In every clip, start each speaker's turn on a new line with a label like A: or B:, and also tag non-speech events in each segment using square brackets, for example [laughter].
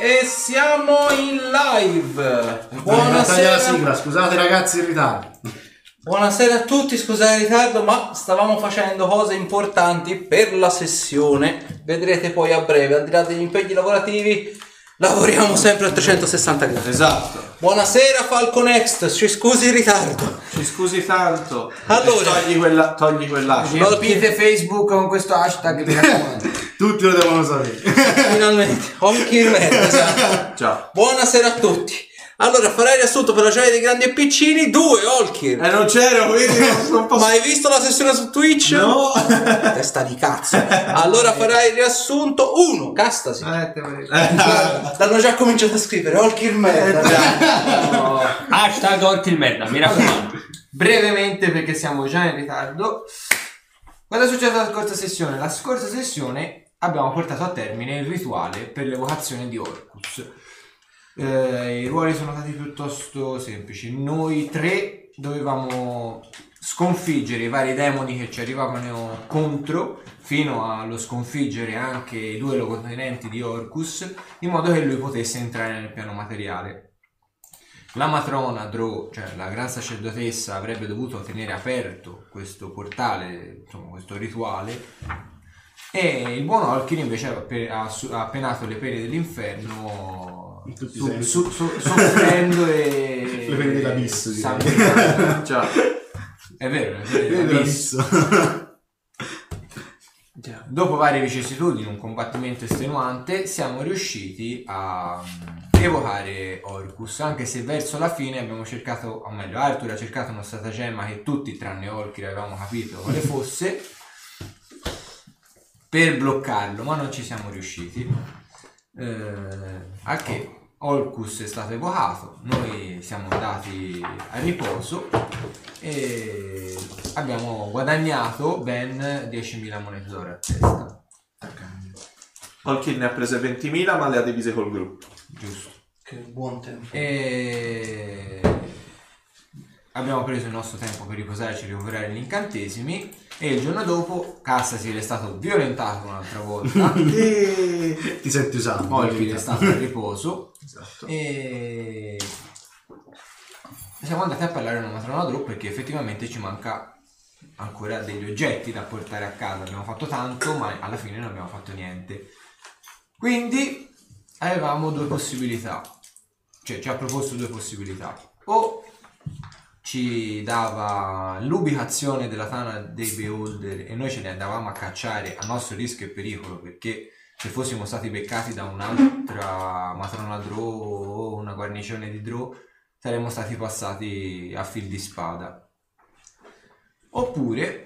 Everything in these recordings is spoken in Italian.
A: E siamo in live!
B: Buonasera. la
A: Buonasera,
B: sigla, scusate ragazzi il ritardo.
A: buonasera a tutti, scusate il ritardo, ma stavamo facendo cose importanti per la sessione. Vedrete poi a breve, al di là degli impegni lavorativi, lavoriamo sempre a 360 gradi.
C: Esatto,
A: Buonasera Falcon Next, ci scusi il ritardo.
C: ci scusi tanto.
A: Allora.
C: togli, quella, togli quell'ascia.
D: Riempite Facebook con questo hashtag mi raccomando.
B: Tutti lo devono
A: [laughs]
B: sapere.
A: Finalmente, occhi in merda, esatto.
C: Ciao.
A: Buonasera a tutti. Allora, farai riassunto per la gioia dei grandi e piccini, due Olkir.
C: E Eh, non c'ero, quindi non, [laughs] non
A: Ma
C: posso.
A: hai visto la sessione su Twitch?
C: No.
A: [laughs] Testa di cazzo. Allora farai il riassunto 1. Castasi.
C: Eh,
A: L'hanno già cominciato a scrivere. Olkir merda.
E: [laughs] Hashtag Orchid merda, mi raccomando.
D: Brevemente perché siamo già in ritardo. Cosa è successo la scorsa sessione? La scorsa sessione abbiamo portato a termine il rituale per l'evocazione di Orcus. Eh, I ruoli sono stati piuttosto semplici. Noi tre dovevamo sconfiggere i vari demoni che ci arrivavano contro fino allo sconfiggere anche i due locotenenti di Orcus in modo che lui potesse entrare nel piano materiale. La matrona Dro, cioè la gran sacerdotessa, avrebbe dovuto tenere aperto questo portale, insomma, questo rituale. E il buon Olkin invece ha, pe- ha su- ha penato le pene dell'inferno,
B: In tutti i
D: su-
B: sensi.
D: su- su-
B: [laughs]
D: soffrendo e.
B: Le pene dell'abisso, direi. [laughs]
D: sanguinando.
C: Ciao.
D: È vero, è
B: Io
D: vero.
B: l'ho
D: l'abisso.
B: visto.
D: Dopo varie vicissitudini, un combattimento estenuante, siamo riusciti a mm, evocare Orcus, anche se verso la fine abbiamo cercato, o meglio Arthur ha cercato uno stratagemma che tutti tranne Orchid avevamo capito
C: [laughs]
D: quale fosse, per bloccarlo, ma non ci siamo riusciti. Eh, a che Orcus è stato evocato, noi siamo andati a riposo e abbiamo guadagnato ben 10.000 monete d'oro a testa,
C: Holkin ne ha prese 20.000 ma le ha divise col gruppo.
D: giusto?
A: Che buon tempo.
D: E abbiamo preso il nostro tempo per riposarci e recuperare gli incantesimi e il giorno dopo Cassasi è stato violentato un'altra volta,
C: E...
B: Ti senti usato.
D: Olkid è stato a riposo
B: Esatto.
D: e siamo andati a parlare con matrona Drew perché effettivamente ci manca ancora degli oggetti da portare a casa abbiamo fatto tanto ma alla fine non abbiamo fatto niente quindi avevamo due possibilità cioè ci ha proposto due possibilità o ci dava l'ubicazione della tana dei beholder e noi ce ne andavamo a cacciare a nostro rischio e pericolo perché se fossimo stati beccati da un'altra matrona Draw o una guarnigione di Draw, saremmo stati passati a fil di spada. Oppure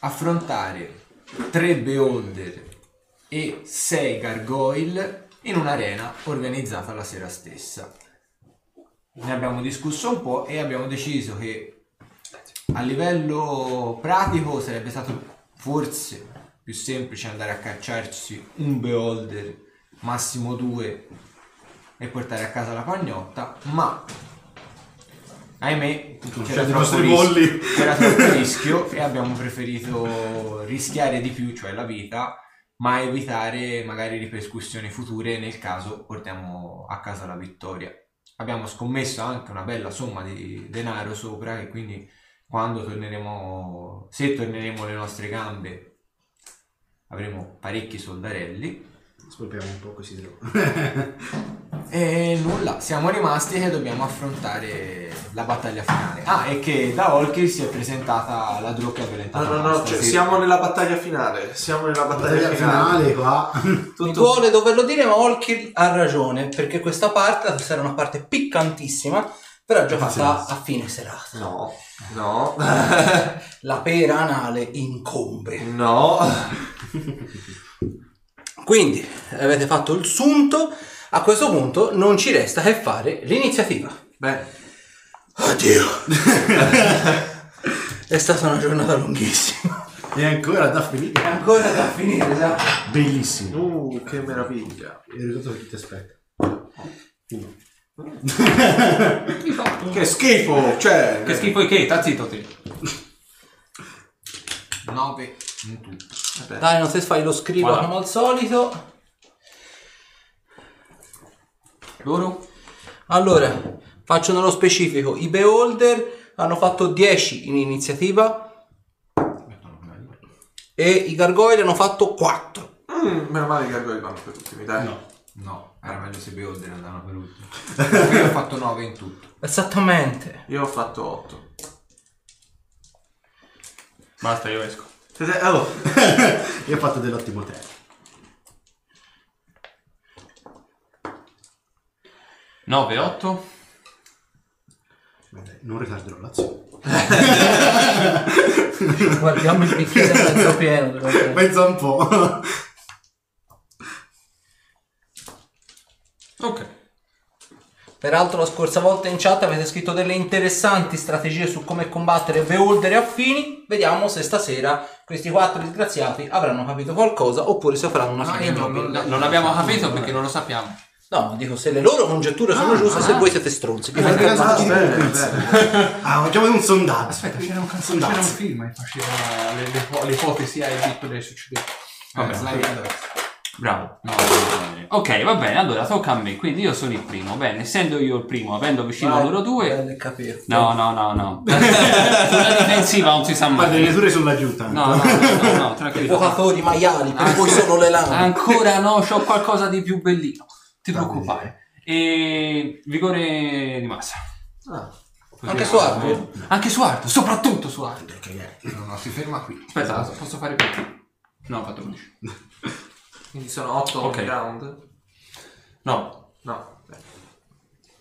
D: affrontare tre Beholder e sei Gargoyle in un'arena organizzata la sera stessa. Ne abbiamo discusso un po' e abbiamo deciso che a livello pratico sarebbe stato forse più semplice andare a cacciarci un beholder, massimo due, e portare a casa la pagnotta, ma ahimè c'era
B: i
D: troppo,
B: nostri
D: rischio,
B: bolli.
D: c'era
B: [laughs]
D: troppo rischio e abbiamo preferito rischiare di più, cioè la vita, ma evitare magari ripercussioni future nel caso portiamo a casa la vittoria. Abbiamo scommesso anche una bella somma di denaro sopra e quindi quando torneremo, se torneremo alle nostre gambe, avremo parecchi soldarelli.
B: Spolpiamo un po' così
D: [laughs]
B: troppo.
D: E nulla, siamo rimasti che dobbiamo affrontare la battaglia finale. Ah, e che da Olkir si è presentata la Drew che ha
C: No,
D: violentato
C: no,
D: la
C: no,
D: nostra
C: cioè,
D: sì.
C: siamo nella battaglia finale. Siamo nella battaglia
B: Battaglia
C: finale.
B: finale qua.
A: Mi
C: Tutto...
A: duole doverlo dire, ma Olkir ha ragione, perché questa parte questa era una parte piccantissima, però giocata a fine serata.
C: No, no, [laughs]
A: La pera anale incombe.
C: no.
A: Quindi avete fatto il sunto, a questo punto non ci resta che fare l'iniziativa.
C: Bene.
A: Oddio! È stata una giornata lunghissima.
B: E ancora da finire.
A: Ancora da finire, esatto.
B: Bellissimo.
C: Uh, che meraviglia.
B: E il risultato che ti aspetta.
C: Che schifo, cioè...
E: Che schifo e che, tazzito te.
D: 9 in tutto.
C: Vabbè.
A: Dai, non se fai lo scrivo
E: Voilà.
A: come al solito.
E: Loro?
A: Allora, faccio nello specifico. I Beholder hanno fatto 10 in iniziativa e i Gargoyle hanno fatto 4.
C: Mm, meno male che Gargoyle vanno per ultimi, dai. No.
D: No, era meglio se Beholder andavano per [laughs] ultimo. Io ho fatto 9 in tutto.
A: Esattamente.
C: Io ho fatto 8.
E: Basta, io esco.
C: Oh,
B: Io ho fatto dell'ottimo tempo.
E: Nove, otto.
B: Vabbè, non ritarderò l'azione.
A: Guardiamo il bicchiere mezzo pieno.
B: [laughs]
A: però.
B: Pensa un po'.
E: Ok.
A: Peraltro la scorsa volta in chat avete scritto delle interessanti strategie su come combattere Beholder e affini. Vediamo se stasera questi quattro disgraziati avranno capito qualcosa oppure se faranno una
E: No,
A: fine.
E: io
A: in
E: non,
A: doppio.
E: non- non abbiamo capito perché Ah, non lo sappiamo.
A: No, dico se le loro congetture sono giuste, se voi siete stronzi.
E: Eh,
A: Vi fate
B: Ah,
A: cazzo.
B: bene, bene. Ah, facciamo un sondaggio.
F: Aspetta, c'era un canzone, c'era un
B: sondaggio.
F: film che faceva le, le, po- le ipotesi ai piccoli che succedeva.
E: Vabbè,
F: Eh,
D: slide
E: Bravo. No, no, no, no. Ok, va bene, allora tocca a me. Quindi io sono il primo. Bene, essendo io il primo, avendo vicino a loro due.
A: Bene, capito.
E: No, no, no,
C: [laughs]
E: no. Sulla difensiva non si sa
B: Guarda, le
E: mai.
B: misure sono laggiù tanto.
E: No, no, no, no, no tranquillo.
A: Evocatori, maiali, per voi solo le
E: Ah,
A: lame.
E: Ancora no, c'ho qualcosa di più bellino. Ti
B: Dai.
E: preoccupare. E vigore di massa. Eh,
B: Ah,
A: Anche su Arthur?
E: Anche su Arthur, soprattutto su Arthur.
B: perché eh,
D: No, no, si ferma qui.
E: Aspetta, posso- posso fare più? No, ho fatto 11.
C: quindi sono 8
E: Ok.
C: round.
E: No.
C: No. beh.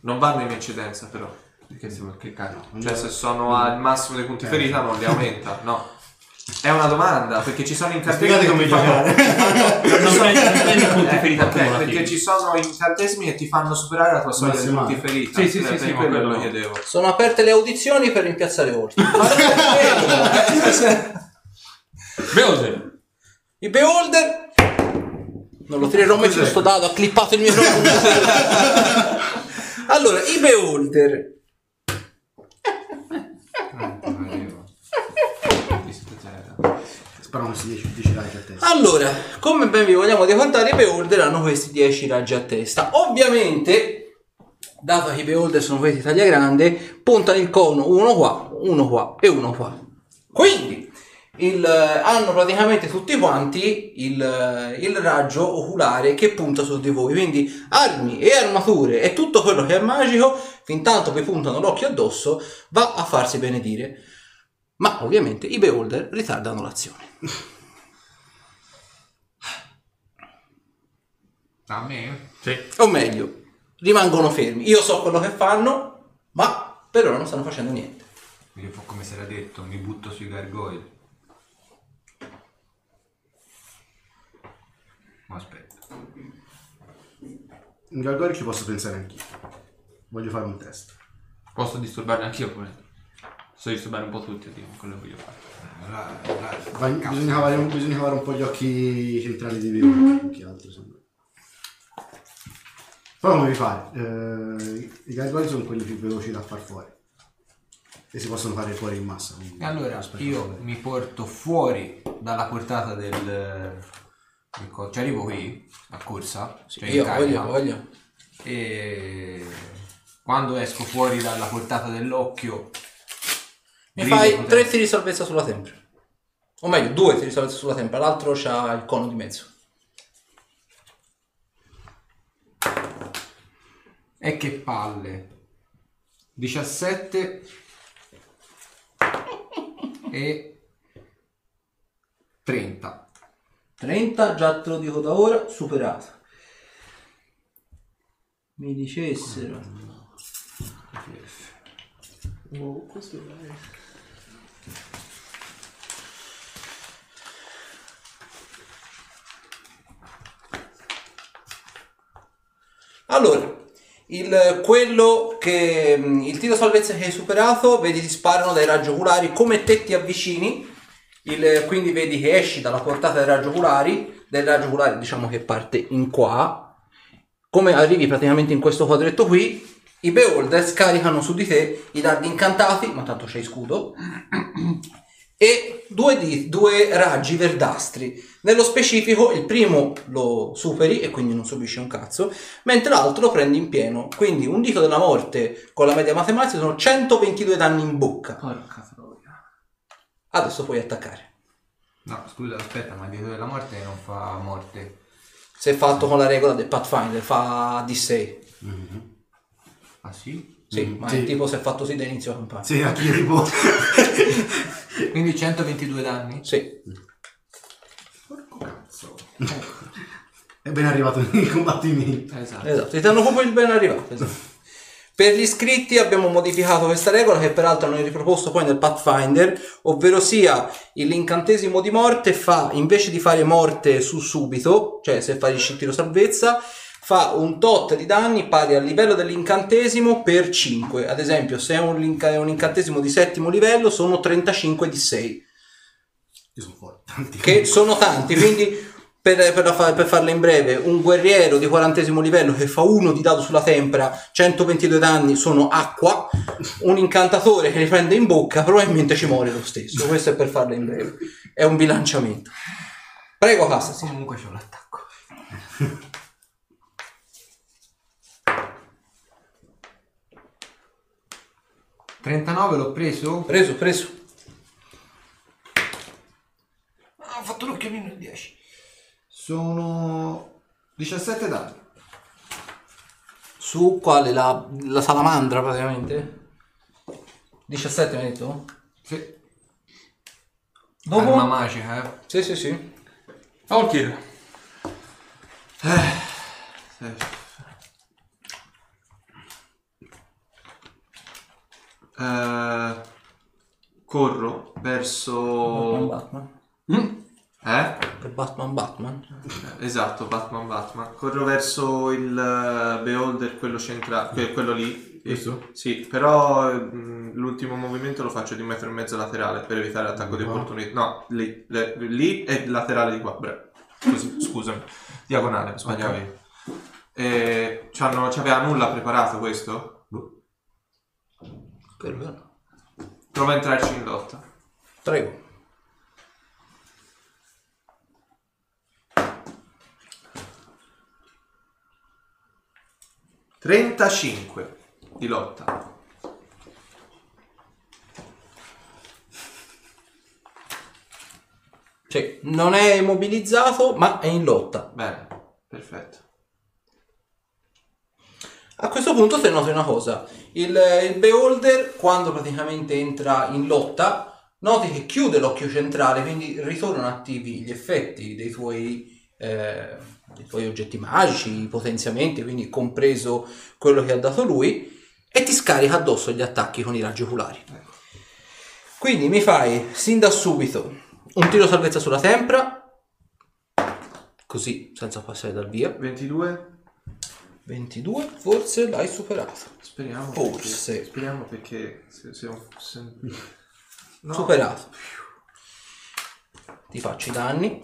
C: Non vanno in eccedenza però.
E: Perché se che cazzo?
C: Cioè se sono al massimo dei punti ferita non li aumenta, no. È una domanda, perché ci sono incantesimi...
B: Spiegate come
C: che ti fanno-
B: giocare.
C: [laughs]
E: Non prendi non prendi punti
C: Eh,
E: ferita
C: ok, perché ci sono incantesimi che ti fanno superare la tua soglia di
B: Massimale.
C: punti ferita.
E: Sì, sì, sì,
C: Per
E: sì, ma
C: quello
E: quello
C: lo
E: no.
C: chiedevo.
A: Sono aperte le audizioni per rimpiazzare Orti.
E: [laughs] Beholder.
A: I Beholder. Non lo tirerò mai su sto dado, ha clippato il mio
E: [laughs]
A: nome. allora, i Beholder.
B: Sparano questi 10 10 raggi a testa.
A: Allora, come ben vi vogliamo ricordare, i Beholder hanno questi 10 raggi a testa. Ovviamente, dato che i Beholder sono questi tagliagrande, puntano il cono uno qua, uno qua e uno qua. Quindi, il, eh, hanno praticamente tutti quanti il, eh, il raggio oculare che punta su di voi. Quindi, armi e armature e tutto quello che è magico, fin tanto vi puntano l'occhio addosso, va a farsi benedire. Ma ovviamente i Beholder ritardano l'azione.
D: A me?
E: Sì.
A: o meglio, rimangono fermi. Io so quello che fanno, ma per ora non stanno facendo niente.
D: Mi fa come si era detto, mi butto sui gargoyle. Ma aspetta.
B: Un gargoyle ci posso pensare anch'io. Voglio fare un test.
E: Posso disturbarne anch'io pure. Posso disturbare un po' tutti, dico, quello che voglio fare.
D: Allora, allora,
B: Vai- bisogna, cavare un, bisogna cavare un po' gli occhi centrali di Beowulf,
D: Mhm.
B: più che altro sembra. Poi come vi fare? Eh, I gargoyle sono quelli più veloci da far fuori. E si possono fare fuori in massa. quindi-
D: E allora
B: aspetta,
D: io
B: vabbè.
D: mi porto fuori dalla portata del. del co- Ci arrivo qui a corsa. cioè in
A: io
D: carica,
A: voglio, voglio.
D: E quando esco fuori dalla portata dell'occhio.
A: Mi
D: grido
A: fai
D: con te.
A: tre tiri di salvezza sulla tempra. O meglio, due tiri di salvezza sulla tempra, l'altro c'ha il cono di mezzo.
D: E che palle. 17 e 30.
A: 30, già te lo dico da ora, superata. Mi dicessero.
D: Oh,
A: Allora, il, quello che mh, il tiro salvezza che hai superato, vedi ti sparano dai raggi oculari come te ti avvicini, il- quindi vedi che esci dalla portata dei raggi oculari, del raggio oculare diciamo che parte in qua, come arrivi praticamente in questo quadretto qui, i Beholder scaricano su di te i dardi incantati, ma tanto c'hai scudo, [clears throat] e due, di- due raggi verdastri. Nello specifico, il primo lo superi e quindi non subisci un cazzo, mentre l'altro lo prendi in pieno. Quindi un dito della morte con la media matematica sono 122 danni in bocca.
E: Porca troia.
A: Adesso puoi attaccare.
D: No, scusa, aspetta, ma dietro della morte non fa morte.
A: Se fatto con la regola del Pathfinder, fa D6.
D: Ah sì?
A: Sì,
B: Mm,
A: ma
B: sì.
A: è tipo se è fatto così da inizio campagna.
B: Sì, anche io tipo...
D: Quindi 122 danni?
A: Sì.
D: Porco cazzo.
B: È ben arrivato nei combattimenti.
E: Esatto.
A: Esatto, ti danno proprio il ben arrivato. esatto. Per gli iscritti abbiamo modificato questa regola che peraltro hanno riproposto poi nel Pathfinder, ovvero sia l'incantesimo di morte fa, invece di fare morte su subito, cioè se fai il tiro salvezza, fa un tot di danni pari al livello dell'incantesimo per 5. Ad esempio se è un, linca- un incantesimo di settimo livello sono 35 di 6
B: Io sono fuori, tanti.
A: che [laughs] sono tanti, quindi per, per la fa- per farla in breve, un guerriero di 40 livello che fa uno di dado sulla tempra, 122 danni sono acqua, un incantatore che li prende in bocca probabilmente ci muore lo stesso, questo è per farla in breve, è un bilanciamento. Prego Cassa,
D: Comunque c'ho l'attacco. ...39 l'ho preso?
A: preso, preso.
D: Ah, ho fatto l'occhiolino il 10. Sono 17 danni.
A: Su quale? La, la salamandra praticamente? 17 mi hai detto?
D: Sì.
A: Dopo?
D: Arma magica, eh.
A: Sì, sì, sì.
E: Tolkien.
G: Eh, corro
A: Batman,
G: verso...
A: Batman.
E: Mm?
G: Eh?
A: Oh. Per Batman, Batman.
G: Esatto, Batman Batman. Corro verso il eh, Beholder, quello centrale, quello lì.
B: Questo?
G: Sì, però eh, mh, l'ultimo movimento lo faccio di un metro e mezzo laterale per evitare l'attacco di
B: Qua?
G: opportunità. No, lì, le- lì e laterale di qua. Bra- Scusi, [laughs] scusami, diagonale, sbagliavo io. Eh, c'hanno- c'aveva nulla preparato questo?
A: Per-
G: Prova a entrarci in lotta.
A: Prego.
G: Sì. 35 di lotta.
A: Sì, Cioè, non è immobilizzato, ma è in lotta.
G: Bene, perfetto.
A: A questo punto te noti una cosa, il, il Beholder quando praticamente entra in lotta, noti che chiude l'occhio centrale, quindi ritornano attivi gli effetti dei tuoi, eh, dei tuoi oggetti magici, i potenziamenti, quindi compreso quello che ha dato lui, e ti scarica addosso gli attacchi con i raggi oculari. Quindi mi fai sin da subito un tiro salvezza sulla tempra, così senza passare dal via,
G: 22?
A: 22 forse l'hai superato.
G: Speriamo.
A: Forse.
G: perché- speriamo perché se, se- se- No.
A: Superato. Ti faccio i danni.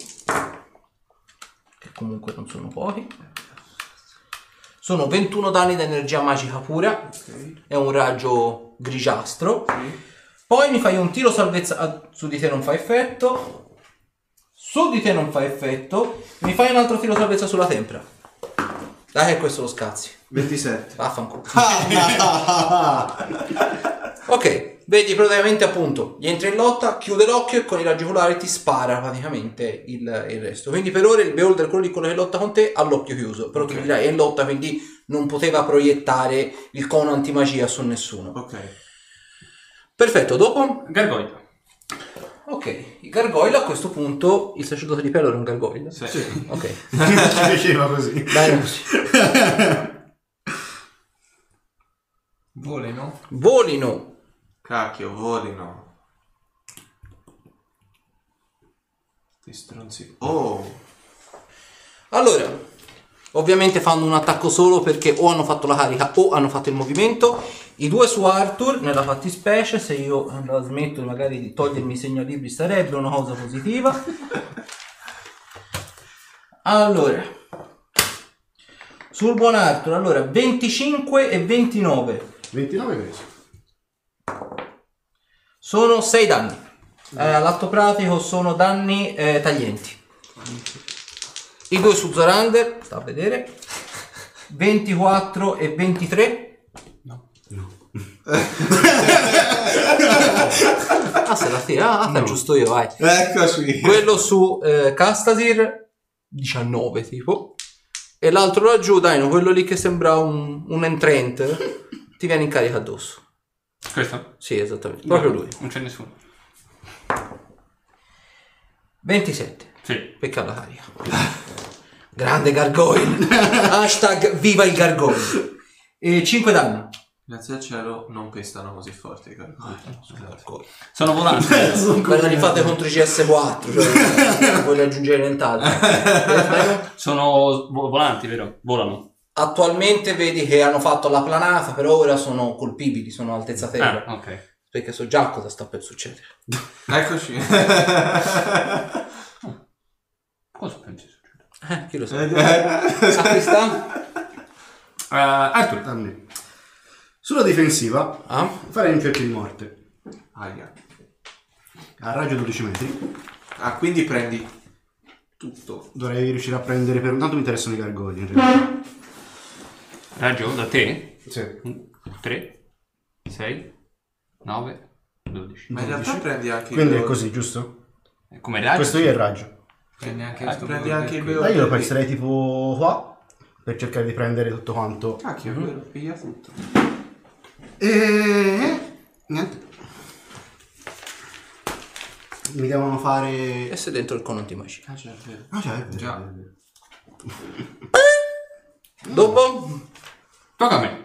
A: Che comunque non sono pochi. Sono 21 danni di energia magica pura.
G: Ok.
A: È un raggio grigiastro.
G: Sì.
A: Poi mi fai un tiro salvezza. ah, Su di te non fa effetto. Su di te non fa effetto. Mi fai un altro tiro salvezza sulla tempra. Dai, che questo lo scazzi.
G: 27.
A: Vaffanculo.
B: Ah,
A: Ok, vedi praticamente appunto, gli entra in lotta, chiude l'occhio e con i raggi oculari ti spara praticamente il, il resto. Quindi per ora il Beholder, quello lì, quello che lotta con te, ha l'occhio chiuso, però che è in lotta, quindi non poteva proiettare il cono antimagia su nessuno.
G: Ok.
A: Perfetto, dopo?
H: Gargoyle.
A: Ok, i gargoyle a questo punto, il sacerdote di pelo era un gargoyle.
G: Sì.
A: Ok,
B: Ci piaceva così.
A: dai.
D: Vole, no?
A: Volino.
G: Cacchio, volino. Ti stronzi. Oh,
A: Allora, ovviamente fanno un attacco solo perché o hanno fatto la carica o hanno fatto il movimento. I due su Arthur, nella fattispecie, se io la smetto magari di togliermi i segnalibri sarebbe una cosa positiva. Allora, sul buon Arthur, allora 25 e 29
B: 29 preso.
A: sono 6 danni. Eh, l'atto pratico sono danni eh, taglienti. I due su Zorander, sta a vedere. 24 e 23. No. No. ah, se la tirata, giusto io, vai.
C: Eccoci.
A: Quello su eh, Castasir, 19 tipo. E l'altro laggiù, dai, no, quello lì che sembra un, un entrant, ti viene in carica addosso.
E: Questo?
A: Sì, esattamente. Proprio lui.
E: Non c'è nessuno.
A: 27.
E: Sì.
A: Perché alla carica. Grande gargoyle. Hashtag viva il gargoyle. E 5 danni.
C: Grazie al cielo non pestano così forte i gargoyle. Scusate.
E: Sono volante.
A: [laughs] Quando li fate contro i CS4, cioè, non voglio aggiungere nient'altro.
E: Sono vo- volanti, vero? Volano.
A: Attualmente vedi che hanno fatto la planata, per ora sono colpibili, sono altezza terra.
E: Ah, ok.
A: Perché so già cosa sta per succedere.
C: Eccoci.
E: Cosa pensi succede?
A: Eh, chi lo sa. A chi sta?
E: Eh, Arthur.
B: A me. Sulla difensiva
A: Ah,
B: farei un cerchio di morte.
C: Aia.
B: A raggio 12 metri.
C: Ah, quindi prendi tutto.
B: Dovrei riuscire a prendere per... Tanto mi interessano i gargoyle in realtà.
E: Raggio, da te?
B: Sì.
E: 3, 6, 9, 12.
C: Ma in realtà prendi anche
B: Quindi
C: il
B: è
C: Beor-
B: così, giusto?
E: Eh, Come raggio?
B: Questo io è il raggio.
D: Prendi anche
C: Ah,
D: questo
C: prendi
D: blu
C: anche
D: qui.
C: il Beor-
B: Dai, io lo penserei tipo qua. Per cercare di prendere tutto quanto.
C: Cacchio, è vero, piglia tutto.
B: E... Niente. Mi devono
A: e
B: fare...
A: se dentro il cono antimagico.
C: Ah, certo, è vero.
B: Ah, cioè, è vero,
C: Già.
B: è vero.
A: Dopo?
E: Tocca a me.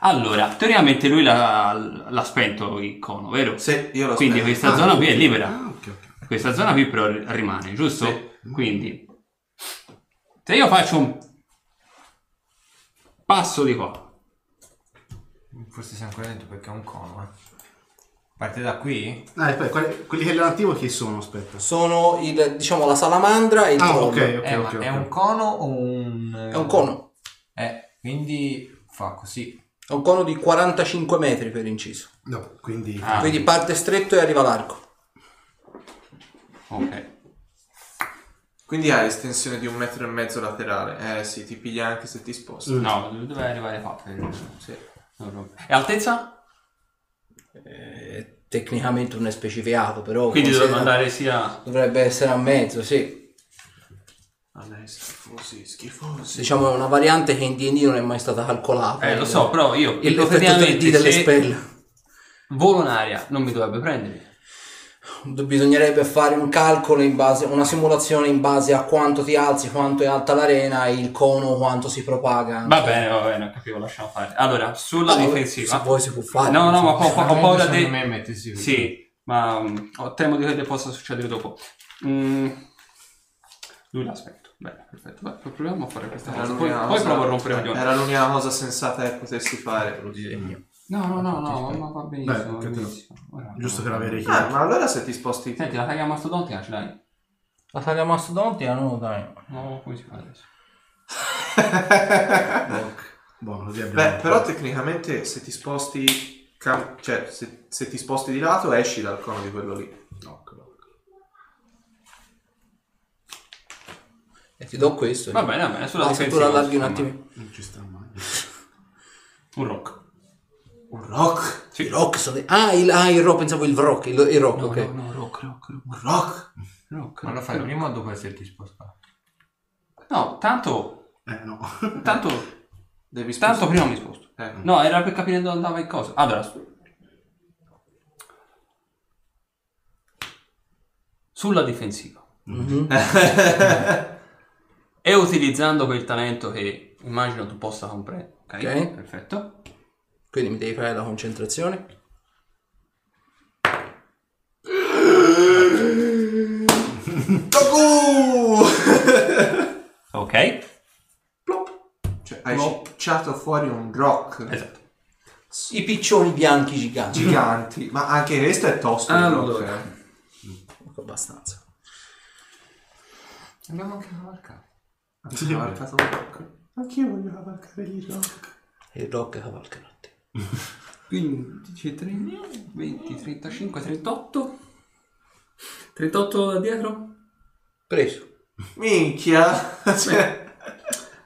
E: Allora, teoricamente lui l'ha, l'ha spento il cono, vero?
C: Sì, io lo
E: Quindi
C: spento.
E: questa zona qui è libera.
B: Ah, ok, ok.
E: Questa zona qui però ri- rimane, giusto?
C: Sì.
E: Quindi, se io faccio un passo di qua,
D: Forse sei ancora dentro perché è un cono, eh. Parte da qui?
B: Ah, aspetta, quali- quelli che erano attivo chi sono? Aspetta.
A: Sono il, diciamo la salamandra e il
B: Ah,
A: troll.
B: ok, ok,
D: Eh, ma
B: ok.
D: è
B: ok.
D: un cono o un...
A: È un cono.
D: Eh, quindi fa così.
A: È un cono di 45 metri per inciso.
B: No, quindi...
E: Ah,
A: Quindi parte stretto e arriva l'arco.
E: ok.
C: Quindi hai estensione di un metro e mezzo laterale. Eh sì, ti piglia anche se ti sposti.
E: No, doveva arrivare qua. per-
C: Sì.
E: non rompere. E altezza?
A: Eh, tecnicamente non è specificato, però.
E: Quindi dovrebbe
A: considera-
E: andare sia...
A: Dovrebbe essere a mezzo, sì.
C: Ma lei è Ah, schifosi, schifosi.
A: Diciamo è una variante che in DD non è mai stata calcolata.
E: Eh, lo so, però io...
A: Il effetto 3D
E: effettivamente
A: delle
E: se
A: spell.
E: Volo in aria, non mi dovrebbe prendere.
A: Bisognerebbe fare un calcolo in base, una simulazione in base a quanto ti alzi, quanto è alta l'arena e il cono, quanto si propaga.
E: Va bene, va bene, capivo, lasciamo fare. Allora, sulla
A: Vabbè,
E: difensiva...
A: Se vuoi si può fare.
E: No, no, ma ho, ho- ho
D: Veramente,
E: paura di...
D: secondo me metti sì.
E: Sì, ma mm, ho- temo di che possa succedere dopo. Mm, Lui l'aspetto. Bene, perfetto. Vai, proviamo a fare questa cosa. Poi, poi provo a rompere gli occhi.
C: Era l'unica cosa sensata che potessi fare. Lo disegno.
E: No, no, no, no, ma va
B: Beh,
E: benissimo. va
B: che te lo-
E: benissimo. Ora-
B: Mm, Giusto per avere chi...
C: Ah, ma allora se ti sposti...
E: Senti, la taglia mastodontica ce l'hai?
A: La saga mastodontica no, dai.
E: No, come si fa adesso?
B: Buono, Boh, così abbiamo...
C: Beh, però tecnicamente se ti sposti... cam- Cioè, se, se ti sposti di lato esci dal cono di quello lì. No,
A: E ti do questo.
E: Va bene, va bene, sulla
A: Ah, se tu la
E: difensiva.
A: allarghi un
E: insomma.
A: attimo.
B: Non ci sta mai.
E: Un rock.
C: Un rock!
A: I rock sono... Ah, il, ah, il rock, pensavo il rock, il, il rock,
E: No,
A: ok.
E: no, no, rock, rock, rock.
C: Un rock!
E: rock,
D: Ma lo
E: rock,
D: fai
E: rock.
D: prima o dopo esserti spostato?
E: No, tanto,
B: Eh, no.
E: tanto,
C: Devi spostare...
E: tanto prima mi sposto.
C: Ecco.
E: No, era per capire dove andava il coso. Allora, su- sulla difensiva
A: Mhm.
E: e utilizzando quel talento che immagino tu possa comprare. Ok,
A: Ok.
E: perfetto.
A: Quindi mi devi fare la concentrazione.
E: Ok,
C: Plop! Cioè, hai cicciato fuori un rock.
E: esatto.
A: I piccioni bianchi giganti.
C: Giganti. Ma anche questo è tosto. il
E: Ah, Allora.
C: rock, eh.
A: Ecco, Abbastanza.
D: Abbiamo anche cavalcato.
C: Anzi, ho marcato un rock. Anch'io voglio cavalcare il rock.
A: Il rock cavalca notte.
E: 15, 20, 35, 38. 38 da dietro?
A: Preso.
G: Minchia. Cioè,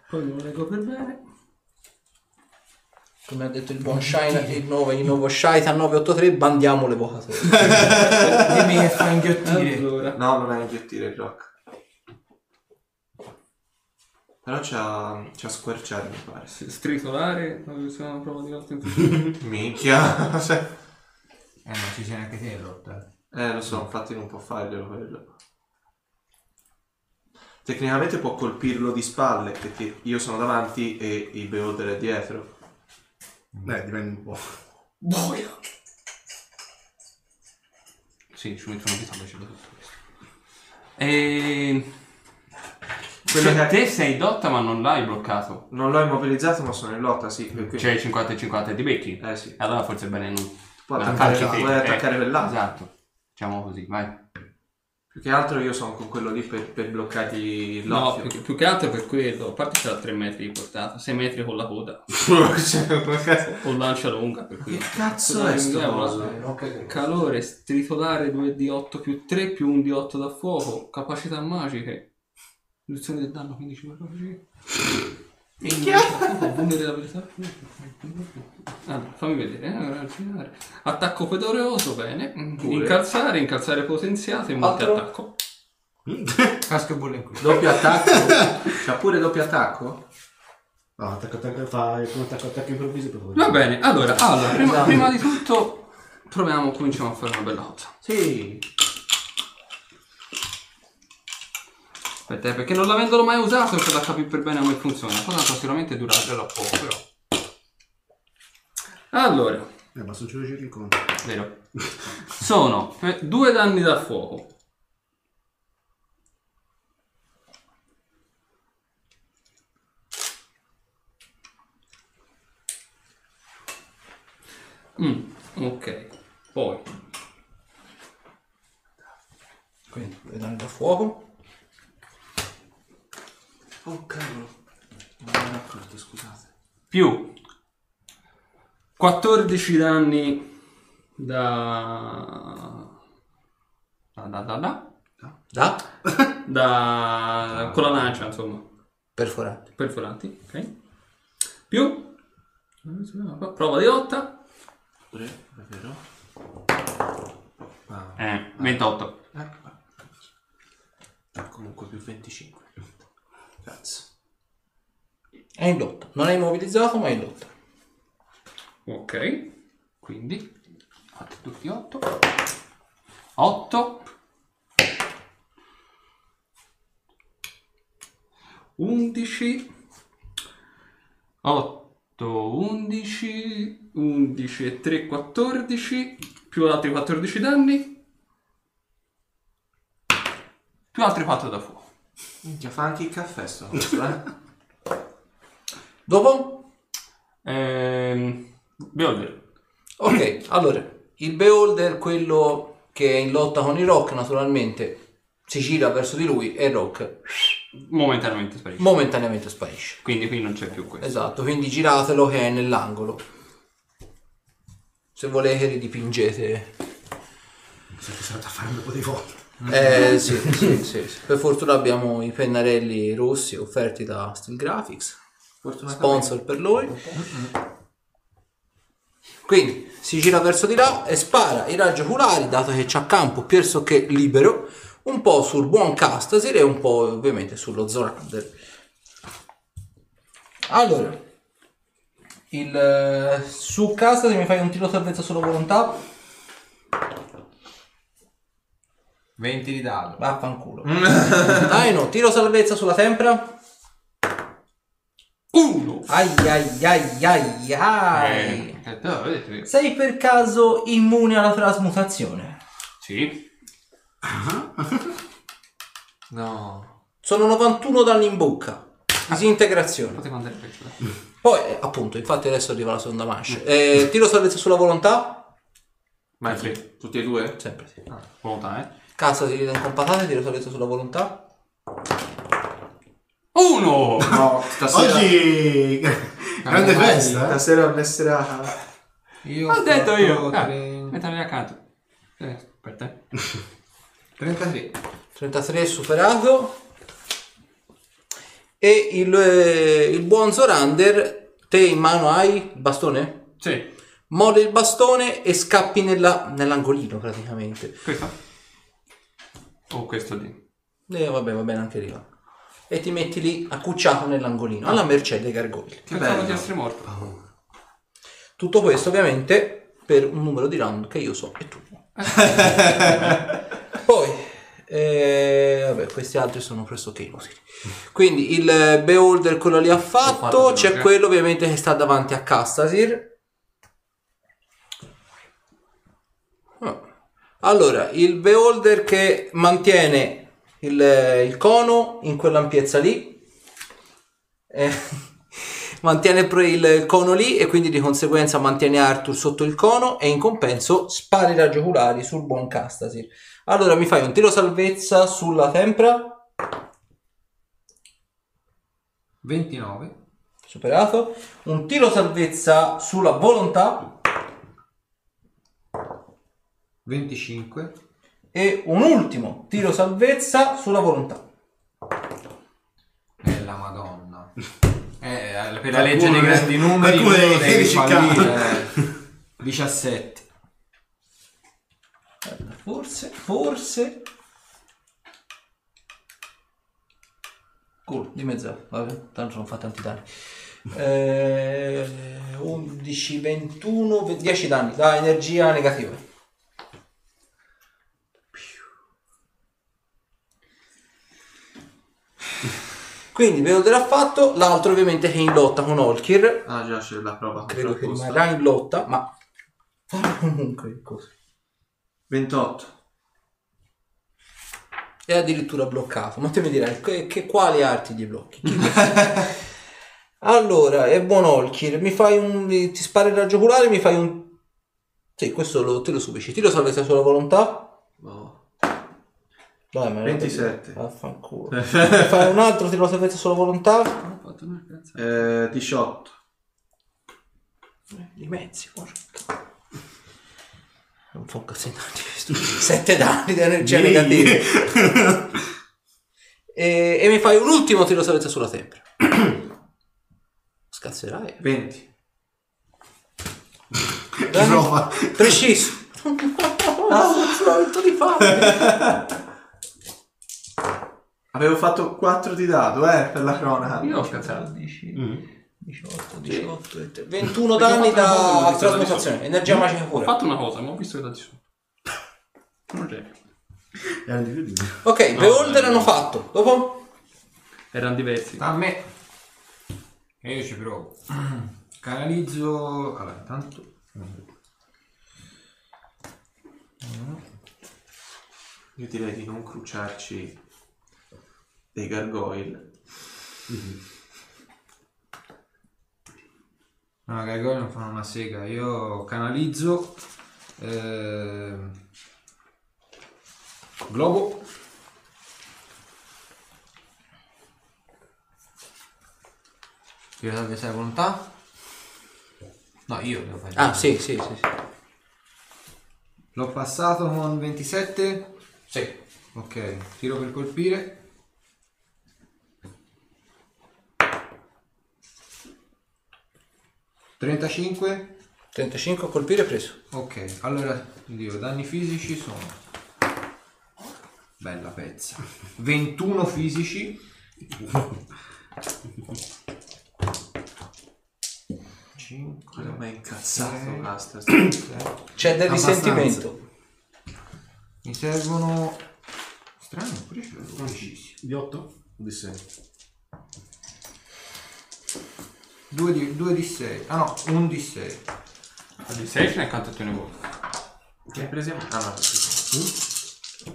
E: Poi me lo leggo per bene.
A: Come ha detto il buon Shine, il, nuovo- il nuovo Shaitan 983, bandiamo l'evocatore.
D: Dimmi che fa inghiottire.
E: Allora.
G: no, non è inghiottire il rock. Però c'ha, c'ha squarciare, mi pare.
E: Stritolare, non riusciamo a provare di volta in tutto.
G: Minchia. [laughs] Cioè,
D: Eh, ma ci sei anche te in lotta.
G: eh, lo so, infatti non può farglielo quello. Tecnicamente può colpirlo di spalle, perché io sono davanti e il Beholder è dietro.
B: Beh, dipende un po'.
E: Boia!
I: Sì, ci mettono di sopra, c'è tutto questo. E...
G: Quello che-
I: Cioè, te sei dotta ma non l'hai bloccato.
G: Non l'ho immobilizzato, ma sono in lotta, sì. Perché...
I: C'è 50 e 50 di becchi. E
G: Eh sì.
I: allora forse è bene non...
G: Puoi
I: non
G: attaccare,
I: attacchi te,
G: puoi attaccare
I: eh.
G: per là.
I: Esatto. Diciamo così, vai.
G: Più che altro io sono con quello lì per, per bloccargli
E: No,
G: l'occhio.
E: più, che- più che altro per quello, a parte c'ha 3 metri di portata, 6 metri con la coda,
G: Cioè, [laughs] che
E: o lancia lunga per cui... eh,
G: cazzo è sto coso?
E: Calore, stritolare 2d8 più 3 più 1 d8 da fuoco, capacità magiche, riduzione del danno 15 per Vulnerabilità. Allora, fammi vedere, eh, allora, girare. attacco pedoreoso, bene. Incalzare, incalzare potenziate, monte
A: Altro?
E: attacco.
D: Casco e bolle in culo.
G: Doppio
D: [laughs]
G: attacco? C'ha pure doppio attacco?
B: No, attacco, attacco, fa come attacco, attacco improvviso per favore.
E: Va bene, allora, ah. allora prima, prima di tutto proviamo, cominciamo a fare una bella cosa.
G: Sì.
E: Aspetta, eh, perché non l'avendolo mai usato c'è da capire per bene come funziona. Poi tanto sicuramente durerà da poco, però. Allora,
B: Eh, basta un giro incontro.
E: vero. Sono eh, due danni da fuoco. Mm, ok, poi
A: [laughs] Quindi, due danni da fuoco.
G: Oh cavolo. Non me ne accorto, scusate.
E: più 14 danni da da da da, da,
A: Da
E: da- con la lancia insomma
A: perforante.
E: perforanti ok più prova di 8
G: Tre, è vero? Ah,
I: Eh, 28.
G: ecco. Ah, Comunque più 25. Cazzo.
A: È in lotta. Non è immobilizzato, ma è in lotta.
E: ok quindi
I: Fate tutti 8. 8.
E: 11 8 11 11 e 3 14 più altri 14 danni
I: Più altri 4 da fuoco.
G: Minchia, fa anche il caffè
D: [laughs]
G: sto coso, eh?
A: Dopo?
I: Ehm... Beholder.
A: Ok, allora, il Beholder, quello che è in lotta con il Rock, naturalmente, si gira verso di lui e il Rock
I: Momentaneamente sparisce.
A: momentaneamente sparisce.
I: Quindi qui non c'è più questo.
A: Esatto, quindi giratelo che è nell'angolo. Se volete ridipingete.
B: Siete stati a fare un po' di foto.
A: Eh sì, sì, sì, sì. Per fortuna abbiamo i pennarelli rossi offerti da Steel Graphics, sponsor per lui. Quindi si gira verso di là e spara i raggi oculari, dato che c'ha campo pressoché libero, un po' sul buon Castasir e un po' ovviamente sullo Zorander. Allora, il, eh, su Castasir mi fai un tiro salvezza sulla volontà?
D: 20 di dado.
A: Vaffanculo. Dai no, tiro salvezza sulla tempra.
E: 1
A: Ai ai ai ai ai.
I: Eh, però vedete,
A: Sei per caso immune alla trasmutazione?
I: Sì.
G: No.
A: Sono 91 danni in bocca. Disintegrazione.
E: poteva andare peggio dai.
A: Poi, eh, appunto, infatti adesso arriva la seconda manche. Eh, tiro salvezza sulla volontà?
G: Ma è tre? Tutti e due? Ah.
A: Sempre sì.
I: Volontà, eh.
A: Cazzo, ti rido con patate, tiro salvezza sulla volontà?
I: Uno!
G: No, stasera...
B: Oggi... Grande festa. eh?
G: Stasera messerà...
D: Io
I: Ho detto io.
D: fatto
I: Ah,
D: tre-
E: eh.
I: Mettami accanto. Eh, per te.
C: 33.
A: 33 superato. E il, eh, il buon Zorander, te in mano hai il bastone?
E: Sì,
A: Morde il bastone e scappi nella- nell'angolino praticamente.
E: questa. O Oh, questo lì.
A: E vabbè, va bene anche lì. va. E ti metti lì accucciato nell'angolino, alla mercé dei gargogli.
E: Che pensavo
C: bello.
E: di essere morto.
A: Tutto questo ovviamente per un numero di round che io so e tu. no. Poi, eh, vabbè, questi altri sono pressoché inutili. Quindi il eh, Beholder quello lì ha fatto, c'è quello ovviamente che sta davanti a Castasir. Ah. Allora, il Beholder che mantiene il, eh, il cono in quell'ampiezza lì. Eh, [laughs] mantiene pro- il, il cono lì e quindi di conseguenza mantiene Arthur sotto il cono e in compenso spari raggi oculari sul buon Castasir. Allora mi fai un tiro salvezza sulla tempra,
D: 29.
A: superato, un tiro salvezza sulla volontà
D: 25.
A: e un ultimo tiro salvezza sulla volontà.
D: Eh,
I: [laughs]
D: la madonna. Eh, per la
B: Qualcuno
D: legge dei
B: deve-
D: grandi numeri
B: qualcuno
D: uno eh,
B: deve
D: deve
B: fallire.
I: [laughs]
D: fallire. 17.
A: Guarda, Forse, forse... Cool, di mezzo, vabbè, tanto non fa tanti danni. Eh, 11, 21, 10 danni da energia negativa. Quindi Beholder ha fatto, l'altro ovviamente che è in lotta con Olkir,
C: Ah, già c'è la prova.
A: credo che
C: contrapposta.
A: rimarrà in lotta, ma farà comunque cose.
C: 28.
A: è addirittura bloccato. Ma te mi dirai che, che- quali arti gli blocchi? Chi lo sa? allora, è buon Olkir, mi fai un. mi- ti spari il raggio oculare, mi fai un. Sì, questo lo, te lo subisci. Tiro salvezza sulla volontà.
G: Boh.
C: No.
A: Dai, ma
C: 27.
A: Vaffanculo. Mi fai un altro tiro salvezza sulla volontà.
E: Non ho fatto una cazzo.
C: Eh, 18.
A: Di mezzi, porca. Non fa un cazzo di danni. 7 danni di energia negativa. [laughs] e, e mi fai un ultimo tiro salvezza sulla tempra. [clears throat] Scazzerai.
C: 20.
B: eh.
A: Dai.
B: Prova.
A: Preciso. Ah, Pronto di fare.
C: Avevo fatto 4 di dado, eh, per la cronaca.
E: Io ho cazzato.
B: Mm.
A: 18, 18, 21 danni da trasmutazione, energia magica
E: Ho
A: pura.
E: fatto una cosa, ma ho visto che da di sopra. Progetto.
B: Erano di più di me.
A: Ok, Beholder hanno fatto. Dopo?
E: Erano diversi.
D: A me. E io ci provo. [clears throat] Canalizzo. Allora, intanto.
C: Io direi di non cruciarci dei gargoyle.
D: No, i gargoyle non fanno una sega. Io canalizzo. ehm, globo. Tiro salvezza di volontà. No, io devo fare.
A: Ah, sì, sì, sì. sì.
D: L'ho passato con 27.
A: Sì.
D: Ok, tiro per colpire. 35.
A: 35 a colpire preso.
D: Ok, allora io danni fisici sono bella pezza. 21 fisici. Cinque.
C: Quello mi è incazzato.
D: Sei.
C: Basta.
A: C'è del
D: Abbastanza.
A: risentimento.
D: Mi servono strano, pure ce l'avevo precisi.
B: Di 8? O di 6?
D: 2 di, 2 di 6. Ah no, 1 di 6.
E: Di sei fino a quanto te ne vuoi.
C: Che hai preso? Ah, no, sì.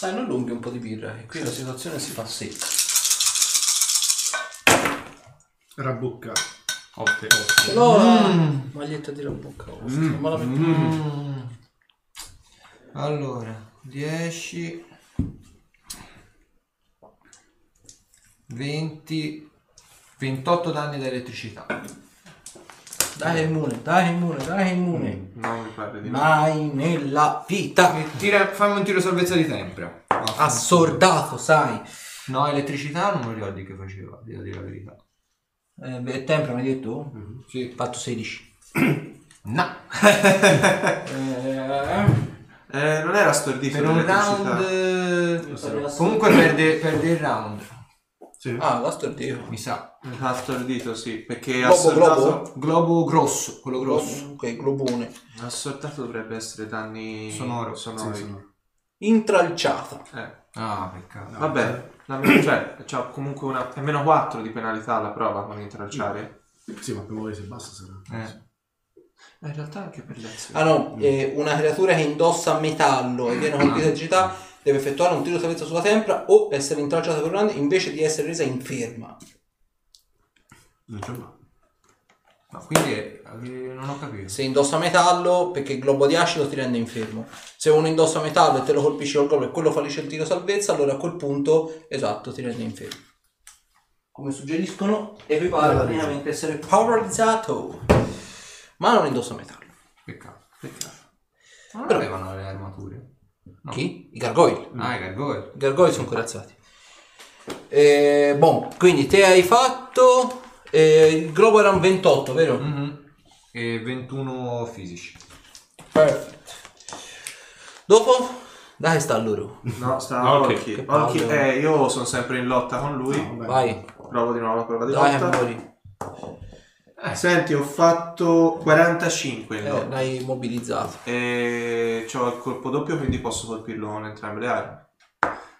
A: Dai, non lunghi un po' di birra, e qui la situazione si fa secca.
B: Rabucca.
E: Otte.
A: No,
D: Mm.
A: la maglietta di Rambucca. Ma la metto.
D: Allora, 10 20 28 danni da elettricità.
A: Dai che è immune, dai che è immune, dai che è immune.
G: Non mi pare
D: Mm.
G: di no.
A: Mai nella vita.
D: E Tira, fammi un tiro salvezza di tempra.
A: Assordato, sai.
D: No, elettricità non mi ricordo che faceva, devo dire la verità.
A: Eh, beh, tempra mi hai detto?
D: Mm. Sì.
A: Fatto 16.
D: No.
G: Eh, non era stordito
D: Per un round...
G: l'elettricità.
D: eh, Comunque perde, perde il round,
B: Sì.
A: Ah, l'astro è Dio.
D: mi sa.
G: Ah, stordito, sì, perché ha
A: Globo,
G: assordato...
A: globo?
D: Globo grosso, quello grosso.
A: Ok, globone.
G: Assordato dovrebbe essere danni
D: Sonoro.
G: sonori.
B: Sì, sono-
A: Intralciata.
G: Eh,
D: Ah, peccato.
G: vabbè, la mia- cioè, c'ha comunque una... è meno 4 di penalità alla prova con intralciare.
B: sì, ma per muovere se basta sarà.
D: Eh.
G: Eh, in realtà anche per l'essere.
A: Ah no, eh, una creatura che indossa metallo e viene colpita di città deve effettuare un tiro di salvezza sulla tempra o essere intralciata per un anno invece di essere resa inferma.
B: Non c'è mai.
D: Ma quindi eh, non ho capito.
A: Se indossa metallo, perché il globo di acido ti rende infermo. Se uno indossa metallo e te lo colpisci col globo e quello fallisce il tiro salvezza, allora a quel punto, esatto, ti rende infermo. Come suggeriscono, equivale praticamente a essere powerizzato. Ma non indossa metallo.
D: Peccato. Peccato. Ma non avevano le armature. No.
A: Chi? I gargoyle.
D: Ah, i gargoyle.
A: I gargoyle sono corazzati. Eh, boh, quindi te hai fatto. eh, il globo era un 28, vero?
G: Mm.
D: Mhm. E 21 fisici.
A: Perfetto. Dopo, dai, sta loro.
G: No, sta
E: Ah, ok.
G: Orchi.
A: Che
G: Orchi-
A: palle.
G: eh, io sono sempre in lotta con lui.
B: No, vabbè.
A: Vai,
G: Provo di nuovo la prova di
A: dai,
G: lotta.
A: amori.
G: Senti, ho fatto 45 in
A: Eh,
G: lotta.
A: l'hai mobilizzato.
G: E ho il colpo doppio, quindi posso colpirlo con entrambe le armi.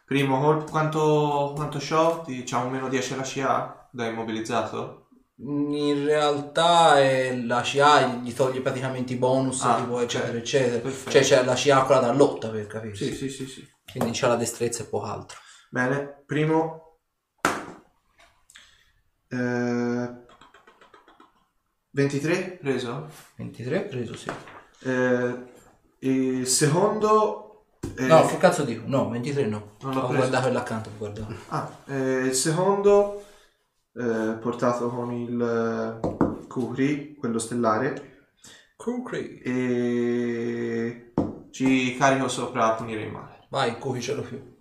G: Primo colpo, quanto, quanto c'ho? Ti- C'ha un meno 10 alla CA da immobilizzato?
A: In realtà eh, la CA gli toglie praticamente i bonus,
G: Ah,
A: tipo,
G: ok.
A: eccetera, eccetera.
G: Perfetto.
A: Cioè, c'è la CA quella da lotta, per capire.
G: sì, sì, sì.
A: Quindi c'è la destrezza e poco altro.
G: Bene, primo... Eh, 23 preso?
A: 23 preso, sì.
G: Eh, il secondo... eh,
A: No, che cazzo dico? No, 23 no.
G: Non l'ho
A: Ho
G: preso.
A: guardato là accanto, ho guardato.
G: Ah, eh, il secondo eh, portato con il eh, Kukri, quello stellare,
A: Kukri.
G: e ci carico sopra a punire il male.
A: Vai, Kukri ce l'ho più.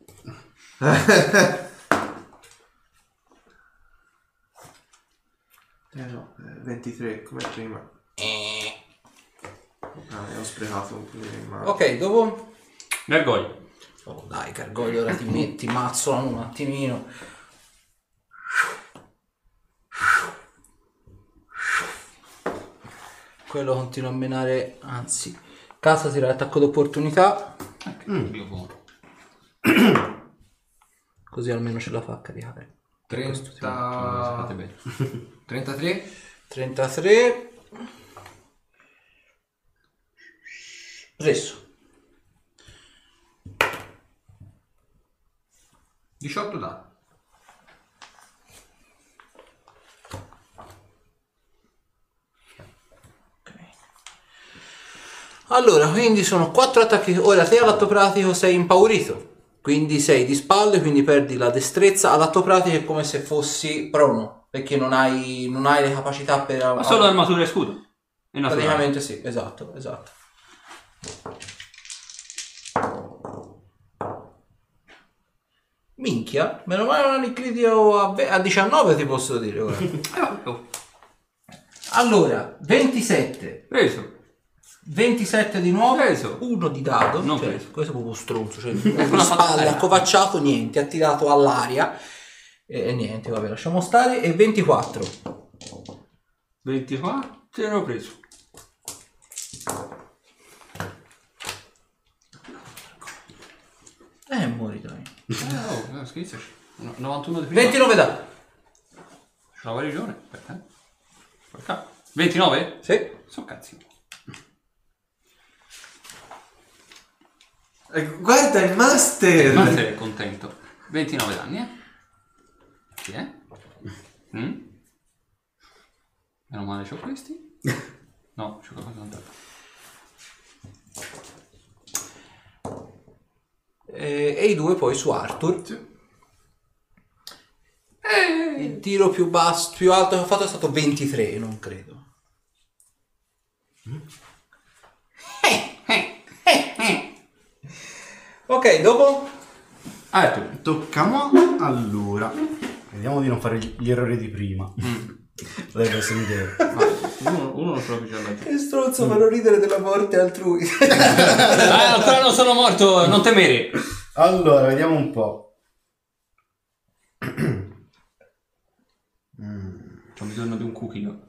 G: Eh no, eh, 23 come prima. Ah, e ho sprecato un punire il
C: Oh.
G: male.
A: Ok, dopo...
E: Gargoyle.
A: Oh dai, Cargoglio, ora ti metti, mazzolano un attimino. Quello continua a menare, anzi, Casa tira l'attacco d'opportunità,
J: Dio buono.
A: [coughs] così almeno ce la fa a caricare.
D: 30... 33?
A: 33. Preso.
D: 18 danni.
A: Allora, quindi sono quattro attacchi. Ora te all'atto pratico sei impaurito. Quindi sei di spalle, quindi perdi la destrezza. All'atto pratico è come se fossi prono, perché non hai, non hai le capacità per...
E: Ma solo armatura e scudo. E naturale.
A: Ah. Praticamente sì, esatto, esatto. Minchia, meno male non il critico a, ve- a 19 ti posso dire.
E: [laughs]
A: guarda.
E: Eh, vabbè, oh.
A: allora, 27.
E: Preso.
A: 27 di nuovo,
E: Preso.
A: uno di dado,
E: Non
A: cioè,
E: preso.
A: questo è proprio stronzo, [laughs] cioè, di
E: Eh.
A: spalle, accovacciato, niente, ha tirato all'aria e, e niente, vabbè, lasciamo stare, e 24,
E: 24 preso.
A: eh, muori dai,
E: Eh, oh, schizzaci. No- 91 di prima.
A: 29 dado,
E: C'è una guarigione. Aspetta. eh. Porca. 29?
A: sì,
E: Sono cazzi.
G: Eh, guarda il
B: Eh,
G: master!
E: Ma sei contento. 29 danni, eh? Sì, eh? Mm? Meno male c'ho questi. No, c'ho qualcosa andato.
A: e, e i due poi su Arthur, Eh, il tiro più basso, più alto che ho fatto è stato 23, non credo, Mm. Eh, Ok, dopo?
E: Ah, è
B: [laughs]
E: tu.
B: Tocchiamo allora. Vediamo di non fare gli gli errori di prima. [laughs] Potrebbe essere un'idea.
E: Uno, uno non ce l'ho più già
A: Che
B: Mm.
A: stronzo, fanno ridere della morte altrui.
F: Ah, ancora non sono morto, non temere.
B: Allora, vediamo un po'. [clears throat] Mm,
E: Ho bisogno di un cucchio.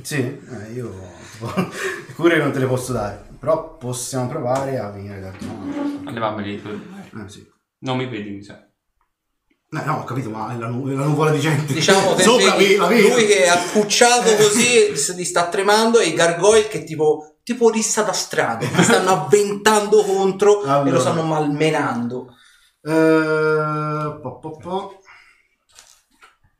B: Sì, eh, io [laughs] tipo, le cure non te le posso dare, però possiamo provare a venire da te.
E: Levameli.
B: Eh, sì.
E: Non mi vedi, mi sa.
B: No, Eh, no, ho capito, ma è la, nu- è la nuvola di
A: [laughs]
B: gente.
A: Diciamo che
B: [laughs] Sopra
A: vedi
B: vi- la vedo. Eh,
A: lui che è accucciato così s- gli sta tremando e i gargoyle che tipo tipo rissa da strada, gli stanno avventando contro e lo
B: Allora.
A: stanno malmenando.
B: Eh, po, po, po.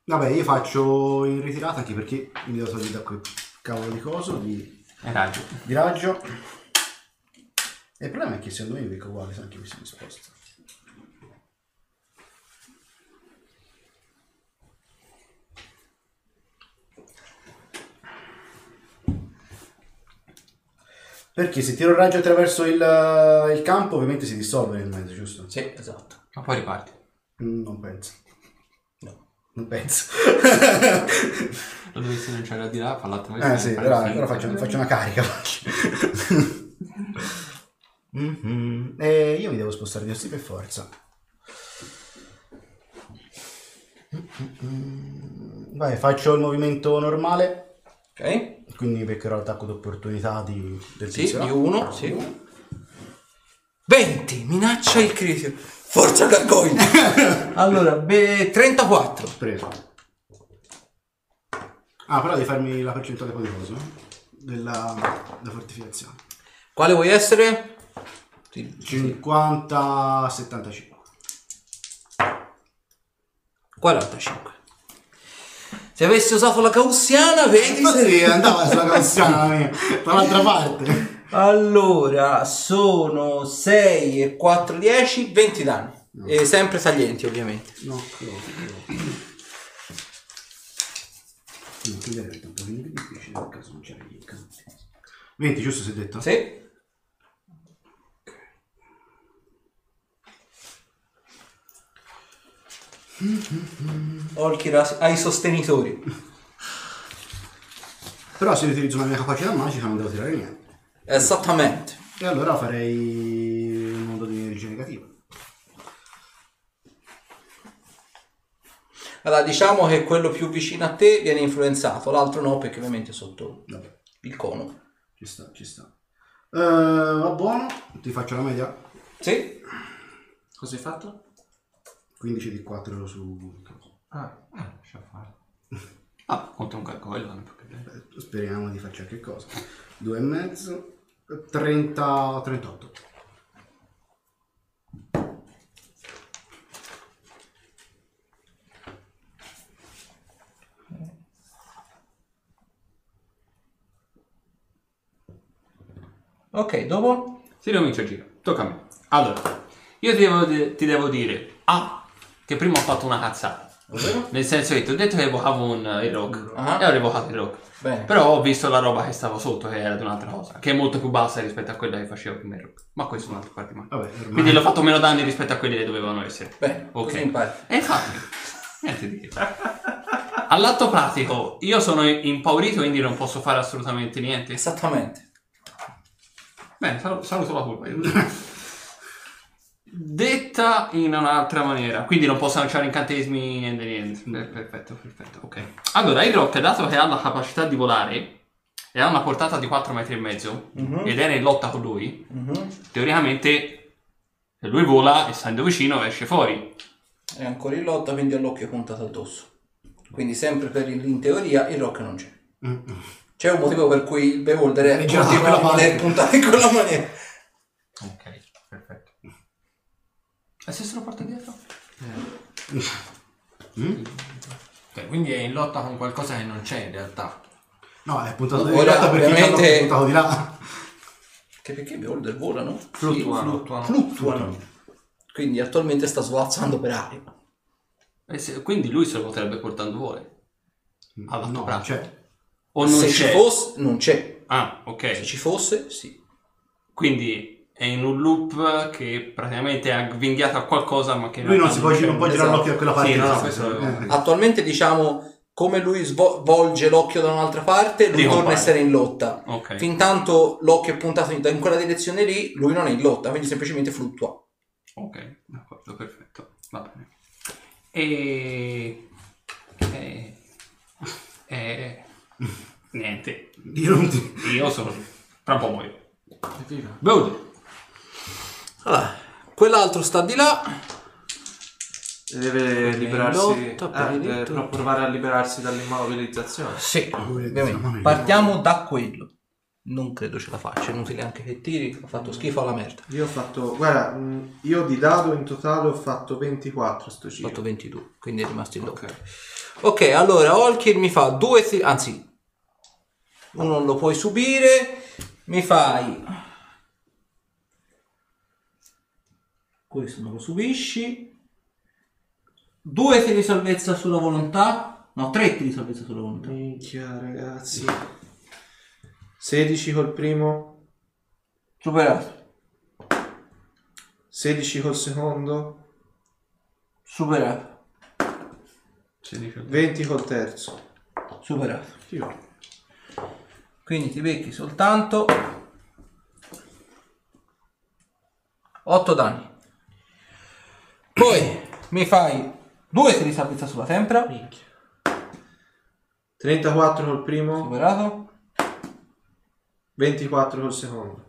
B: Vabbè, io faccio in ritirata anche perché mi devo togliere da quel cavolo di coso di,
E: Eh, raggio.
B: di raggio. E il problema è che secondo me è uguale, se anche mi sono sposta. Perché se tiro il raggio attraverso il, il campo, ovviamente si dissolve nel mezzo, giusto?
A: Sì, esatto.
E: Ma poi riparti.
B: Mm, Non penso.
A: No. [laughs]
B: Non penso.
E: Lo dovessi lanciare di là, falla attraverso.
B: eh sì, però, però faccio, faccio una carica. Mhm. Eh, io mi devo spostare di ossi per forza. Mm-mm. Mhm. Vai, faccio il movimento normale,
A: Ok?
B: quindi beccherò l'attacco d'opportunità di, del
A: Sì,
B: tizio, no?
A: di uno, sì. 20, minaccia il critico. Forza
B: [laughs]
A: gargoyle. allora, beh, 34.
B: Preso. Ah, però devi farmi la percentuale poi di cosa? no? Della, della fortificazione.
A: Quale vuoi essere? Sì.
B: 50-75.
A: 45. Se avessi usato la caussiana, vedi se...
B: Infatti andava sulla canzone [laughs] la mia, dall'altra parte.
A: Allora, sono 6 e 4, 10, 20 danni. E sempre taglienti, ovviamente.
B: No, no, no. Non ti direi tanto quindi è difficile nel caso non c'era gli incanti. 20, giusto si è detto?
A: Sì. Olkira ai sostenitori.
B: Però se utilizzo la mia capacità magica non devo tirare niente.
A: Esattamente.
B: E allora farei un modo di energia negativa.
A: Allora, diciamo che quello più vicino a te viene influenzato, l'altro no, perché ovviamente è sotto
B: Vabbè,
A: il cono.
B: ci sta, ci sta. Eh, va buono, ti faccio la media.
A: Sì.
C: Cosa hai fatto?
B: 15 di 4 su...
C: Ah, eh, lascia fare.
E: Ah, contro un gargoyle. non può che-
B: Speriamo di farci qualche cosa. 2 e mezzo. 30, 38.
A: Ok, dopo?
E: Si ricomincia il giro. Tocca a me. Allora, io ti devo, di- ti devo dire A, che prima ho fatto una cazzata. Nel senso che ti ho detto che evocavo un, eh, il rock.
A: Ah.
E: E ho evocato il rock.
A: Bene.
E: Però ho visto la roba che stava sotto, che era di un'altra cosa, che è molto più bassa rispetto a quella che facevo prima il rock. Ma questo è un altro parte di me.
B: Vabbè, ormai.
E: Quindi l'ho fatto meno danni rispetto a quelli che dovevano essere.
A: Bene,
E: Ok.
A: così impari.
E: E infatti, [laughs] niente di che. All'atto pratico, io sono impaurito, quindi non posso fare assolutamente niente.
A: Esattamente.
E: Bene, sal- saluto la colpa. io. Detta in un'altra maniera, quindi non posso lanciare incantesimi niente niente. Per- perfetto, perfetto, ok. Allora, il rock, dato che ha la capacità di volare e ha una portata di 4 metri e mezzo
A: Mhm.
E: ed è in lotta con lui,
A: Mhm.
E: teoricamente se lui vola, essendo vicino, esce fuori.
A: È ancora in lotta, quindi ha l'occhio puntato addosso. Quindi sempre per il- in teoria il rock non c'è.
B: Mm.
A: C'è un motivo per cui il beholder è
B: È girato
A: continua a
B: quella
A: voler
B: parte.
A: puntare in quella maniera.
E: Ok, perfetto. E se se lo porta dietro?
D: Ok, Eh. Cioè, quindi è in lotta con qualcosa che non c'è in realtà.
B: No, è puntato di
A: Ora,
B: là perché
A: ovviamente-
B: è puntato di là.
A: Che perché i beholder volano?
D: Fluttuano.
A: Fluttuano. Quindi attualmente sta svolazzando per aria.
E: E se- quindi lui se lo potrebbe portare dove vuole. All'atto
B: No,
E: pratico.
B: cioè,
E: O non
A: Se
E: c'è.
A: ci fosse, non c'è.
E: Ah, ok.
A: Se ci fosse, sì.
E: Quindi è in un loop che praticamente è avvinghiato a qualcosa ma che in
B: Lui non
E: realtà
B: si può,
E: c'è.
B: non può girare
A: esatto.
B: l'occhio da quella parte.
E: Sì, no, no,
B: esatto.
E: questo-
B: Eh,
A: Attualmente diciamo come lui svolge l'occhio da un'altra parte, lui
E: Dico,
A: torna a
E: pare.
A: essere in lotta.
E: Ok.
A: Fintanto l'occhio è puntato in, in quella direzione lì, lui non è in lotta, quindi semplicemente fluttua.
E: Ok, d'accordo, perfetto. Va bene. E... e... e... Niente,
B: Io non ti...
E: io sono... Tra un po' muoio. Beude.
A: Allora, quell'altro sta di là.
C: E Deve liberarsi.
A: Benedetto,
G: Ah,
C: eh, deve
A: benedetto.
C: pro- provare a liberarsi dall'immobilizzazione.
A: Sì,
B: Mamma mia.
A: ovviamente. Partiamo da quello. Non credo ce la faccia, è inutile anche che tiri, ha fatto schifo alla merda.
C: Io ho fatto. Guarda, mh, io di dado in totale ho fatto 24 sto
A: Ho
C: giro.
A: fatto 22, quindi è rimasto in doppio.
C: Ok.
A: Ok, allora Olkir mi fa due ti- anzi uno non lo puoi subire, mi fai questo non lo subisci. Due tiri di salvezza sulla volontà, no, tre tiri di salvezza sulla volontà.
C: Minchia, ragazzi. 16 col primo,
A: Superato,
C: 16 col secondo,
A: superato,
C: 20 col terzo.
A: superato.
C: Io.
A: Quindi ti becchi soltanto 8 danni. Poi mi fai due tiri di salvezza sulla tempra.
C: 34 col primo,
A: Superato.
C: 24 col secondo.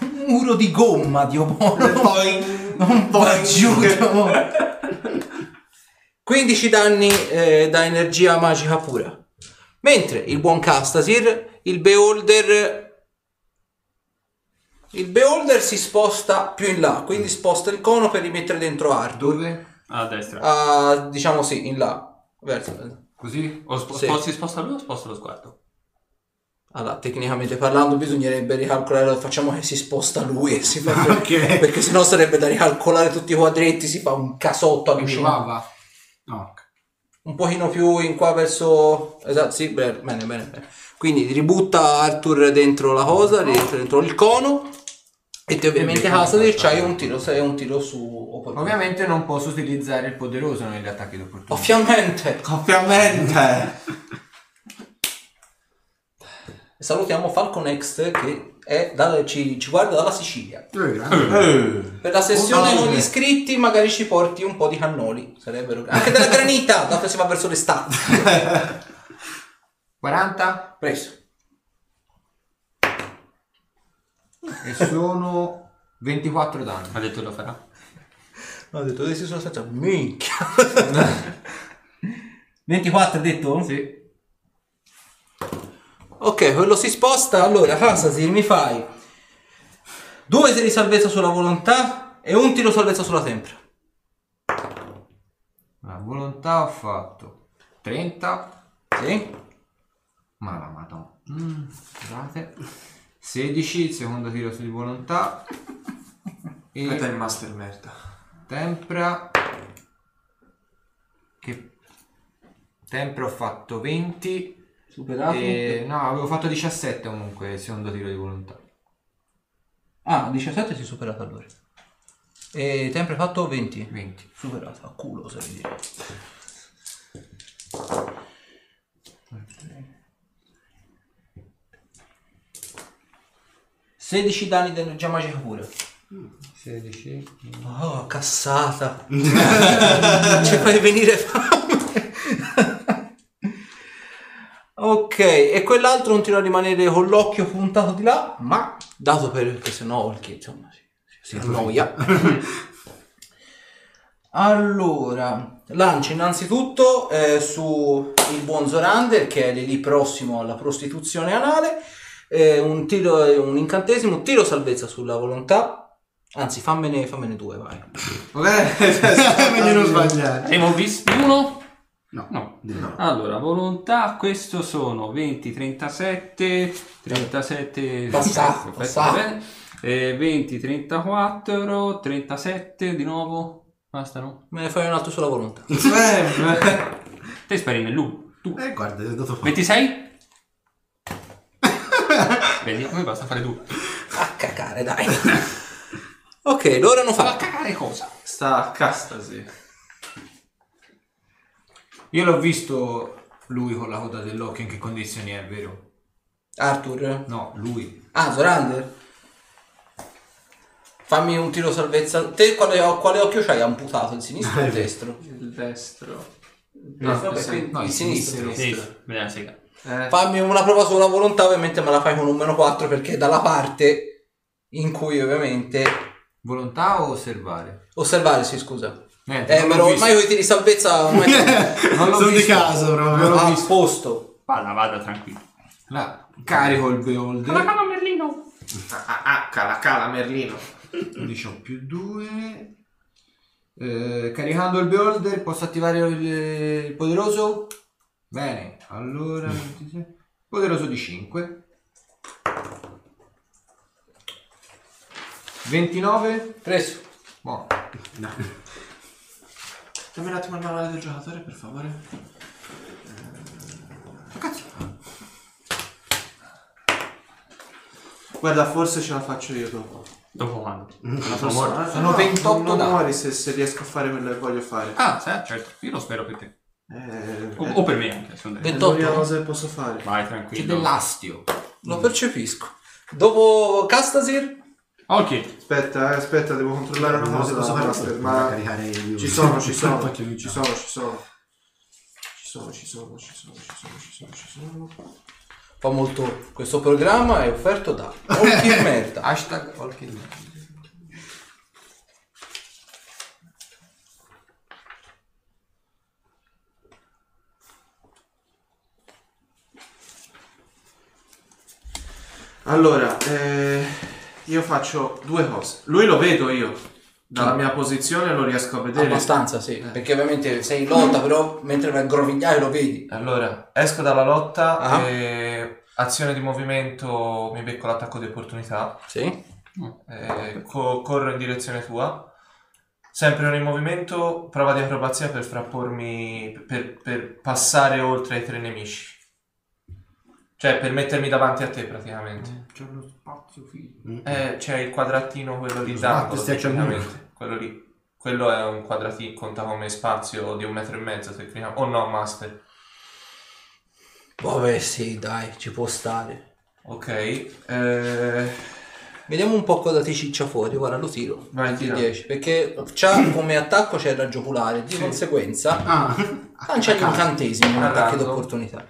A: Un muro di gomma, Dio [laughs] buono.
C: Poi
A: Non può [laughs] aiuto. 15 danni eh, da energia magica pura. Mentre il buon Castasir, il Beholder... Il Beholder si sposta più in là, quindi sposta il cono per rimettere dentro Arthur.
E: A destra.
A: Ah, diciamo sì, in là. Verso.
E: Così? O spo-
A: Sì.
E: spo- si sposta lui o sposta lo sguardo?
A: Allora, tecnicamente parlando, bisognerebbe ricalcolare. Facciamo che si sposta lui e si fa.
B: Ok.
A: Perché sennò sarebbe da ricalcolare tutti i quadretti. Si fa un casotto
D: Quindi
A: avvicinato.
D: va,
B: No.
A: Un pochino più in qua verso. Esatto, sì, bene, bene, bene. bene. Quindi ributta Arthur dentro la cosa, dentro, dentro il cono. E te ovviamente Hasadir c'hai un tiro, sei un tiro su. opportunità.
D: Ovviamente non posso utilizzare il poderoso negli attacchi d'opportunità.
A: Ovviamente.
C: ovviamente.
A: [laughs] Salutiamo Falcon Next che è da- ci- ci guarda dalla Sicilia.
B: Eh, grande.
A: Per la sessione
B: Oh, no.
A: con gli iscritti magari ci porti un po' di cannoli, sarebbero anche della granita, dato che si va verso l'estate.
D: 40
A: Preso.
D: e sono 24 danni.
E: Ha detto lo farà.
A: No, ho detto, adesso sono senza [laughs] minchia. 24 hai detto?
D: Sì.
A: Ok, quello si sposta. Allora, Hansasir, mi fai due tiri di salvezza sulla volontà e un tiro salvezza sulla tempra.
D: La volontà ho fatto 30,
A: Sì?
D: ma la madonna. Mm, scusate. 16, il secondo tiro su di volontà.
C: Aspetta
D: E
C: il master merda.
D: tempra. Che tempra ho fatto 20.
A: Superato.
D: e- no, avevo fatto 17 comunque il secondo tiro di volontà.
A: Ah, 17 si è superato allora. E tempra hai fatto 20.
D: 20.
A: Superato, a culo oserei dire. Sedici danni di energia magica pura.
D: 16.
A: Oh, cassata. [laughs] Ci fai venire fame. [laughs] ok, e quell'altro continua a rimanere con l'occhio puntato di là, ma dato perché sennò perché, insomma si, si annoia. [laughs] allora, lancio innanzitutto eh, su il buon Zorander che è lì lì prossimo alla prostituzione anale. eh, un tiro, eh, un incantesimo, un tiro salvezza sulla volontà. Anzi, fammene, fammene due, vai.
B: [laughs]
D: eh,
C: Ok.
B: Meglio non sbagliare.
E: Abbiamo visto uno?
B: No.
E: No.
B: No.
E: Allora, volontà, questo sono 20, 37, 37,
A: Passa,
E: perfetto,
A: passa.
E: bene. Eh, 20, 34, 37 di [laughs] nuovo. Basta, no?
A: Me ne fai un altro sulla volontà.
E: Te spari nel lupo.
B: Eh, guarda, è andato fuori.
E: [laughs] 26? Vedi, a me basta fare due.
A: [laughs] A cacare, dai. [laughs] ok, loro hanno
E: Ma
A: fatto.
E: cagare cosa?
G: Sta a castasi.
D: [laughs] Io l'ho visto lui con la coda dell'occhio in che condizioni è, vero?
A: Arthur.
D: No, lui.
A: Ah, Zorander. Fammi un tiro salvezza. Te quale, quale occhio c'hai amputato? Il sinistro o [laughs] il destro?
G: Il destro.
A: No, vabbè,
G: il sen-
A: quindi
D: no,
A: il
D: il
A: sinistro.
E: Sì, vediamo la sega.
G: Eh,
A: Fammi una prova sulla volontà, ovviamente me la fai con un meno 4 perché è dalla parte in cui ovviamente...
D: Volontà o osservare?
A: Osservare, sì, scusa.
D: Niente,
A: Eh,
D: non
A: ma
D: l'ho
A: ormai con i tiri salvezza...
D: [laughs]
A: Ormai...
D: Non
B: [laughs]
D: l'ho
B: Sono di
D: visto.
B: caso proprio.
D: Non l'ho
A: a
D: visto.
A: posto.
E: Vada, vada, tranquillo.
D: La carico il beholder.
E: Merlino.
G: ah, ah, ah, cala, cala, Merlino.
D: 11 più 2. caricando il beholder posso attivare il, il poderoso? Bene, allora... 26. Poderoso di 5. 29.
A: Preso.
D: Buono.
G: Dammi un attimo il manuale del giocatore, per favore. Guarda, forse ce la faccio io dopo.
E: Dopo quando?
G: Forse- eh,
D: Sono
G: no,
D: 28
G: Non
D: da-
G: muori se, se riesco a fare quello che voglio fare.
E: Ah, sì, certo. Io lo spero per te.
G: Eh,
E: O,
G: eh,
E: o per me anche. se non
G: è
E: devi.
A: 28.
G: l'unica cosa che posso fare.
E: Vai,
D: C'è
E: tranquillo.
D: dell'astio.
A: Lo percepisco. Dopo Castasir?
E: Ok.
G: Aspetta, eh, aspetta, devo controllare una cosa.
B: posso fare
G: Master,
B: questo?
G: ma
B: caricare il-
G: ci sono, ci
B: Non
G: sono,
B: faccio
G: ci
B: il-
G: sono, ci sono. Ci sono, ci sono, ci sono, ci sono, ci sono, ci sono.
A: Fa molto... Questo programma è offerto da... Occhi e merda.
D: Hashtag Falcon.
G: Allora, eh, io faccio due cose. Lui lo vedo io. Dalla mia posizione lo riesco a vedere.
A: Abbastanza, sì. Perché ovviamente sei in lotta, però mentre vai a grovigliare lo vedi.
G: Allora, esco dalla lotta
A: Ah.
G: e azione di movimento, mi becco l'attacco di opportunità.
A: Sì.
G: Eh, co- corro in direzione tua. Sempre ogni movimento, prova di acrobazia per frappormi, per, per passare oltre ai tre nemici. Cioè, per mettermi davanti a te praticamente.
D: C'è uno spazio figo.
B: Mm.
G: Eh, c'è il quadratino, quello lì
B: Lo
G: d'angolo,
B: sbatti, stai
G: tecnicamente. Quello lì. Quello è un quadratino, conta come spazio di un metro e mezzo, tecnicamente. Oh no, master.
A: Vabbè, sì, dai, ci può stare.
G: Ok. Eh,
A: Vediamo un po' cosa ti ciccia fuori. Guarda, lo tiro.
G: Vai,
A: Di
G: tira.
A: 10. Perché c'ha come attacco c'è il raggio polare. Di conseguenza
B: Ah,
A: lancia gli incantesimi, un
G: Ah,
A: attacco
G: tanto.
A: d'opportunità.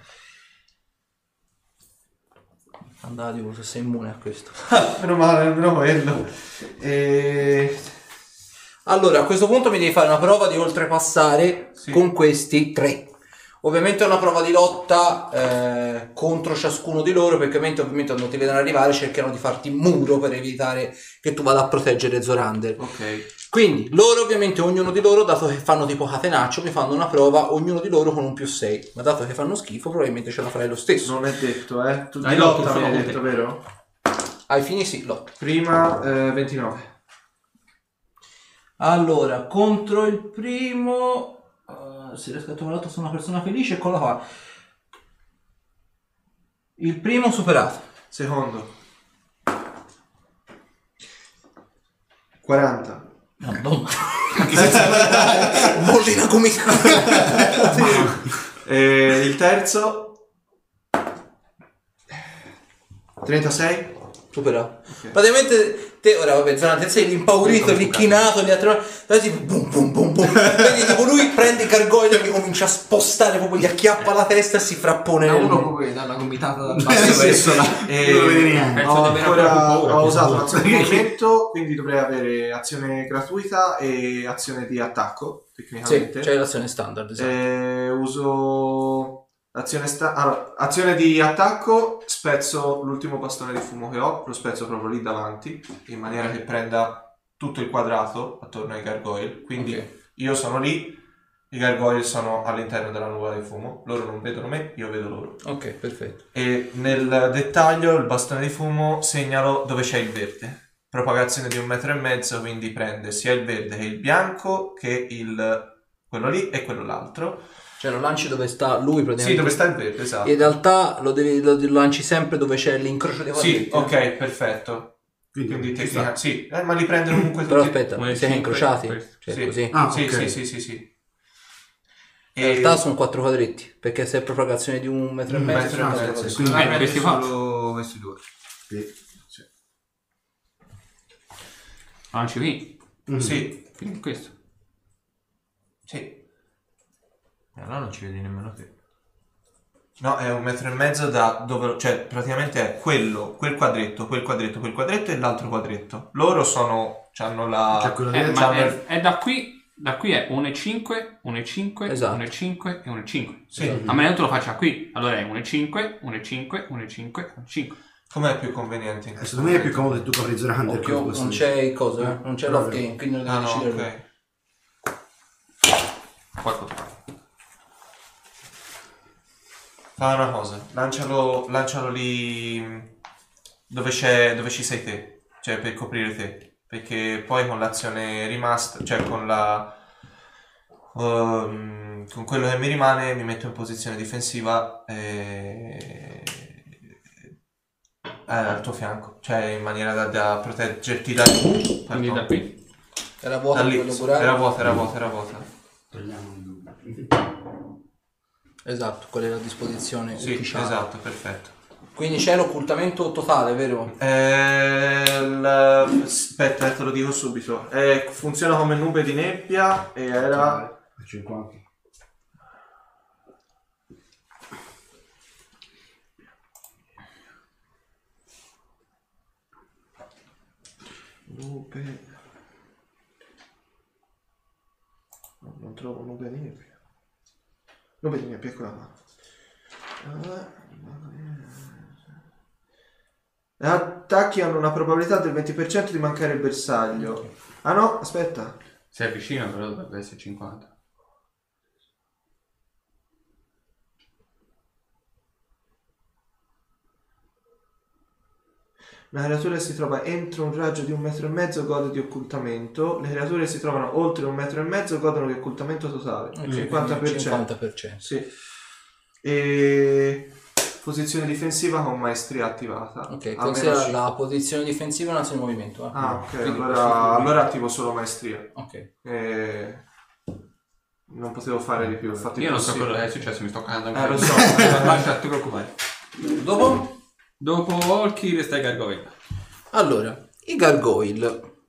A: Andate, dico, se sei immune a questo.
G: [laughs] meno male, almeno quello. Eh,
A: Allora, a questo punto mi devi fare una prova di oltrepassare
G: Sì.
A: con questi tre. Ovviamente è una prova di lotta eh, contro ciascuno di loro, perché ovviamente, ovviamente quando ti vedono arrivare cercheranno di farti muro per evitare che tu vada a proteggere Zorander.
G: ok.
A: Quindi loro ovviamente ognuno di loro, dato che fanno tipo catenaccio, mi fanno una prova ognuno di loro con un più 6. Ma dato che fanno schifo, probabilmente ce la farai lo stesso.
G: Non è detto, eh. Tu
E: Dai,
G: di
E: no,
G: lotta
E: tu
G: non è
E: fai-
G: detto, vero?
A: Ai fini sì, lotta.
G: Prima eh, 29.
A: Allora, contro il primo... eh, se riesco a trovare l'altro sono una persona felice, eccola qua. Il primo superato.
G: Secondo. 40.
A: Madonna. [laughs] Bollina gomita. [laughs]
G: Eh, il terzo. 36.
A: Superato. Praticamente te ora vabbè, Zanate, sei l'impaurito, lì chinato, lì a trovare. Però tipo bum bum bum bum. Vedi tipo lui prende i gargoyle e li comincia a spostare, proprio gli acchiappa la testa e si frappone
D: Da
A: nel
D: uno
A: muro.
D: proprio dà una gomitata dal
B: Eh,
D: basso
B: sì.
D: verso la...
G: Eh,
B: non lo vedi neanche.
E: Penso
G: ho
E: di avere ancora più
G: ancora
E: paura.
G: ho usato l'azione di
B: Perché?
G: movimento, quindi dovrei avere azione gratuita e azione di attacco,
A: Sì,
G: tecnicamente.
A: c'è l'azione standard, esatto.
G: Eh, uso azione, sta- allora, azione di attacco, spezzo l'ultimo bastone di fumo che ho, lo spezzo proprio lì davanti, in maniera che prenda tutto il quadrato attorno ai gargoyle. Quindi
A: Ok.
G: io sono lì, i gargoyle sono all'interno della nuvola di fumo, loro non vedono me, io vedo loro.
A: Ok, perfetto.
G: E nel dettaglio il bastone di fumo segnalo dove c'è il verde. Propagazione di un metro e mezzo, quindi prende sia il verde che il bianco, che il quello lì e quello l'altro.
A: Cioè lo lanci dove sta lui praticamente.
C: Sì, dove sta il verde, esatto.
A: In realtà lo, devi, lo lanci sempre dove c'è l'incrocio dei
C: Sì,
A: valletti.
C: ok, perfetto.
B: Quindi,
C: Quindi
B: ci
C: tecnica- sì, eh, ma li prendo comunque tutti.
A: Però aspetta,
E: Come
A: siamo
E: cinque,
A: incrociati.
E: questo.
A: Cioè,
C: Sì.
A: così.
B: Ah,
C: sì,
B: ok.
C: sì, sì, sì, sì.
A: In realtà sono quattro quadretti, perché se è propagazione di un metro e
B: Un
A: mezzo,
B: metro e
A: sono
B: mezzo,
A: quattro quadretti.
B: quindi-
E: Eh, questi
D: sono solo questi due.
B: Sì, sì.
E: Lanci qui.
B: Mm.
C: Sì,
E: Ah, Quindi questo.
C: sì.
D: E allora non ci vedi nemmeno te.
C: No, è un metro e mezzo da dove... Cioè, praticamente è quello, quel quadretto, quel quadretto, quel quadretto e l'altro quadretto. Loro sono... hanno
B: C'è
G: Ah,
C: la...
B: Cioè, quello
E: Eh,
B: che-
E: ma
C: Ciao,
E: è,
C: Mer-
E: è da qui, da qui è 1,5, 1,5,
A: Esatto.
E: 1,5 e 1,5.
C: Sì.
E: A meno che tu lo faccia qui, allora è 1,5, 1,5, 1,5, 1,5.
C: Com'è più conveniente in
B: Eh,
C: questo
B: Secondo me è più comodo
C: momento?
B: che tu copri Zorander
A: Occhio,
B: con questo.
A: non c'è il coso, eh? non c'è l'off game, quindi non devi
C: Ah no,
A: decidere lui.
C: ok.
E: Certo.
C: Fa una cosa, lancialo, lancialo lì mh, dove, c'è, dove ci sei te, cioè per coprire te, perché poi con l'azione rimasta, cioè con la... ehm, con quello che mi rimane mi metto in posizione difensiva e... eh, al tuo fianco, cioè in maniera da, da proteggerti da...
E: Quindi da
C: Pardon.
E: qui.
A: Era
C: Da
A: vuoto
C: lì,
A: quello
C: era
A: curare.
C: vuota, era vuota, era vuota.
B: Togliamo il dubbio.
A: Esatto, quella era a disposizione
C: Sì,
A: ufficiale.
C: esatto, perfetto.
A: Quindi c'è l'occultamento totale,
C: Mm.
A: vero?
C: Eh, la- Aspetta, eh, te lo dico subito. Eh, funziona come nube di nebbia e era...
B: A 50.
C: Nube... No, non trovo nube di nebbia. Nube di nebbia, eccola qua. Eh, Attacchi hanno una probabilità del 20% di mancare il bersaglio. Ah no, aspetta.
E: Se è vicino però dovrebbe essere 50.
C: Una creatura che si trova entro un raggio di un metro e mezzo gode di occultamento. Le creature che si trovano oltre un metro e mezzo godono di occultamento totale.
A: Ok,
C: 50%.
A: quindi 50%.
C: Sì. E posizione difensiva con maestria attivata.
A: Ok,
C: Almeno
A: considera
C: ci-
A: la posizione difensiva e l'azione di movimento. eh.
C: Ah, ok.
A: Quindi
C: Allora,
A: questo-
C: allora attivo solo maestria.
A: Ok.
C: E... Non potevo fare di più. ho fatto il
E: Io non so
C: possibile.
E: cosa è successo, mi sto cagando
C: Eh, lo
E: anche
C: so.
E: [laughs] Lascia, ti preoccupare.
A: Dopo?
E: Dopo Olki resta il gargoyle.
A: Allora, i gargoyle.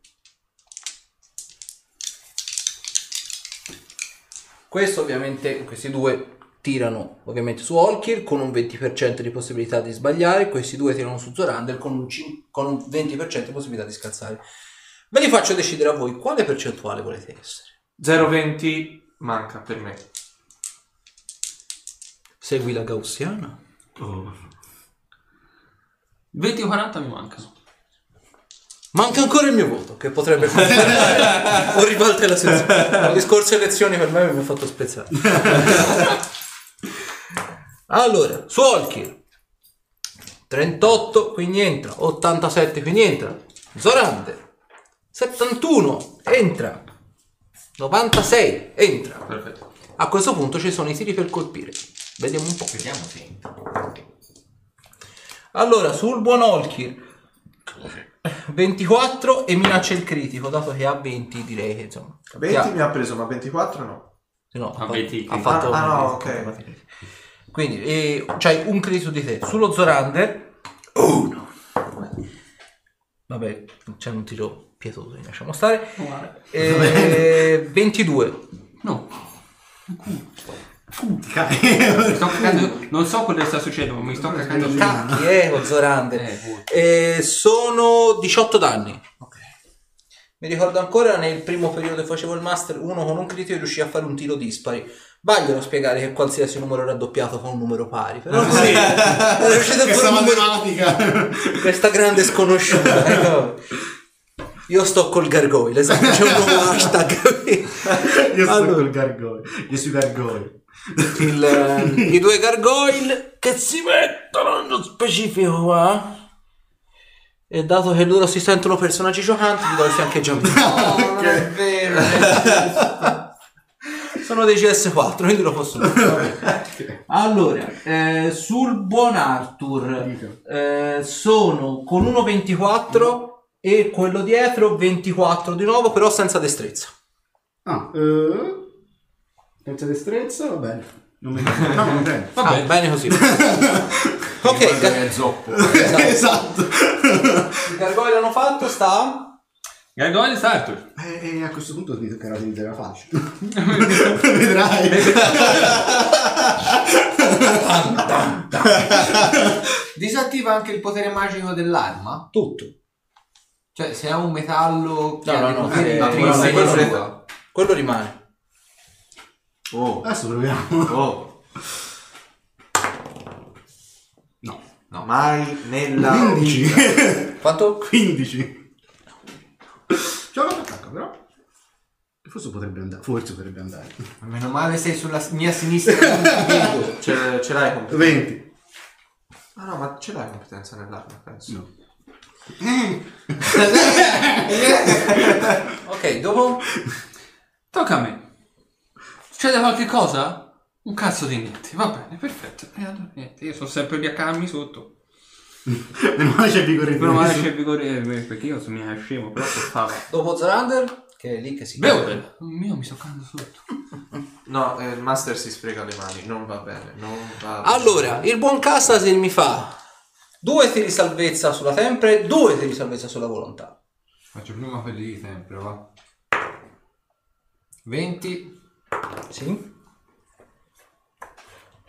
A: Questo ovviamente, questi due tirano ovviamente su Olkir con un 20% di possibilità di sbagliare, questi due tirano su Zorander con un, cin- con un 20% di possibilità di scazzare. Ve li faccio decidere a voi quale percentuale volete essere.
C: 0,20 manca per me.
A: Segui la gaussiana.
E: 20 o 40 mi mancano.
A: Manca ancora il mio voto, che potrebbe fare un ribalto della situazione. Le scorse elezioni per me mi hanno fatto spezzare. allora, su Olkir 38, quindi entra. 87, quindi entra. Zorande 71, entra. 96, entra.
E: Perfetto.
A: A questo punto ci sono i tiri per colpire. Vediamo un po'.
D: Vediamo se.
A: Allora, sul buon Olkir 24 e minaccia il critico, dato che ha 20 direi che insomma.
C: 20
A: ha-
C: mi ha preso, ma 24 no.
A: se no, ha, fa-
E: 20 il
A: ha
E: critico.
A: fatto
C: Ah, ah,
A: ha
C: no,
A: fatto-
C: ok.
A: Quindi eh, c'hai un critico di te. Sullo Zorander 1. Vabbè, cioè, c'è un tiro pietoso, li lasciamo stare. Eh, 22.
E: No, mi
A: [laughs]
B: Cacchio.
E: sto cagando. Non so quello che sta succedendo, ma mi sto cagando. su-
A: Cacchi, eh, lo Zorander.
E: Eh, vuoto.
A: Eh, sono 18 danni. Mi ricordo ancora nel primo periodo che facevo il master, uno con un critico riuscì a fare un tiro dispari. Vaglielo a spiegare che qualsiasi numero raddoppiato fa un numero pari. Però così è
B: [laughs]
A: riuscito a fare
B: Questa
A: un numero
B: matematica.
A: questa grande sconosciuta. ecco. Io sto col gargoyle, esatto, c'è un nuovo hashtag.
B: Io sto
A: Allora.
B: col gargoyle. Io sui gargoyle.
A: Il, eh, I due gargoyle che si mettono nello specifico qua. E dato che loro si sentono personaggi giocanti, gli do il fiancheggiamento.
D: No, non è vero.
A: Sono dei CS4, quindi lo posso fare. Allora, eh, sul buon Arthur eh, sono con 1,24 e quello dietro 24 di nuovo, però senza destrezza.
B: Ah, eh, senza destrezza, va bene. Non mi prende. No, non mi prende.
A: Va bene, bene [laughs] così. ok, gar- [laughs]
C: zoppo.
B: esatto.
A: Gargoyle hanno fatto, sta...
E: Gargoyle sta Arthur.
B: Eh, E, e a questo punto mi toccherà utilizzare la faccia. Vedrai.
D: Disattiva anche il potere magico dell'arma?
A: Tutto.
D: Cioè, se è un metallo che
A: No, no,
D: ha dei
A: no,
D: poteri
A: eh,
D: intrinsechi-
A: quello- quello rimane. Quello rimane.
C: [laughs] Oh,
B: Adesso proviamo.
C: oh.
B: No.
C: No, mai nella...
B: 15.
A: Quanto?
B: 15. C'è un attacco però. Forse potrebbe andare. Forse potrebbe andare.
D: Meno male sei sulla s- mia sinistra. non ti vedo.
C: [laughs] Ce, ce l'hai competenza?
B: 20.
C: Ah no, ma ce l'hai competenza nell'arma, penso.
B: No.
A: Ok, dopo...
E: Tocca a me. Succede qualche cosa? Un cazzo di niente. Va bene, perfetto. E allora niente, io sono sempre lì a calarmi sotto.
B: Meno male c'è vigore
E: Meno male
B: di
E: c'è il vigore, eh, perché io sono mica scemo, però portava.
A: Dopo Zorander, che è lì che si
E: Beotel! Mio mi sto calando sotto.
C: No, eh, il master si sprega le mani, non va bene, non va bene.
A: Allora, il buon Castasel mi fa due tiri salvezza sulla sempre, due tiri salvezza sulla volontà.
D: Faccio prima quelli di sempre, va. 20,
A: Sì,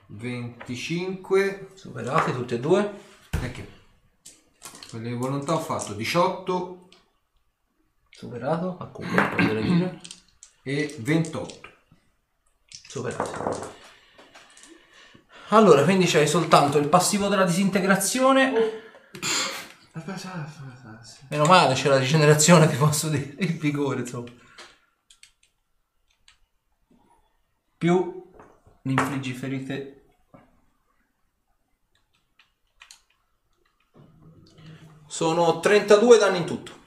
D: 25,
A: superati tutti e due.
D: perché? Quelle di volontà ho fatto 18
A: Superato, a culo, prendere il giro.
D: e 28.
A: Superato. Allora, quindi c'hai soltanto il passivo della disintegrazione. Meno male, c'è la rigenerazione, ti posso dire, il vigore, insomma. Più infliggi ferite. Sono 32 danni in tutto.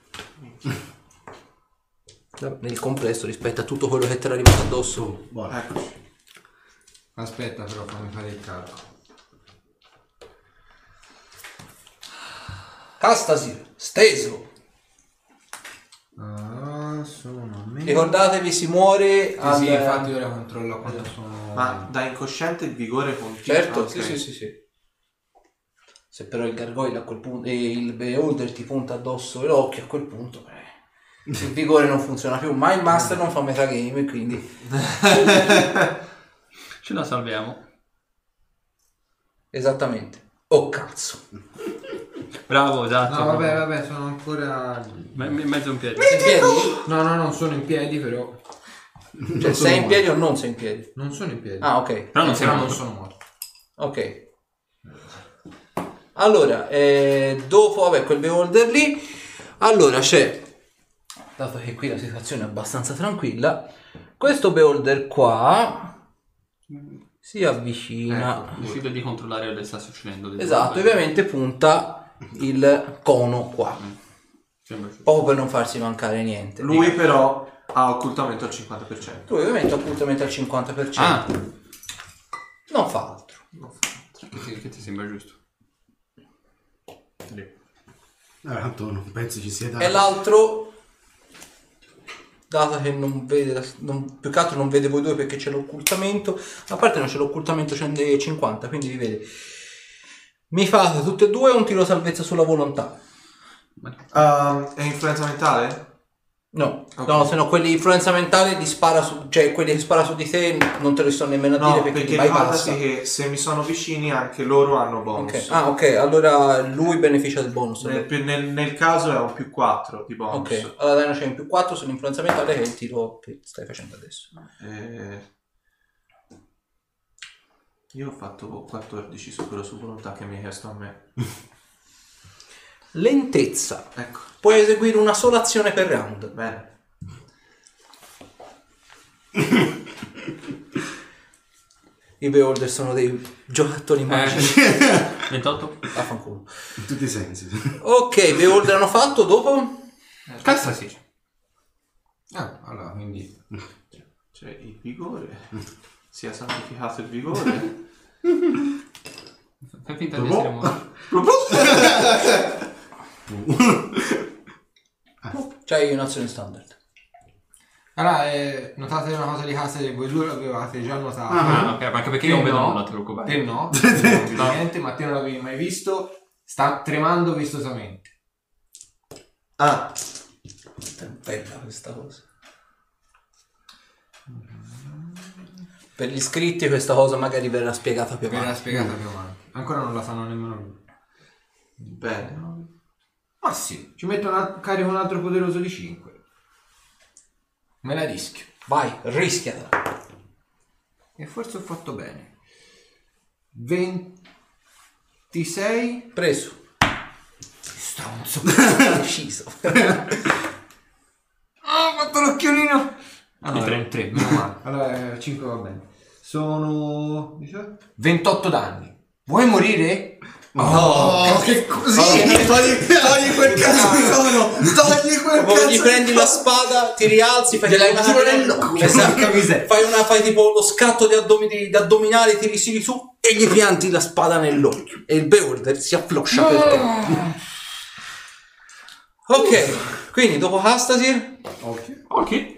A: Nel complesso rispetto a tutto quello che ti era arrivato addosso.
B: Buono.
C: Eccoci.
D: Aspetta però, fammi fare il calcolo.
A: Castasir, steso.
D: Ah, sono a me.
A: Ricordatevi, si muore
D: Sì, sì, infatti ora controllo quanto sono.
C: Ma da incosciente il vigore continua.
A: Certo,
C: ok.
A: sì, sì, sì, sì. Se però il gargoyle a quel punto e il beholder ti punta addosso l'occhio a quel punto
D: [laughs]
A: eh, il vigore non funziona più, ma il
D: Eh.
A: master non fa metagame e quindi
E: Ce la salviamo.
A: esattamente. Oh cazzo.
E: Bravo, esatto.
D: No, vabbè, vabbè, sono ancora.
E: Me- me- mezzo un piede.
A: Sei in piedi?
D: No, no, non sono in piedi, però.
A: Cioè, sei in piedi o non sei in piedi?
D: Non sono in piedi.
A: Ah, ok.
E: Però
D: però
E: non siamo
D: non sono morto.
A: Ok. Allora, eh, dopo, vabbè, quel beholder lì, allora c'è, dato che qui la situazione è abbastanza tranquilla, questo beholder qua si avvicina.
E: Decido di controllare cosa sta succedendo. dentro.
A: Esatto, e ovviamente punta il cono qua,
E: Sembra che-
A: proprio per non farsi mancare niente.
C: Lui però ha occultamento al 50%.
A: Lui ovviamente appuntamento al 50%,
E: Ah,
A: non fa altro.
E: che ti, che ti sembra giusto?
B: Allora, tanto non penso ci sia da.
A: E l'altro, dato che non vede, la- non- più che altro non vede voi due perché c'è l'occultamento, a parte non c'è l'occultamento, c'è dei 50, quindi vi vede. Mi fate tutte e due un tiro salvezza sulla volontà.
C: Ehm, è influenza mentale?
A: No,
C: Ok.
A: no, se no quelli di influenza mentale li spara su, cioè quelli che spara su di te non te li sto nemmeno a
C: No,
A: dire
C: perché,
A: perché, li bypassa.
C: ricordati che se mi sono vicini anche loro hanno
A: Ok,
C: bonus.
A: Ah, ok, allora lui beneficia del bonus.
C: Nel, nel- nel caso è un più 4 di bonus.
A: Ok, allora Dino c'è in più 4 sull'influenza mentale che è il tiro che stai facendo adesso.
C: Eh, Io ho fatto 14 su quello su volontà che mi hai chiesto a me.
A: Lentezza.
C: Ecco,
A: Puoi eseguire una sola azione per round.
C: bene.
A: I beholder sono dei
E: Eh.
A: giocattoli magici.
E: Ah, [laughs] 28?
A: Vaffanculo.
B: In tutti i sensi.
A: Ok, beholder hanno fatto dopo?
E: Cassa sì.
D: Ah, allora, quindi.
G: Cioè, il
A: [laughs]
G: vigore. Sia santificato il
C: [laughs]
G: vigore.
E: Fai finta di essere morto.
B: Ah.
A: C'hai un'azione standard.
D: Allora, eh, notate una cosa di casa che voi due l'avevate già notata.
E: Ah, ok, ma anche perché io non vedo nulla, ti preoccupare.
D: Te
E: [laughs]
D: no, te no, ovviamente, ma te non l'avevi mai visto. Sta tremando vistosamente.
B: Ah,
A: È bella questa cosa. Per gli iscritti questa cosa magari verrà spiegata più
D: Verrà
A: avanti.
D: spiegata più avanti. Ancora non la sanno nemmeno loro.
G: Bene.
D: Ma sì, ci metto una, carico un altro poderoso di 5. Me la rischio.
A: Vai, rischiatela.
D: E forse ho fatto bene. 26.
A: Preso.
D: Stronzo.
A: Ucciso.
D: Ah, ho fatto l'occhiolino.
E: Di tre.
D: 3, meno male. Allora, 5 va bene. Sono 28 danni. Vuoi morire?
B: Oh, che così! togli, togli
D: Ah.
B: quel cazzino! Togli quel
A: Poi gli
B: cazzino!
A: prendi la spada, ti rialzi, fai dai una
B: tiro
A: carrella-
B: nell'occhio.
A: Esatto.
D: cioè, Porca miseria.
A: Fai una fai tipo lo scatto di, addomi- di- di addominale, ti risiri su e gli pianti la spada nell'occhio. E il beholder si affloscia per te.
D: [laughs]
A: Ok, quindi dopo Hastasir,
B: Occhio.
E: Ok.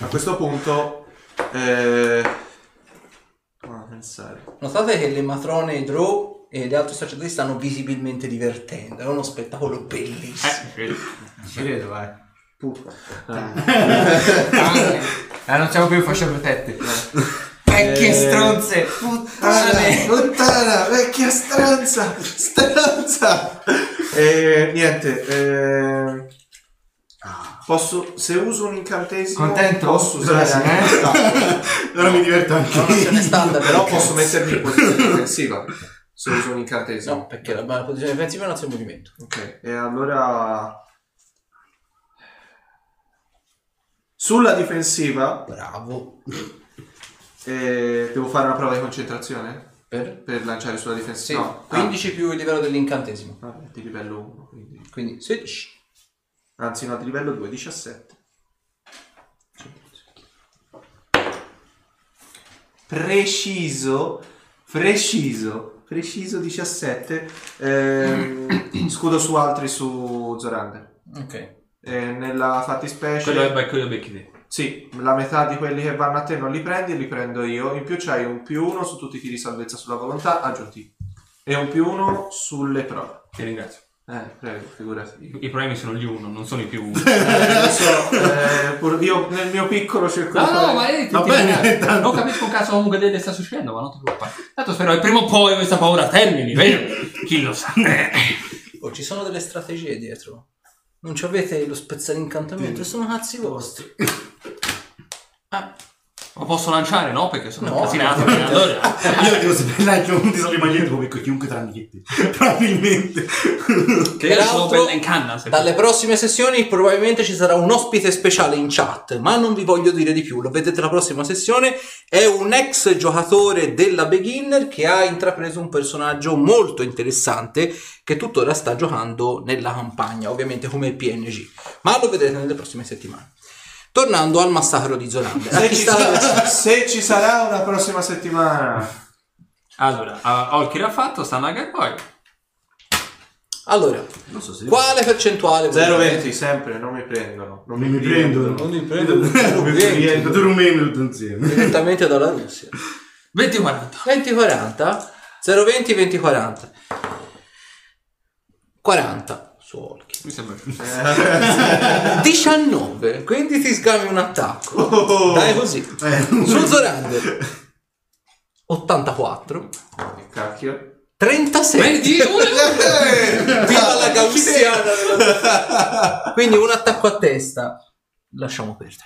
G: A questo punto... Eh... Come pensare?
A: notate che le matrone e Drow e gli altri sacerdoti stanno visibilmente divertendo. È uno spettacolo bellissimo.
E: Eh,
D: Ci credo, vai.
G: Eh,
D: [laughs] Ah, non siamo più in fascia protette. Eh, Vecchie stronze. Puttane.
B: Lontana, vecchia stranza! Stranza!
G: eh, niente. eh,
B: Ah.
G: Posso, se uso un incantesimo,
D: Contento?
G: posso usare
D: Sì,
G: anche
D: eh?
B: Ora mi diverto
A: Non
B: anche
A: ce
B: io.
A: ne standa, però
G: Però posso mettermi in posizione difensiva se uso un incantesimo.
A: No, perché la, la posizione difensiva è un azione di movimento.
G: Ok, e allora... Sulla difensiva
A: Bravo.
G: eh, devo fare una prova di concentrazione
A: Per?
G: per lanciare sulla
A: Sì,
G: difensiva. No,
A: 15 più il livello dell'incantesimo.
G: ah, vabbè, di livello 1, quindi...
A: Quindi 16.
G: Anzi, no, di livello 2, 17. Preciso, preciso, preciso 17. Ehm, [coughs] scudo su altri su Zorander.
A: Ok.
G: Eh, nella fattispecie...
E: Quello è quello becchi te.
G: Sì, la metà di quelli che vanno a te non li prendi, li prendo io. In più c'hai un più uno su tutti i tiri di salvezza sulla volontà aggiunti. E un più uno sulle prove.
E: Ti ringrazio.
G: Eh, prego, figurati.
E: I problemi sono gli uno, non sono i più uno.
G: Eh, pur- io nel mio piccolo cerco di
E: No,
G: fare-
E: no, ma io ti-
B: Va
E: ti
B: bene,
E: ringrazio.
B: tanto.
E: non capisco un cazzo comunque delle sta succedendo, ma non ti preoccupare. Tanto spero che prima o poi questa paura termini, vero? Chi lo sa?
A: Oh, ci sono delle strategie dietro. Non ci avete lo spezzare incantamento, sono cazzi vostri. Ah,
E: Lo posso lanciare, no? Perché sono
A: No,
E: incasinato.
A: no.
E: Allora,
B: Io devo sapere che un disolo di maglietto come chiunque tranne che te. Probabilmente.
E: che io sono
A: Peraltro,
E: bella in canna. se-
A: dalle prossime sessioni probabilmente ci sarà un ospite speciale in chat, ma non vi voglio dire di più, lo vedete la prossima sessione. È un ex giocatore della Beginner che ha intrapreso un personaggio molto interessante che tuttora sta giocando nella campagna, ovviamente come PNG, ma lo vedrete nelle prossime settimane. Tornando al massacro di Zorander. A
G: Se
A: chi
G: ci,
A: sta la
G: sarà, se ci sarà una prossima settimana.
E: Allora, a- Olkir ha fatto, sta Naga e poi.
A: Allora,
B: Non so se.
A: quale percentuale? volete?
G: 0,20 sempre, non mi prendono. Non
B: Non mi prendono.
A: Non mi prendono.
B: Mi prendono. Tutto rumeno tutto insieme.
A: Direttamente dalla Russia.
E: 20-40.
A: 20-40? 0-20, 20-40. 40 su Holky.
E: Mi sembra.
G: Eh,
A: 19, quindi ti sgami un attacco. Dai così.
B: Eh.
A: Su Zorander. 84.
G: Che [laughs] cacchio.
A: 37. [laughs]
E: 21!
A: eh! Viva la gaussiana. della- Quindi un attacco a testa. Lasciamo perdere.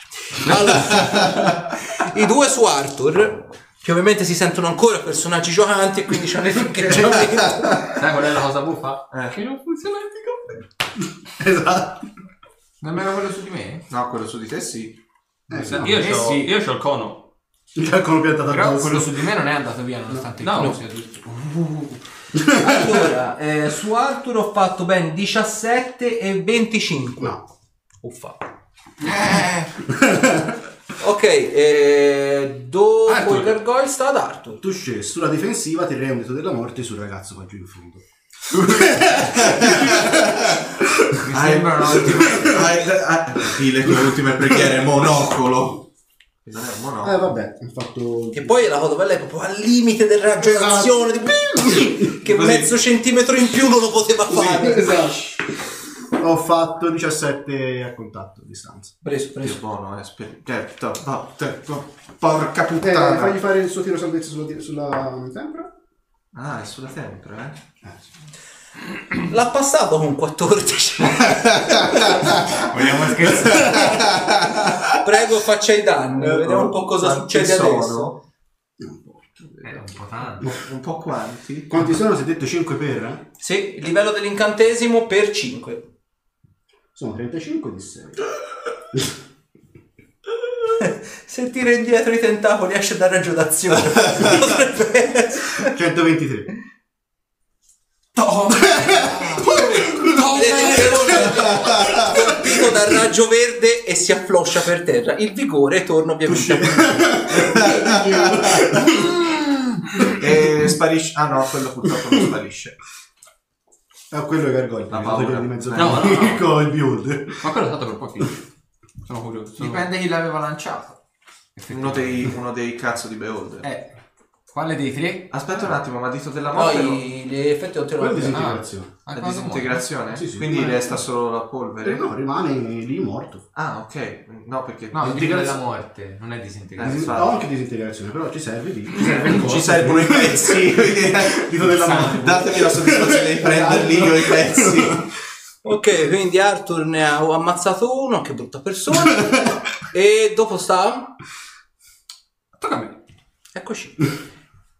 A: Allora, I due su Arthur, che ovviamente si sentono ancora personaggi giocanti e quindi c'è un effetto.
E: Sai qual è la cosa buffa?
G: Eh.
E: Che non funziona il pick
B: Esatto.
D: Nemmeno quello su di me?
G: No, quello su di te sì.
E: Io,
D: Eh
E: c'ho,
D: sì.
E: io c'ho il cono.
B: Il calcolo piantato
D: Però
B: addosso.
D: quello su di me non è andato via nonostante il
E: No.
D: cono
E: No.
D: sia tutto. Uh,
A: Allora, eh, su Arthur ho fatto ben 17 e 25.
B: No.
A: Uffa. ok, eh, dopo
F: Arthur.
A: il gargoyle sta ad Arthur.
B: Tu scesi sulla difensiva, ti un dito della morte sul ragazzo qua giù in fondo.
D: Mi sembra un ottimo.
G: Dile con le ultime preghiere, monocolo.
D: No,
B: Eh vabbè, ho fatto...
A: Che poi la cosa bella è proprio al limite del raggio d'azione,
G: [laughs]
A: di- Che
G: Esatto. Così.
A: mezzo centimetro in più non lo poteva fare.
B: Ho fatto 17 a contatto, a distanza.
A: Preso,
G: Che
A: preso.
G: buono, eh, spe- che- to- no, te- no, Porca
B: Eh, fagli
G: puttana.
B: fare il suo tiro salvezza sulla... sulla tempra.
G: Ah, è sulla tempra, eh.
B: Eh, sì.
A: L'ha passato con 14.
G: [laughs] Vogliamo scherzare.
A: [laughs] Prego, faccia i danni. Vediamo un po' cosa
G: Quanti
A: succede
G: sono?
A: adesso.
B: Non importa.
E: Eh,
D: è un po' tanto.
G: Un- Un po'
D: Eh.
G: quanti?
B: Quanti sono? Si è detto 5 per? eh?
A: Sì, il livello dell'incantesimo per 5.
B: Sono 35 di
D: [laughs]
B: 6.
A: [laughs] Se tira indietro i tentacoli esce dal raggio [laughs] d'azione. Potrebbe essere.
B: 123.
A: colpito dal raggio verde e si affloscia per terra. Il vigore torna ovviamente. a voi.
G: E sparisce. Ah no, quello purtroppo non sparisce.
B: [laughs] Ah, quello è gargoglio.
G: La
B: mi
G: paura.
B: toglie di mezzo
E: No, no, no.
B: Ecco [laughs] il build.
E: Ma quello è stato per pochi. Sono curioso. sono-
D: Dipende chi l'aveva lanciato.
G: Uno dei, uno dei cazzo di Beholder.
D: Eh, quale dei tre?
G: Aspetta un attimo, ma dito della
A: No,
G: morte. lo-
A: i, gli effetti non
B: Quello è
A: tirano.
B: disintegrazione.
D: Ah,
G: La
D: quando muore?
G: disintegrazione?
B: Sì, sì,
G: Quindi
B: ma-
G: resta solo la polvere?
B: Eh, no, rimane lì morto.
G: Ah, ok. No, perché
D: No, il
G: disintegra-
D: della morte, non è disintegrazione.
B: Disin-
G: Eh, infatti.
B: Ho anche disintegrazione, però ci serve lì. Ci
G: ci servono i
B: [laughs]
G: pezzi. quindi, eh,
B: Dito della morte.
G: Datemi la soddisfazione di prenderli io i
B: Esatto.
G: pezzi.
A: Ok, quindi Arthur ne ha ammazzato uno, che brutta persona. e dopo sta.
E: Tocca a me.
A: Eccoci.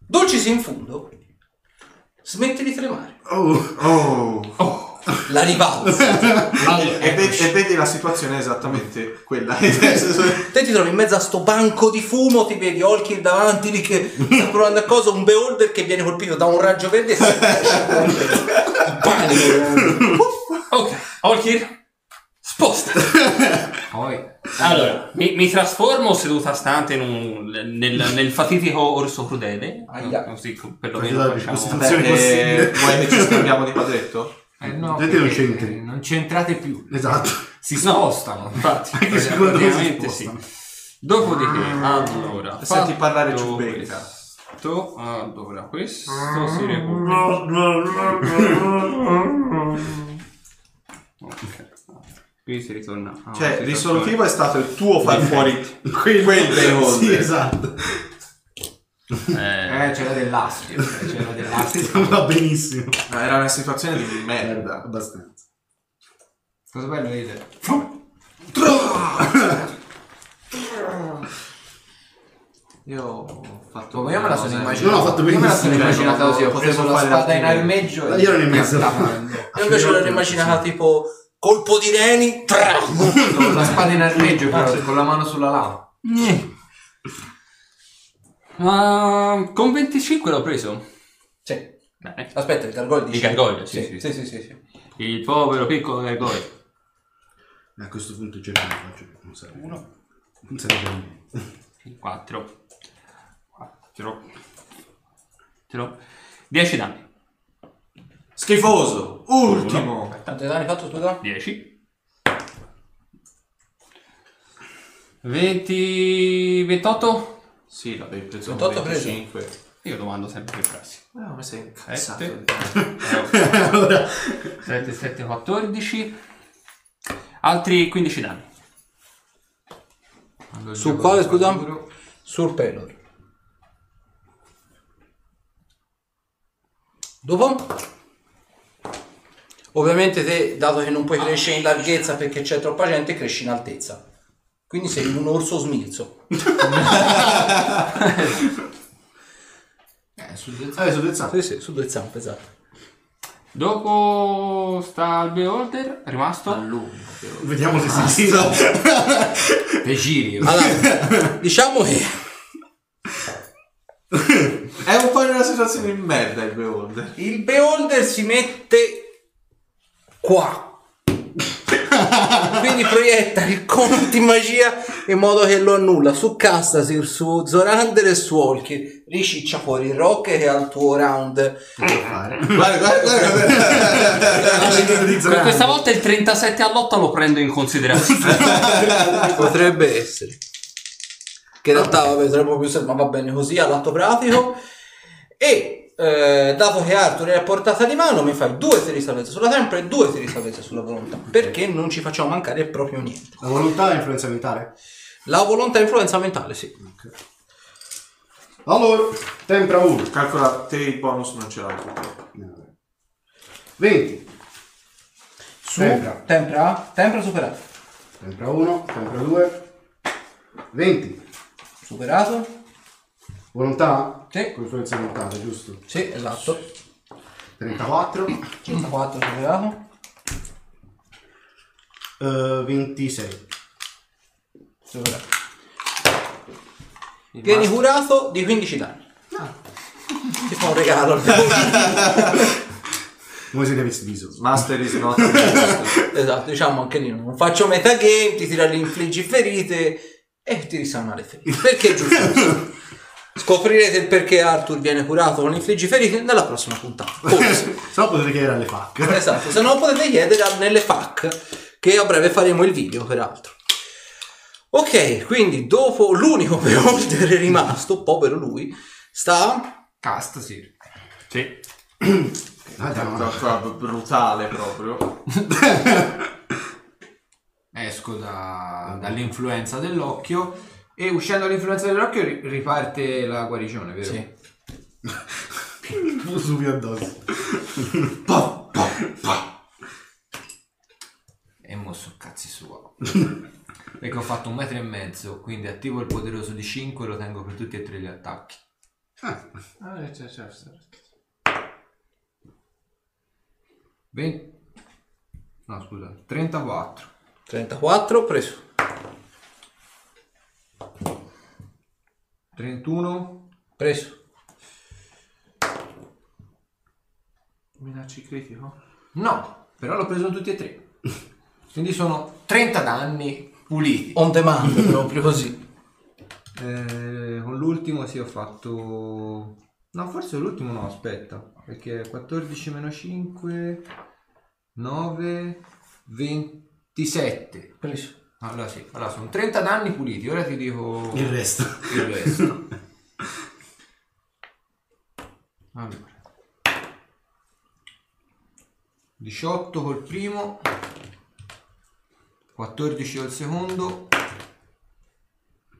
A: Dolcis in fondo. Smette di tremare.
B: Oh,
G: Oh.
A: La rivalsa.
E: Allora,
G: E, vedi, e vedi la situazione è esattamente
D: [laughs]
G: quella. Io
A: Te ti trovi in mezzo a sto banco di fumo, ti vedi Olkir davanti lì che sta provando a cosa, un beholder che viene colpito da un raggio verde e si Panico.
E: Ok, Olkir, sposta.
D: Poi,
E: Allora, mi, mi trasformo seduta stante in un- nel, nel fatitico orso crudele.
A: Aia.
E: Così,
B: Perché
E: perlomeno
B: dai,
E: facciamo...
B: questi- possibile.
G: vuoi che ci scambiamo di padretto?
D: eh, no,
B: Vedete, non
D: perché
B: c'entri.
D: non c'entrate più.
B: esatto.
D: Si spostano.
E: [laughs] Infatti,
B: Anche secondo me si
E: praticamente sì.
B: spostano.
E: Dopodiché, allora,
G: Senti
E: fatto
G: parlare Ciubecca.
E: questo, allora, questo si
D: ecco.
E: recupera. Ok. Qui si ritorna. ah,
G: Cioè,
E: si
G: risolutivo è stato il tuo far fuori quel
B: Sì,
G: beholder.
B: esatto.
E: trasforma- Eh,
D: Eh, c'era dell'astio. eh, C'era
B: [laughs]
D: dell'astio.
B: Va benissimo.
G: Ma era una situazione di merda.
B: Abbastanza.
D: Cosa bello vedete?
G: Io ho fatto.
D: Io me la sono
B: Non
D: immaginata.
B: l'ho fatto
D: Io me la sono
B: benissimo.
D: immaginata così. Ho
G: Potevo
D: preso la
G: fare la
D: spada in
G: fine.
D: armeggio.
B: Io ero in mezzo.
A: Io invece l'ho immaginata tipo colpo di reni, tram.
D: La spada in armeggio, però, con la mano sulla lama.
E: Ma Ehm, con 25 l'ho preso.
A: Sì.
E: Bene.
A: Aspetta, il gargoyle dice.
E: Il gargoyle, sì,
A: sì, sì, sì, sì.
E: Il povero piccolo gargoyle.
B: Eh, A questo punto cerco di faccio. Non serve. Uno. Non serve a niente.
E: 4. 4. 10 danni.
G: Schifoso. Ultimo.
A: Quanti danni hai fatto, scusa?
E: 10. 20. 28?
G: Sì, l'avevi preso un
A: 28 preso.
G: 25.
E: Io domando sempre che frasi.
G: Ah, Eh, mi sei
E: Sette.
G: incazzato. [laughs]
E: 7, 7, 14. Altri 15 danni.
A: Su quale, scusa? Sul Pelor. Dopo? Ovviamente te, dato che non puoi crescere in larghezza perché c'è troppa gente, cresci in altezza. Quindi sei un orso smilzo.
D: Eh, sul
B: Eh, sono dezzato.
A: Sì, sì, su due zampe, esatto.
E: Dopo sta il beholder, rimasto.
B: Vediamo se si gira.
D: Pegiri.
A: [laughs] Allora, diciamo che
G: È un po' in una situazione di merda il Beholder.
A: Il beholder si mette qua. Quindi proietta il cono di magia in modo che lo annulla su Castasir, su Zorander e su Olkir. Riciccia fuori il rock che è al tuo round.
G: [laughs] Guarda, guarda, guarda.
E: Que- Questa volta il 37 all'8 lo prendo in considerazione.
A: Potrebbe essere. Che in realtà vabbè, sarebbe più semplice, ma va bene così all'atto pratico. E eh, dato che Arthur è a portata di mano, mi fai due tiri di salvezza sulla tempra e due tiri di salvezza sulla volontà. Perché non ci facciamo mancare proprio niente.
B: La volontà è influenza militare?
A: La volontà è influenza mentale, sì.
B: Allora, tempra 1.
G: [laughs] Calcola, te il bonus non ce l'hai purtroppo.
B: 20.
A: Su,
B: Tempra.
A: tempra, tempra superato.
B: Tempra 1, tempra 2. 20.
A: Superato?
B: Volontà?
A: Sì.
B: Con influenza militare, giusto?
A: Sì, esatto.
B: 34.
A: 54 superato.
B: eh, 26.
A: Superato. Vieni curato di 15 danni. Ti fa un regalo.
B: Voi siete visto.
G: Master is not [laughs] used.
A: esatto, diciamo anche lì. Non faccio metagame, ti tira le infliggi ferite e ti risana le ferite. Perché è giusto? Scoprirete il perché Arthur viene curato con infliggi ferite nella prossima puntata. Forse.
B: [laughs] Se no potete chiedere alle FAC.
A: Esatto, se no potete chiedere a- nelle FAC che a breve faremo il video peraltro. Ok, quindi dopo l'unico [laughs] beholder è rimasto, povero lui, sta...
D: Casta, sì.
E: sì.
B: Madonna.
G: Calcola, b- brutale proprio.
D: Esco da- dall'influenza dell'occhio e uscendo dall'influenza dell'occhio ri- riparte la guarigione, vero?
A: Sì.
B: [laughs] Subito addosso.
D: E mo so cazzi sua. Perché ho fatto un metro e mezzo, quindi attivo il poderoso di 5 e lo tengo per tutti e tre gli attacchi.
B: Eh.
C: Ah,
G: certo,
C: c'è, c'è, c'è.
D: 20... No, scusa, 34.
A: 34, preso.
D: 31.
A: Preso.
C: Minacci critico?
D: No, però l'ho preso in tutti e tre. Quindi sono 30 danni puliti.
A: On demand, proprio così.
D: Eh, con l'ultimo sì ho fatto... No, forse l'ultimo no, aspetta, perché 14 meno 5, 9, 27.
A: Preso.
D: Allora sì, allora sono 30 danni puliti, ora ti dico
B: Il resto.
D: il resto. Allora. 18 col primo, 14 col secondo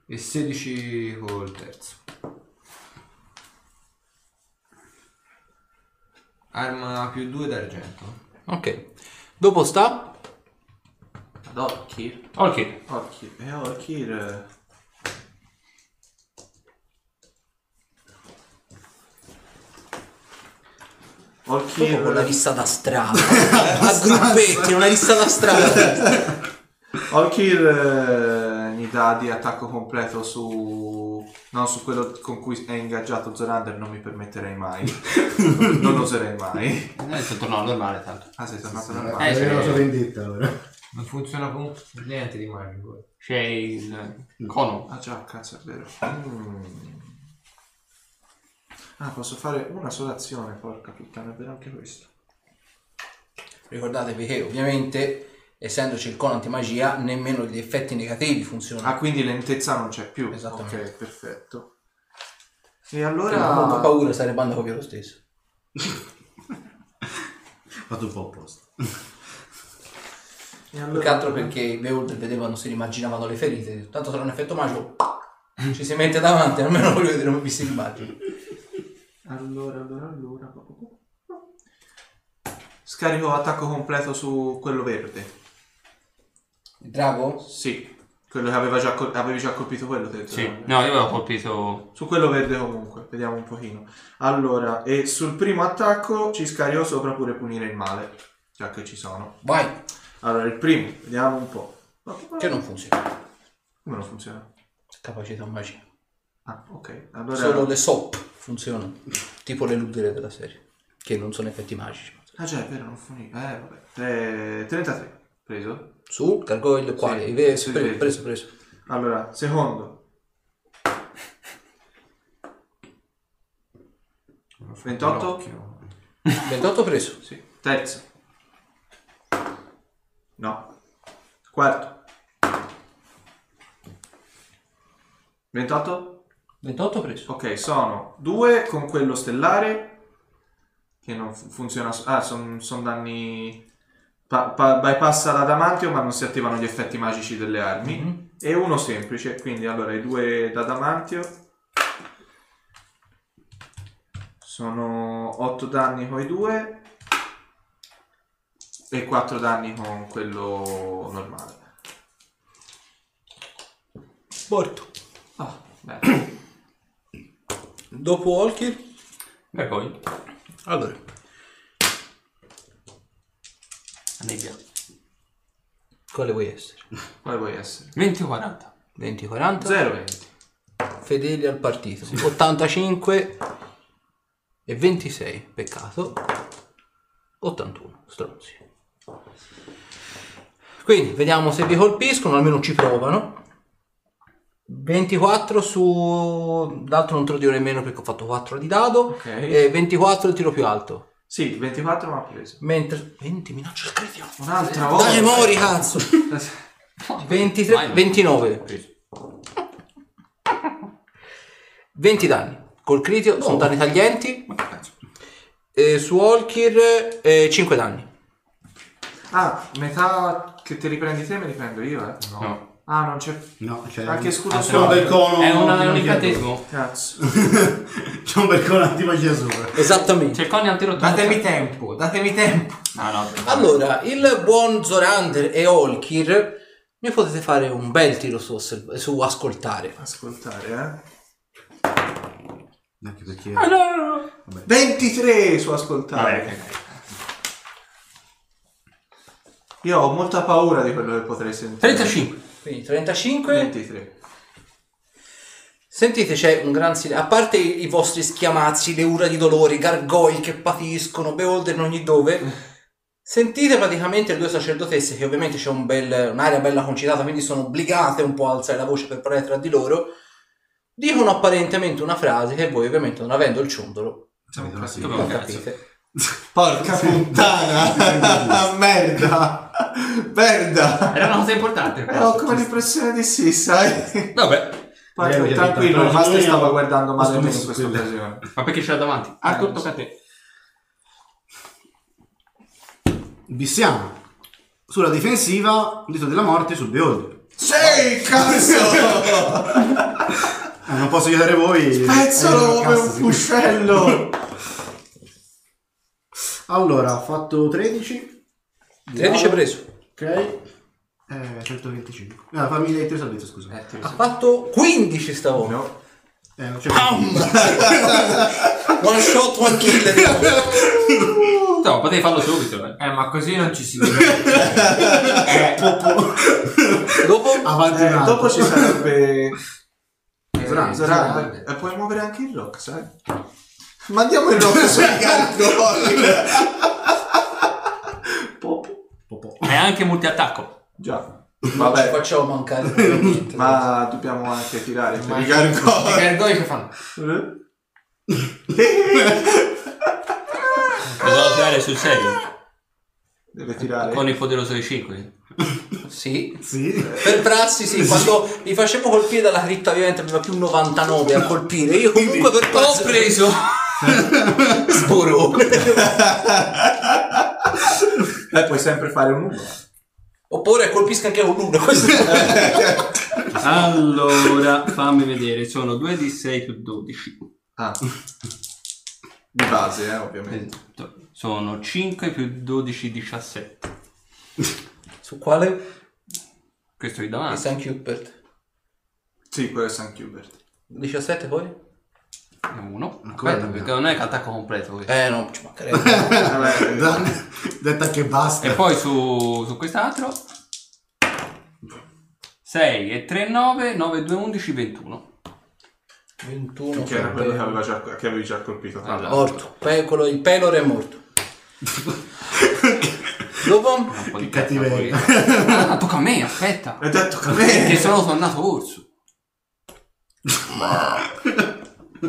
D: e 16 col terzo. Arma più 2 d'argento.
A: Ok. Dopo sta...
G: Ad Orkir.
E: Ok.
G: Orkir. Eh, Orkir. eh.
A: Proprio con la
G: Orkir.
A: lista da strada. [laughs] A gruppetti, una lista da strada.
G: Orkir eh, mi dà di attacco completo su... Non su quello con cui è ingaggiato Zorander, non mi permetterei [laughs] mai. non oserei mai.
E: Adesso torno al normale tanto.
G: Ah, sei tornato dal
B: Allora,
G: mare.
E: Eh, sì.
B: è la sua vendetta allora.
D: Non funziona con niente di Marvel.
E: C'è il cono.
G: Ah già, cazzo, è vero. Mm. Ah, posso fare una sola azione, porca puttana, è vero anche questo.
A: Ricordatevi che ovviamente, essendoci il cono antimagia, nemmeno gli effetti negativi funzionano.
G: Ah, quindi lentezza non c'è più.
A: Esattamente.
G: Ok, perfetto. E
A: Ho molto
G: allora...
A: paura, sarebbe andato via lo stesso.
B: Fatto un po' apposta.
G: E
A: Più
G: allora...
A: che altro perché i Behold vedevano, si rimaginavano le ferite. Tanto sarà un effetto magico. Ci si mette davanti, almeno voglio vedere come vi si immagina.
G: Allora, allora, allora... po- po- po- Scarico attacco completo su quello verde.
A: Il drago?
G: Sì. Quello che aveva già col- avevi già colpito quello, te
E: Sì.
G: Zorander.
E: No, io avevo colpito.
G: Su quello verde comunque, vediamo un pochino. Allora, e sul primo attacco ci scarico sopra pure punire il male, già che ci sono.
A: Vai,
G: Allora, il primo, vediamo un po'.
A: che non funziona.
G: Come non funziona?
A: Capacità magia.
G: Ah, ok. Allora...
A: Solo le SOP funzionano, tipo le ludere della serie, che non sono effetti magici.
G: Ah, già, è vero, non funì. Eh, vabbè. Tre- 33. Preso.
A: Su, gargoyle, quale? Ve-
G: sui
A: pre-
G: verdi.
A: preso, preso.
G: Allora, secondo. 28?
A: 28 preso.
G: Sì. Terzo. No. Quarto. 28?
A: 28 preso.
G: Ok, sono due con quello stellare che non fu- funziona. s- Ah, sono danni. pa- pa- bypassa l'adamantio, ma non si attivano gli effetti magici delle armi.
A: Mhm.
G: E uno semplice, quindi allora i due d'adamantio sono 8 danni con i due e 4 danni con quello normale.
A: Morto.
G: Ah, [clears throat] bene.
A: Dopo Walker.
F: Gargoyle.
A: Allora,
F: La nebbia.
A: quale vuoi essere?
G: Quale vuoi essere?
F: 20 o 40.
A: 20, 40.
G: 0-20.
A: Fedeli al partito. 85 e 26. Peccato. 81. Stronzi. Quindi vediamo se vi colpiscono, almeno ci provano. 24 su... L'altro non te lo dirò nemmeno perché ho fatto 4 di dado.
G: Ok.
A: E 24 il tiro più alto.
G: Sì, 24 ma ha preso.
A: Mentre... 20 minaccia il cretino.
G: Un'altra volta.
A: Dai mori cazzo. 23, 29.
F: Preso.
A: 20 danni. Col critio sono danni taglienti. Eh, su Olkir 5 danni.
G: Ah, metà che ti riprendi te me li prendo io, eh?
F: No. Ah,
G: Ah, non c'è...
B: No, c'è
G: Anche
B: un...
G: scudo
B: C'è un
G: solo.
B: bel cono...
F: È una-
B: di
F: un
B: magia
F: incantesimo.
B: sopra.
G: Cazzo.
B: [laughs] C'è un bel cono antimagia sopra.
A: Esattamente.
F: C'è il conio antirotto.
D: Datemi tempo, datemi tempo.
F: No, no.
A: Allora, il buon Zorander e Olkir mi potete fare un bel tiro su, osserv- su ascoltare.
G: Ascoltare, eh?
B: Anche perché...
E: Ah,
G: 23 su ascoltare. Io ho molta paura di quello che potrei sentire.
F: 35.
A: Quindi 35.
G: 23.
A: Sentite, c'è un gran silenzio. A parte i i vostri schiamazzi, le ura di dolore, i gargoyle che patiscono, beholder in ogni dove. Sentite praticamente le due sacerdotesse, che ovviamente c'è un bel- un'area bella concitata, quindi sono obbligate un po' a alzare la voce per parlare tra di loro. Dicono apparentemente una frase che voi, ovviamente, non avendo il ciondolo,
B: Siamo quasi-
F: Dove
A: non
F: un cazzo?
A: capite.
G: Porca puttana! Merda! Merda!
F: Era una cosa importante.
G: Eh, ho come l'impressione di sì, sai?
F: Vabbè.
G: Poi,
B: Eh,
G: tranquillo,
B: ovviamente,
G: Master
B: io-
G: stava guardando male
B: ho
G: me in
B: scommesso
G: questa
B: quella.
G: occasione.
F: Ma perché c'era davanti? Ah,
G: Eh,
F: tocca a te.
B: Bissiamo. Sulla difensiva, dito della morte su Behold.
G: Sei cazzo!
B: Eh, non posso chiedere voi. Eh,
G: Pezzolo come
B: cazzo,
G: un
B: sì.
G: fuscello!
B: Allora, ho fatto 13.
A: 13
B: Bravo.
A: preso.
B: Ok. Eh, 125. Ah, fammi dei tre salvezze, scusa. Eh,
A: Ha fatto 15 stavolta.
G: No.
B: non c'è
A: One shot, one kill. dicono.
F: No, potevi farlo subito. eh.
D: Eh, ma così non ci si diverte.
A: Dopo,
B: Avanti un
G: Eh,
B: altro.
G: dopo ci sarebbe
B: Zoran,
G: Zoran. E puoi muovere anche il rock, sai? Mandiamo il rock sui gargoyle. Pop.
B: Popò.
F: [laughs] È anche multiattacco.
G: Già.
A: non ci
G: Vabbè,
A: facciamo mancare. niente.
G: ma dobbiamo anche tirare per
D: Ma-
G: i gargoyle.
D: I gargoyle che fanno?
F: Dobbiamo tirare sul serio.
G: Deve tirare.
F: Con il poderoso dei 5.
A: Sì.
B: Sì.
A: Per prassi sì, quando mi facevo colpire dalla critta ovviamente aveva più un 99 a colpire, io comunque per prassi ho preso sporone.
G: Eh, puoi sempre fare un uno.
A: Oppure colpisca anche con l'uno, questo è
G: [laughs]
E: Allora, fammi vedere, sono 2 di 6 più 12.
G: Ah. Di base, eh, ovviamente.
E: Esatto. Sono 5 più 12, 17.
A: Su quale?
E: Questo è
A: E
E: davanti.
A: San Cuthbert.
G: Sì, quello è San Hubert.
A: 17 poi?
E: È uno.
B: Ancora
E: Aspetta,
B: dobbiamo.
E: perché non è che attacco completo questo.
A: Eh no, ci mancherebbe.
G: [laughs]
B: Dan- [laughs] Detta che basta.
E: E
B: [laughs]
E: poi su, su quest'altro 6 e 3, 9, 9, 2, 11, 21.
A: 21.
G: che era quello che, aveva
A: Orto.
G: già, che avevi già colpito. tra l'altro.
A: Morto. Pe- quello- il Pelor è morto. Dopo?
F: Un po' di
B: Che cattiveria.
F: cazzo, poi. Ah, tocca a me, aspetta.
G: Hai detto che Eh, a me-
F: Che sono tornato orso.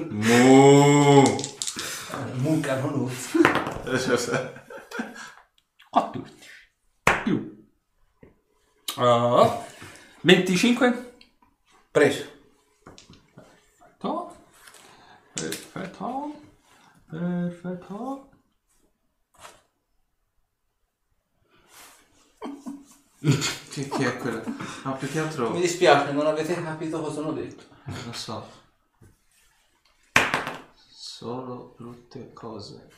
G: Mu.
A: Munca non urso.
E: 14 più Ah, 25
A: Preso.
E: perfetto perfetto perfetto
G: Che, chi è quello? No, più che altro...
A: Mi dispiace, non avete capito cosa ho detto.
G: Non lo so. Solo brutte cose.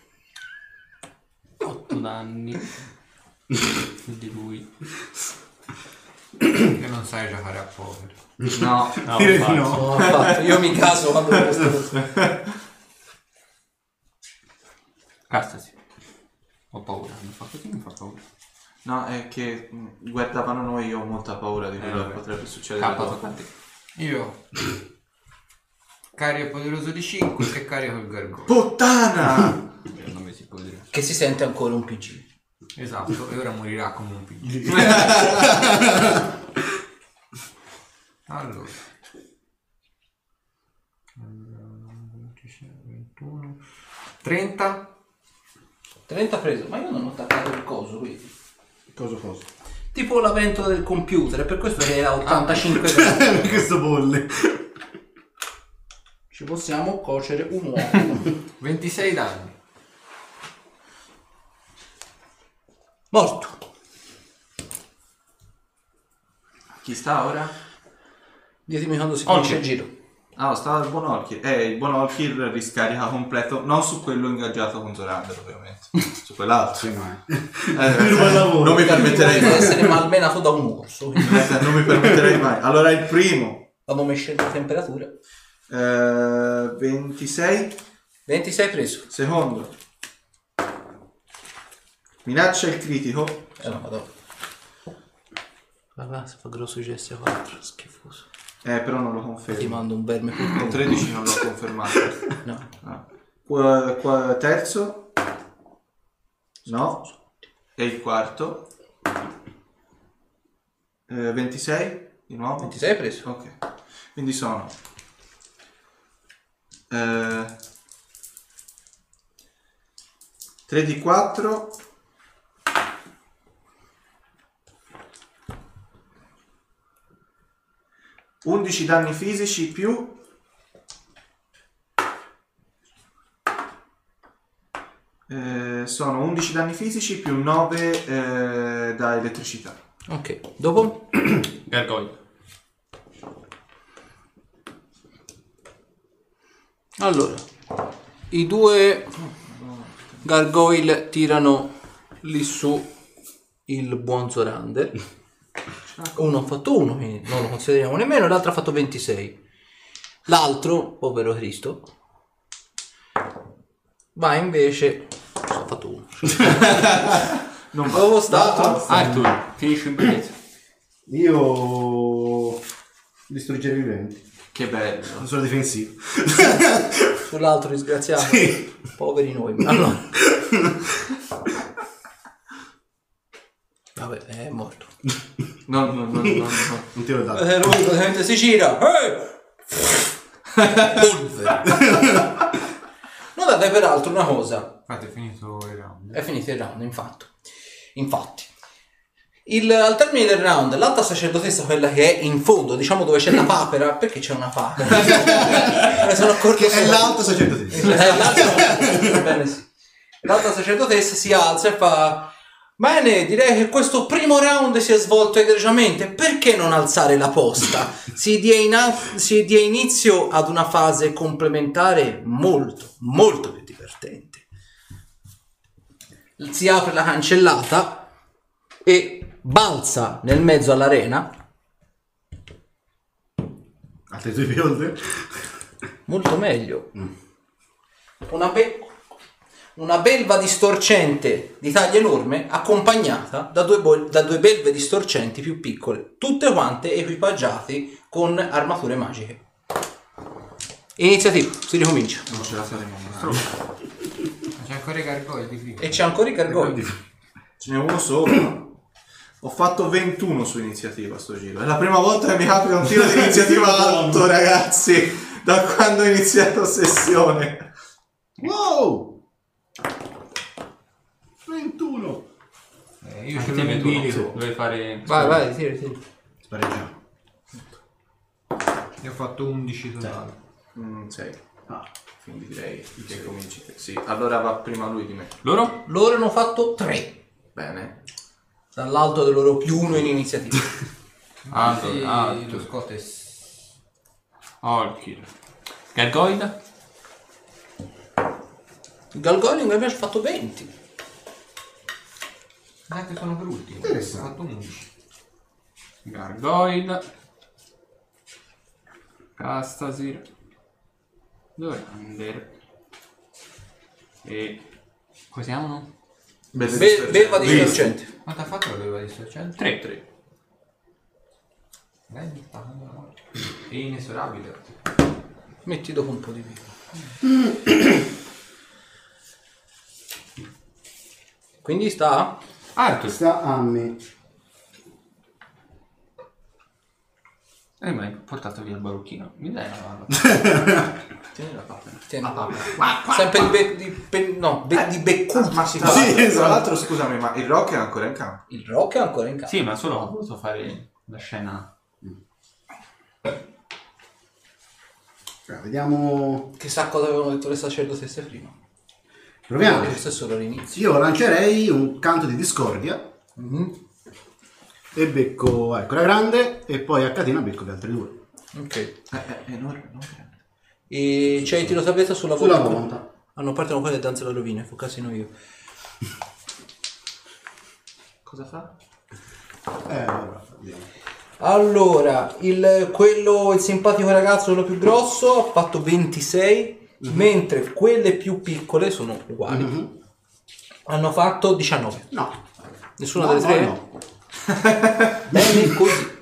E: 8 danni di lui
D: Che non sai giocare a poker.
G: No.
E: no,
B: Direi
E: infatti.
B: di
A: No,
B: no.
A: infatti, io mi caso quando ho queste cose.
E: Castasi. ho paura mi fa così mi fa paura
G: No, è che mh, guardavano noi, io ho molta paura di quello che potrebbe succedere.
E: K
G: dopo.
E: tocca a te.
D: Io. Cario e poderoso di 5 e carico il gargoglio.
G: [laughs] Puttana!
E: non mi si può dire
A: Che si sente ancora un PG.
D: Esatto, e ora morirà come un piglio. [laughs] allora. 21 30
A: 30 preso, ma io non ho attaccato il coso qui.
B: Cosa cosa?
A: Tipo la ventola del computer, è per questo che era 85 gradi.
B: Ah, Questo bolle.
A: Ci possiamo cocere un uomo.
D: 26 danni.
A: [laughs] Morto.
G: Chi sta ora?
A: Ditemi quando si comincia il
E: Oggi.
A: giro.
G: Ah, sta il buon Olkir. Eh, il buon Olkir riscarica completo, non su quello ingaggiato con Zorander, ovviamente. su quell'altro.
B: Sì, ma
G: Eh,
B: ruba il lavoro.
G: non mi permetterei
A: Deve
G: [laughs] mai.
A: essere malmenato da un orso. quindi
G: Eh, non mi permetterei mai. Allora il primo.
A: Quando mi scende la temperatura.
G: eh, 26.
A: 26 preso.
G: Secondo. Minaccia il critico.
A: Eh no, madonna. Ragazzi, fa grosso GS4, schifoso.
G: Eh, però non lo
A: Ti
G: confermo.
A: mando un berme
G: Con 13 non l'ho [laughs] confermato.
A: No.
G: No. Ah. Qua- qua- terzo. No. E il quarto. Eh, 26 di nuovo.
A: 26 preso.
G: Ok. Quindi sono. Eh, 3 di 4. 11 danni fisici più Eh, sono 11 danni fisici più 9 da elettricità.
A: Ok, dopo?
E: Gargoglio.
A: Allora, i due gargoyle tirano lì su il buon Zorander. Uno ha fatto uno, quindi non lo consideriamo nemmeno, l'altro ha fatto 26. L'altro, povero Cristo, va invece... Ha fatto uno.
G: [laughs] Non va.
A: Avevo stato...
E: Ah, è tu. Finisci in bellezza.
B: Io distruggere i viventi.
G: Che bello.
B: Sono difensivo.
A: Sull'altro
G: Ah,
A: disgraziato. Poveri noi. ma- Allora.
G: [laughs]
A: Vabbè, è morto.
G: No, no, no, no,
B: [laughs]
G: no, no.
B: Non ti ho dato.
A: Eh, Lui praticamente si gira. Eh! Polvere. Notate peraltro una cosa.
D: Infatti è finito il round.
A: È finito il round, infatti. Infatti. Il- al termine del round, l'alta sacerdotessa, quella che è in fondo, diciamo dove c'è la papera, perché c'è una papera? Me
B: [laughs]
A: ne sono accorto
B: Che è
A: solo-
B: l'alto sacerdotessa.
A: [laughs] L'altra- Bene, sì. L'altra sacerdotessa si alza e fa: Bene, direi che questo primo round si è svolto egregiamente. Perché non alzare la posta? Si dia, in- si dia inizio ad una fase complementare molto, molto più divertente. Si apre la cancellata e balza nel mezzo all'arena.
B: Altre due bionde.
A: Molto meglio. Mm. Una, be- una belva distorcente di taglia enorme accompagnata da due, bol- da due belve distorcenti più piccole, tutte quante equipaggiate con armature magiche. Iniziativa, si ricomincia.
G: Non ce la faremo mai.
D: C'è ancora i gargoyle di prima.
A: E c'è ancora i gargoyle.
G: Ce n'è uno solo. Ho fatto 21 su iniziativa sto giro. È la prima volta che mi capita un tiro di [laughs] iniziativa alto, ragazzi. Da quando ho iniziato sessione.
B: Wow! 21!
D: Eh, io ce l'ho nel bilico.
E: Dovevi fare...
A: Vai, vai, tira, tira.
B: Spareggiamo.
D: Ne ho fatto 11 totale.
G: Mm, sei. Quindi direi che cominci. te. Sì, allora va prima lui di me.
E: Loro?
A: Loro hanno fatto 3.
G: Bene.
A: Dall'alto del loro più uno in iniziativa. [laughs]
E: Alto,
D: Ah, Sì, lo
E: alto.
D: Scott è... s-
E: Orchid. Gargoyle?
A: Il Galgoling invece ha fatto 20.
D: Guardate, sono per ultimo.
B: Interessante.
D: Ho fatto 11.
E: Gargoyle. Castasir. Dov'è? Under. E... Come si chiamano?
A: Be- beva di sorgente.
D: Quanto ha fatto la beva di sorgente?
E: 3. 3.
D: Dai, sta andando la morte. È inesorabile.
A: Metti dopo un po' di vino. [clears throat] Quindi sta
E: Arthur.
B: Sta a me.
E: E mi Eh, hai portato via il barucchino. Mi dai una mano.
G: Tieni la papera.
A: tieni. sempre di, be- di pe- no, be- di beccuto.
G: Eh, Ma sì,
B: Sì,
G: tra
B: esatto.
G: l'altro scusami, ma il rock è ancora in campo.
A: Il rock è ancora in casa.
E: [laughs] Sì, ma solo ho voluto fare la scena.
B: Allora, vediamo.
A: Chissà cosa avevano detto le sacerdotesse prima.
B: Proviamo.
A: Questo è solo l'inizio.
B: Io lancerei un canto di discordia Mhm. e becco ecco la grande e poi a catena becco gli altri due.
A: Ok.
G: È, è enorme, Eh, non grande.
A: E c'è il tiro salvezza sulla
B: Sulla
A: volontà.
B: volontà.
A: Ah no, partono quelle danze alla rovina, fu casino io.
G: Cosa fa?
B: Eh, allora, vediamo.
A: Allora, il, quello, il simpatico ragazzo, quello più grosso, ha fatto 26, mentre quelle più piccole sono uguali.
B: Mhm.
A: Hanno fatto 19.
B: No.
A: Nessuna
B: No,
A: delle
B: no,
A: tre?
B: no.
A: Bene, così.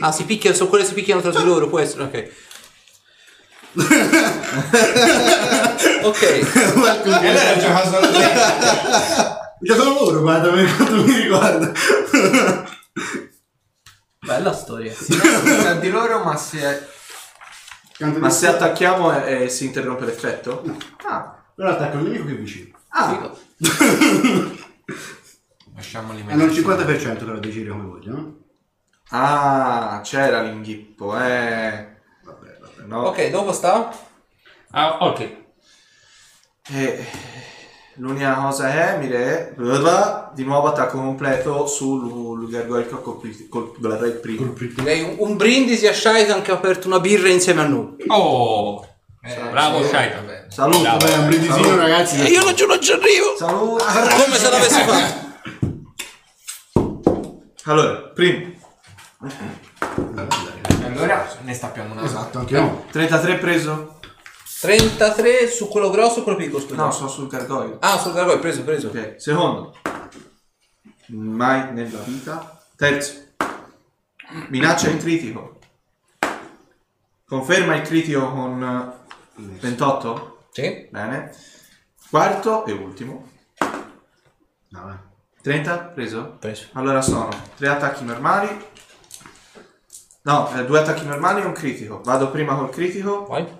A: Ah, si picchiano, sono quelle che si picchiano tra di loro, può essere, [laughs] ok. ok,
D: E lei ha giocato solo
B: Io sono loro, guarda [laughs] per quanto mi riguarda.
A: bella storia.
D: tra di loro, ma se...
B: Canto di
G: Ma se
B: discordia.
G: attacchiamo eh, eh, si interrompe l'effetto? Ah.
D: Ah,
B: Allora attacca un nemico più vicino.
A: Figo.
D: lasciamoli
B: Hanno il
D: mettere.
B: 50% per decidere come vogliono.
G: Ah, c'era l'inghippo, eh.
B: Vabbè, vabbè.
G: No.
A: Ok, dopo sta?
E: Ah, ok.
G: E Eh, l'unica cosa è, mire, di nuovo attacco completo sul gargoyle che ho colpito, colpito il primo.
A: Direi un, un brindisi a Shaitan che ha aperto una birra insieme a noi.
E: Oh!
D: Eh,
E: Bravo,
D: sì,
E: Shaitan.
D: vabbè.
G: Saluto,
E: Bravo.
B: Vabbè, un brindisino ragazzi.
A: E io non giuro, non ci arrivo.
G: saluto.
A: Come se l'avessi fatto.
G: Allora, primo,
D: E allora ne stappiamo una
B: Esatto, anche no.
G: 33 preso?
A: 33 su quello grosso o quello piccolo, scusa.
G: No, sono sul gargoyle.
A: Ah, sul gargoyle, preso, preso.
G: Ok, secondo. Mai nella vita. Terzo. Minaccia in critico. Conferma il critico con eh, 28.
A: Sì.
G: Bene. Quarto e ultimo.
B: Vabbè. [laughs]
G: 30 preso?
A: Preso.
G: Allora sono tre attacchi normali. No, eh, due attacchi normali e un critico. Vado prima col critico.
A: Vai.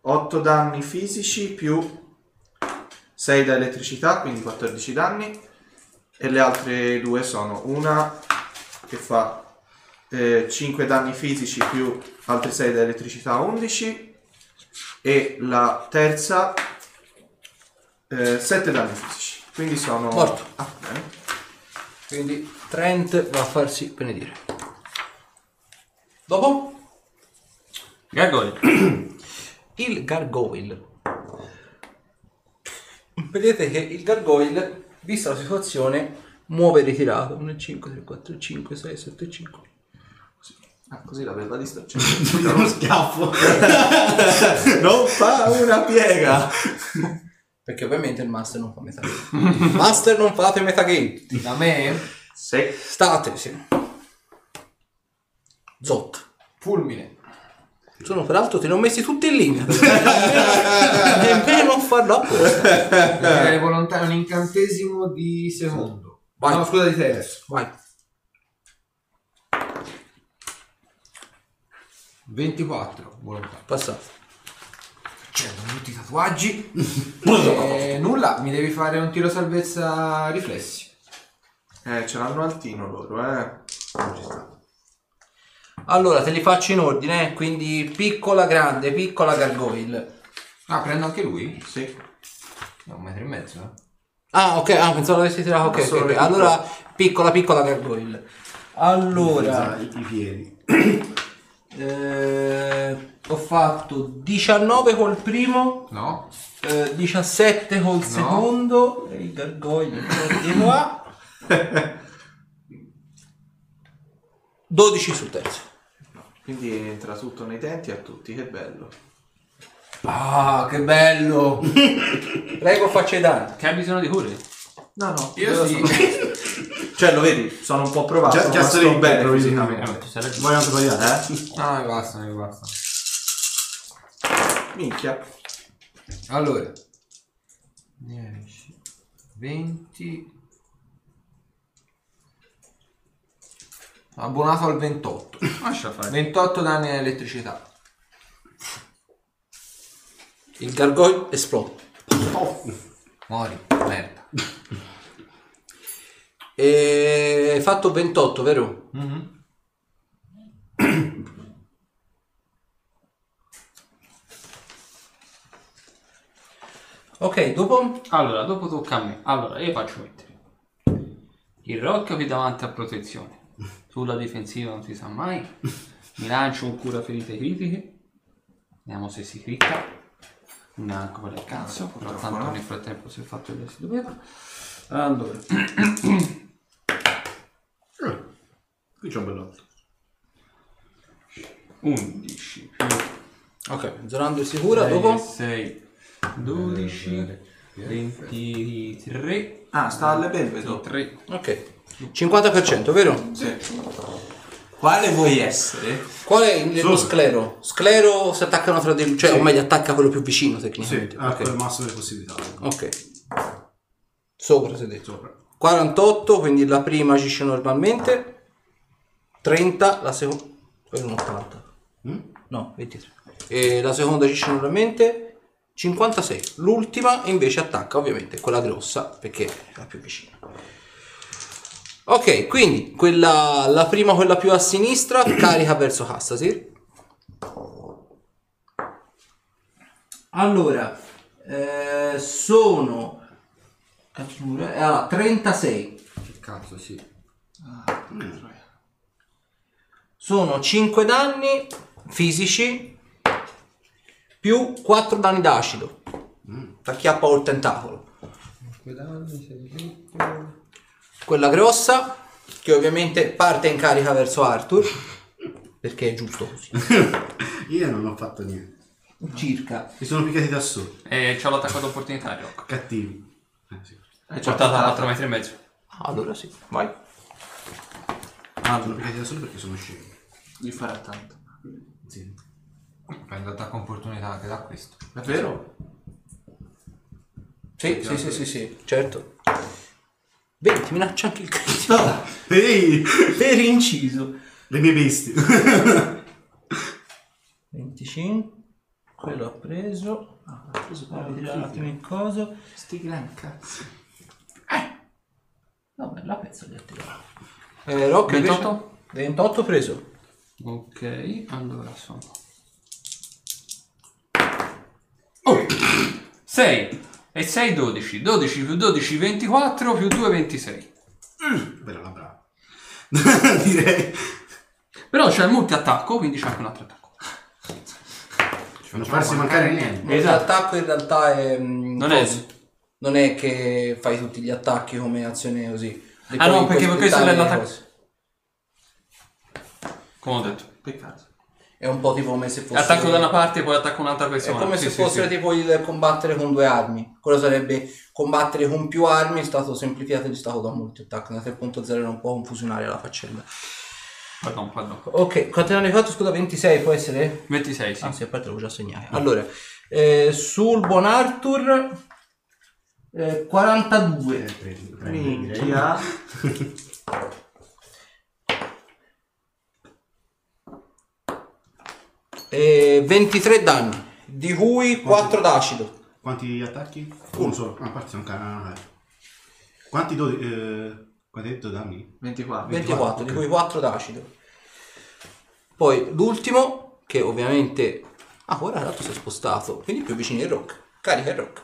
G: 8 danni fisici più 6 da elettricità, quindi 14 danni. E le altre due sono una che fa 5 danni fisici più altri 6 da elettricità, 11. E la terza 7 danni fisici. Quindi sono...
A: Morto.
G: Ah, bene.
A: Quindi Trent va a farsi benedire. Dopo?
E: Gargoyle.
A: [clears throat] Il gargoyle. Vedete che il gargoyle, vista la situazione, muove ritirato. 1, 5, 3, 4, 5, 6, 7, 5.
G: Ah, così la bella distorsione.
B: Uno schiaffo.
G: non fa Ah, una piega.
A: Perché ovviamente il master non fa metagame. master non fate metagame.
D: Da me?
G: Sì.
A: State, sì. Zot.
D: Fulmine.
A: Sono peraltro te ne ho messi tutti in linea. [laughs] Nemmeno a farlo apposta.
B: Eh.
D: È volontario un incantesimo di secondo. No, scusa, di terzo.
A: Vai.
D: 24 volontario.
A: Passato.
D: C'è tutti i tatuaggi. Eh, nulla, mi devi fare un tiro salvezza riflessi.
G: Eh, ce l'hanno altino loro, eh. Non ci sta.
A: Allora, te li faccio in ordine, eh, quindi piccola, grande, piccola, gargoyle.
D: Ah, prendo anche lui?
G: Sì.
D: È un metro e mezzo, eh.
A: Ah, ok, ah, pensavo l'avessi tirato. Ok, ok,
G: Solo
A: ok.
G: le
A: allora piccola, piccola gargoyle. Allora,
B: I, i piedi.
A: eh, ho fatto 19 col primo,
D: No?
A: eh, 17 col secondo, e il [laughs] gargoyle di qua. 12 sul terzo.
G: Quindi entra tutto nei denti a tutti, che bello.
D: Ah, che bello!
A: [laughs] Prego, faccia i danni.
E: Che ha bisogno di cure?
G: No, no,
D: Io sì.
G: Cioè, lo vedi, sono un po' provato.
B: Già, già
G: ma sto
B: sarebbe
G: bene
B: proprio
G: così.
B: di-
E: Eh, ma ci sarebbe-
B: Voglio altro sbagliare.
G: Eh?
D: No, Ah, mi basta, mi basta.
G: Minchia.
D: Allora. 10, 20. Abbonato al 28.
E: Lascia fare.
D: 28 danni all'elettricità.
A: Il gargoyle esplode.
D: Mori, merda.
A: E hai fatto 28, vero? [clears throat] Ok, dopo
E: Allora, dopo tocca a me. Allora, io faccio mettere il rock qui davanti a protezione. Sulla difensiva non si sa mai. Mi lancio un cura ferite critiche. Vediamo se si critica. Una quella del cazzo. Però tanto nel frattempo si è fatto quello che si doveva. Allora,
B: Qui c'è un bellotto.
E: 11
A: Ok, Zorando è sicura, dopo
E: 6,
G: Eh,
E: 12, 23,
G: Ah, sta alle belvedo.
E: 3.
A: Ok. 50%, vero?
F: Quale vuoi essere?
A: Qual è il lo
B: Solo.
A: sclero? Sclero si attaccano tra di cioè o meglio attacca quello più vicino
B: Sì,
A: tecnicamente.
B: ha
A: ok.
B: quel Ah, massimo delle possibilità.
A: ok. Sopra si è detto.
B: Sopra.
A: 48, quindi la prima agisce normalmente. 30, la seconda... Quello è un 80.
B: Mm?
A: No, 23. E la seconda agisce normalmente. 56. L'ultima invece attacca ovviamente quella grossa perché è la più vicina. Ok, quindi quella, la prima, quella più a sinistra, carica verso Hassasir. Allora, eh, sono... Cazzo, non vorrei- ah, 36.
D: Che cazzo, sì.
A: Sono 5 danni fisici più 4 danni d'acido. Mm, Da chiappa o il tentacolo.
D: 5 danni, 6
A: Quella grossa, che ovviamente parte in carica verso Arthur, perché è giusto così.
B: Io non ho fatto niente.
A: Circa.
B: Mi sono piccati da solo.
E: E c'ho l'attacco d'opportunità di rock.
B: Cattivi. Eh, sì.
E: È
G: Cioè,
E: portata all'altro metro e mezzo.
A: Allora sì.
G: Vai.
B: Ah, sono piccati da solo perché sono scemi.
G: Gli farà tanto.
B: Sì.
D: Prendo attacco opportunità anche da questo.
G: Davvero?
A: Sì, sì, sì, sì, sì, certo. Vedi, ti minaccia anche il critico.
B: Ehi!
A: Per inciso.
B: Le mie bestie. [laughs]
A: 25. Quello ha preso. Ah, ha preso per ritirare un attimo il coso. Eh!
G: Sti gran cazzo.
A: Vabbè, la pezzo di attivare. Eh, Rock
E: 28?
A: 28 preso.
E: Ok, allora sono. Oh! Oh! 6 e 6 12, 12 più 12 24 più 2 26.
B: Bella la brava. Direi.
E: Però c'è il multiattacco, quindi c'è anche un altro attacco.
B: Non farsi mancare niente.
E: Esatto.
A: L'attacco in realtà è. mm,
E: Non è-
A: coso. Non è che fai tutti gli attacchi come azione così. Devi
E: Ah, no,
A: poi
E: perché questo è
A: splittare le
E: l'attacco.
A: cose.
E: Come ho detto.
G: Peccato.
A: È un po' tipo come se fosse.
E: Attacco da una parte e poi attacco un'altra
A: È
E: persona.
A: come
E: Sì,
A: se
E: sì,
A: fosse
E: sì.
A: tipo il combattere con due armi. Quello sarebbe combattere con più armi, è stato semplificato e è stato da multi attack. Da 3.0 era un po' confusionare la faccenda.
E: Pardon, pardon.
A: Ok, quanti danni hai fatto? Scusa, 26 può essere?
E: 26, sì.
A: Ah sì, a parte l'avevo già segnato. Allora, eh, sul buon Arthur eh, 42.
B: Eh, Prendi, prendi, direi.
G: Minchia.
A: Eh, 23 danni, di cui 4 d'acido.
B: Quanti attacchi? Uno solo. Ah, a parte sono canale. Quanti do... Eh, quanti hai detto danni?
G: 24.
A: 24, di
B: ok.
A: cui 4 d'acido. Poi l'ultimo, che ovviamente... Ah, ora l'altro si è spostato, quindi più vicino il rock. Carica il rock.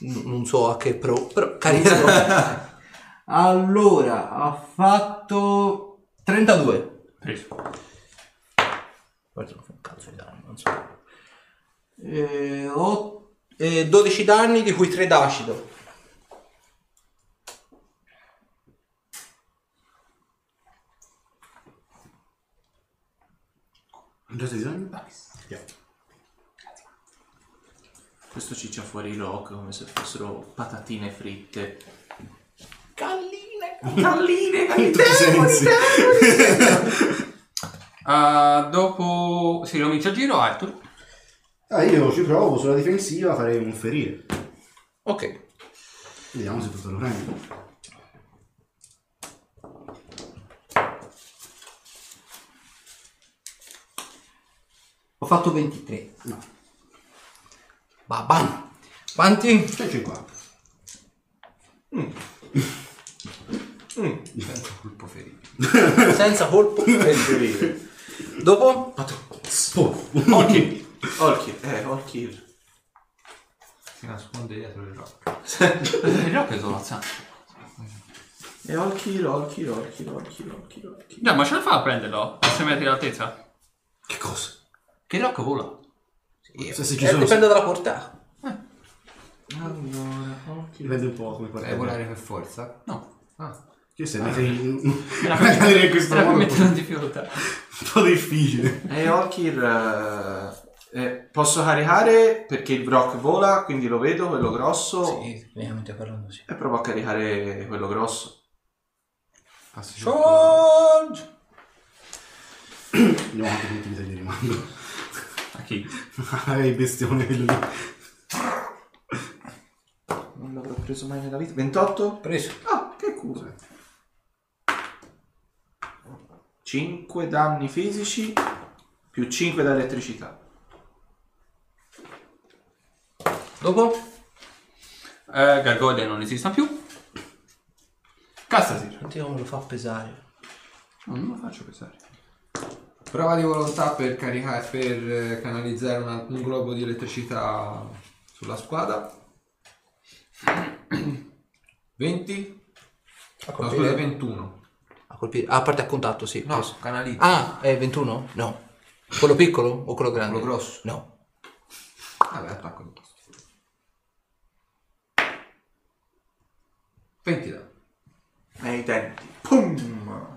A: N- non so a che pro, però carica il rock. [laughs] allora, ha fatto 32.
E: Preso.
A: Guarda, non fa un cazzo di danni, non so. Eh, ho- eh, 12 danni, di cui 3 d'acido.
B: Già sei di danni? Yeah.
G: Questo ciccia fuori i rock come se fossero patatine fritte. [laughs]
B: In tutti i sensi.
E: Ah, dopo si ricomincia il giro,
B: [laughs]
E: Arthur.
B: Ah, io ci provo, sulla difensiva farei un ferire.
A: Ok.
B: Vediamo se tutto lo prende.
A: Ho fatto 23.
B: No,
A: Babam. Quanti?
B: 150.
F: Colpo ferito.
A: Senza colpo. Dopo?
B: Spoff.
G: Orchid. Orchid. Eh, Orchid.
F: Si nasconde dietro il rock.
E: Eh,
F: il rock è solazzante.
G: E Orchid, Orchid, Orchid, Orchid, Orchid, Orchid.
E: No, ma ce la fa a prenderlo? A 6 metri d'altezza?
B: Che cosa?
E: Che il rock vola?
B: Se, se ci
A: Eh,
B: sono...
A: dipende dalla portata.
G: Allora, Orchid.
B: Dipende un po'
E: Eh,
B: come
F: È
B: parte.
F: volare per forza?
A: [laughs]
E: No.
F: Ah.
B: Che se ne sei... [laughs]
E: Era
B: Una
E: come-
B: cadere in questo
E: Era
B: modo
E: per
B: è un
E: metterlo in difficoltà.
B: po' difficile.
G: E Orchid... eh, eh, posso caricare perché il Brock vola, quindi lo vedo, quello
A: Oh.
G: grosso.
A: tecnicamente parlando sì.
G: E provo a caricare quello grosso.
F: Passi sotto.
A: Charge!
B: Vediamo quanti punti di taglio rimangono. [laughs]
E: A chi?
B: Ah, il bestione quello lì.
G: Non l'avrò preso mai nella vita. 28?
A: Preso.
G: Ah, che culo. 5 danni fisici più 5 da elettricità.
A: Dopo?
E: Eh, Gargoyle non esista più. Castasir.
A: Senti come lo fa pesare.
E: No, non lo faccio pensare.
F: Prova di volontà per caricare per eh, canalizzare una- un globo di elettricità sulla squadra. [clears throat] 20?
A: A
F: No, scusa,
A: colpire.
F: 21.
A: A colpire. Ah, a parte a contatto, sì.
F: No,
A: preso.
F: canalizza.
A: Ah, è 21? No. Quello piccolo o quello grande?
F: Quello grosso.
A: No.
F: Vabbè, Ah, attacco di posto. 20 danni.
G: Nei denti. Pum!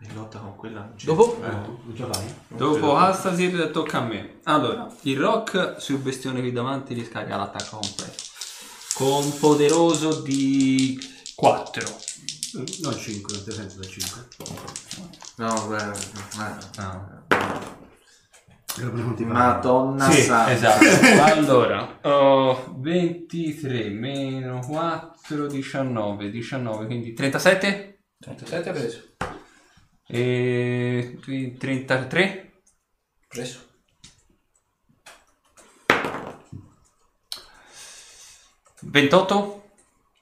G: In lotta con quella. non c'è.
A: Dopo?
G: Eh,
B: Non ce la fai?
E: Dopo Castasir tocca a me. Allora, il rock sul bestione qui davanti riscarica l'attacco completo. Con poderoso di 4.
B: Eh, No, 5, non ti sento da 5.
G: No, beh, ma...
B: Mato.
G: Madonna
E: Sì,
G: santa.
E: esatto. Allora, ho 23 meno 4, 19, 19, quindi 37
A: 37 preso.
E: e 33.
A: Preso.
E: Sì. 28?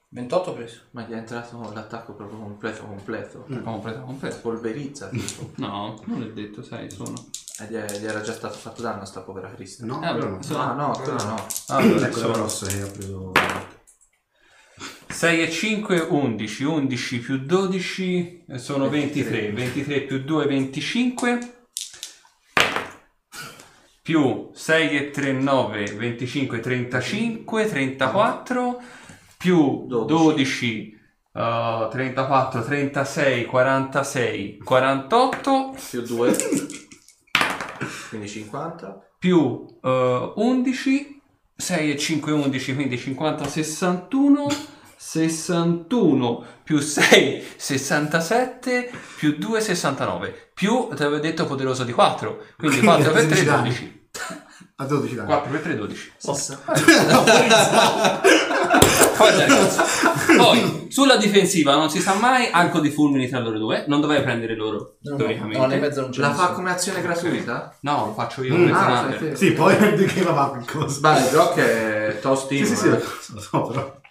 A: 28 preso.
G: Ma gli è entrato l'attacco proprio completo, completo.
E: Completo, completo.
G: Polverizza, tipo.
E: No, non è detto, sai, sono.
G: E gli, è- gli era già stato fatto danno a sta povera Crista.
B: No,
E: Ah,
B: però no.
G: No,
E: sono-
G: no, quello no.
E: Allora,
B: Ecco la
E: sono
B: grossa che ha preso.
E: 6 e 5, 11, 11 più 12 eh, sono 23, 23 più 2, 25, più 6 e 3, 9, 25, 35, 34, più 12, eh, 34, 36, 46, 48,
G: Più
B: [laughs]
G: 2. Quindi 50.
E: più eh, 11, 6 e 5, 11, quindi 50, 61, 61 più 6, 67 più 2, 69 più, ti avevo detto, poderoso di 4. Quindi 4 per 3,
B: 16 danni.
E: 12.
B: A 12 danni.
E: 4 per 3, 12.
A: [laughs]
E: Poi, ragazzi, Poi, sulla difensiva non si sa mai, arco di fulmini tra loro due, non dovrei prendere loro
A: No,
E: teoricamente.
A: no, no, nel mezzo non c'è
B: Cioè,
G: La fa
A: nessuno.
G: come azione gratuita?
E: No, lo faccio io.
B: Mm,
E: come
G: Ah,
E: commander.
G: fai
B: [laughs]
G: te.
B: Sì, poi [laughs] di che la fa cosa?
G: Sbaglio, però che è eh. tosti.
B: Sì, sì, [laughs] sì, lo so, però.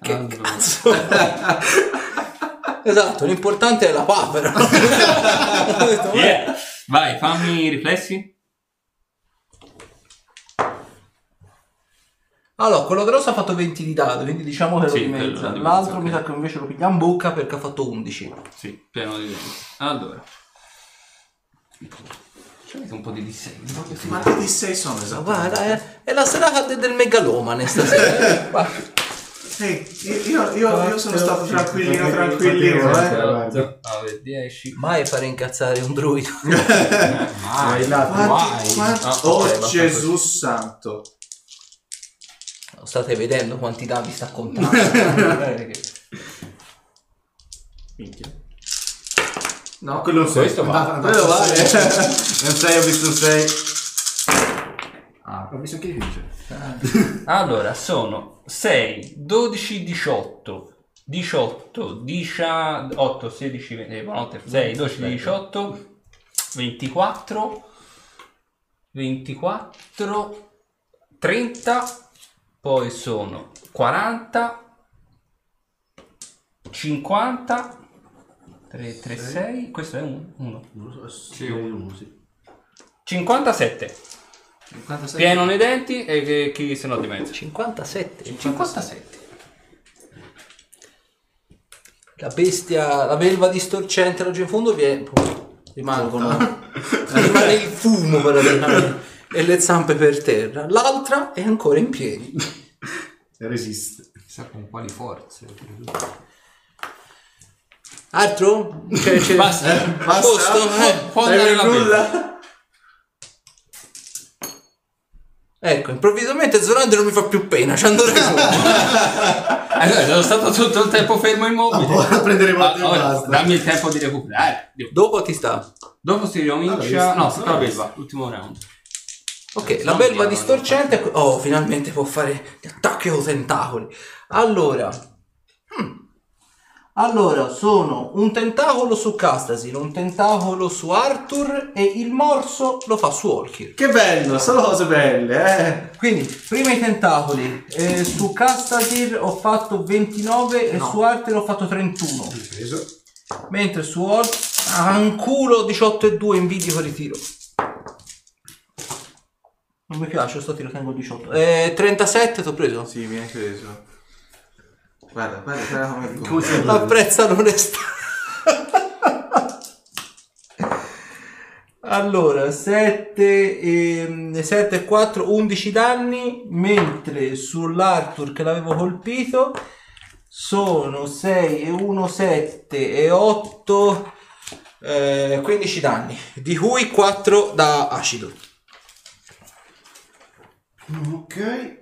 A: Ah,
E: Allora,
A: [laughs] Esatto, l'importante è la
E: [laughs]
A: papera. Ho detto, "Ma
E: yeah. Vai, fammi i riflessi.
A: Allora, quello grosso ha fatto 20 di dado, quindi diciamo che lo
E: Sì,
A: dimezza.
E: quello lo
A: L'altro
E: dimezza,
A: mi
E: ok.
A: sa che invece lo pigliamo bocca perché ha fatto 11.
E: Sì, piano di Allora. C'avete un po' di dissenso.
G: Quanti di 6 sono esatto?
A: Vai, dai, eh, è la serata de- del megalomane
E: [laughs]
A: stasera. eh. Va.
G: Ehi, io, io- io- io sono stato tranquillino, tranquillino, eh.
B: Guarda.
E: 9, 10.
A: Mai fare incazzare un
E: [laughs]
A: druido.
B: Vai là,
G: Quanti, quanti-
E: Ah, ok,
G: Oh
E: basta
G: Gesù santo.
A: Lo State vedendo quanti dadi sta
E: [laughs]
A: contando.
G: No,
B: quello non
E: Questo va.
B: Quello va. È un 6, ho visto un 6. Ah, ho visto che vince.
E: Allora, sono 6, 12, 18. 18, 18, 16, 20, eh, buonanotte, 6, 12, 18, 24, 24, 30, poi sono 40, 50, 3, 3, 6, questo è 1,
B: Non lo so, eh,
E: Sì, uno.
B: sì.
E: 57,
G: 56.
E: pieno nei denti e che- chi se no di mezzo.
A: 57.
E: 57.
A: La bestia, la belva distorcente laggiù in fondo vi è- puh, rimangono. rimane il fumo veramente. E le zampe per terra. L'altra è ancora in piedi.
B: Resiste.
D: Chissà con quali forze.
B: Ah.
A: Altro? C'è, c'è...
E: Basta,
A: a posto, eh.
E: può andare la bella.
A: Ecco, improvvisamente Zorander non mi fa più pena, ci andrò reso.
E: Allora, Eh, sono stato tutto il tempo fermo
B: Ah,
E: immobile.
B: poi prenderemo
E: Ah,
B: altri e
E: ora,
B: basta.
E: dammi il tempo di recuperare. Dio.
A: Dopo ti sta.
E: Dopo
A: Ah,
E: si ricomincia.
B: Allora,
E: No,
B: io-
E: sta la belva, ultimo round.
A: Ok,
E: Sì,
A: la
E: no,
A: belva
E: no,
A: distorcente. Oh, finalmente può fare gli attacchi o tentacoli. Allora. hmm. Allora, sono un tentacolo su Castasil, un tentacolo su Arthur e il morso lo fa su Olkir.
G: Che bello, solo cose belle, eh.
A: Quindi, prima i tentacoli. eh, su Castasil ho fatto 29 e su Arthur ho fatto 31.
B: Preso.
A: Mentre su Olkir anculo 18 e 2 in video ritiro. Non mi piace, sto tiro tengo 18. Eh, 37 ti ho preso?
G: Sì, mi hai preso. Guarda, guarda, guarda come è
B: Come
G: buono.
B: si chiama?
A: Apprezza l'onestà. Allora, ehm, 7 e, 7 e 4, 11 danni, mentre sull'Arthur che l'avevo colpito sono 6 e 1, 7 e 8, 15 danni, di cui 4 da acido.
B: Ok.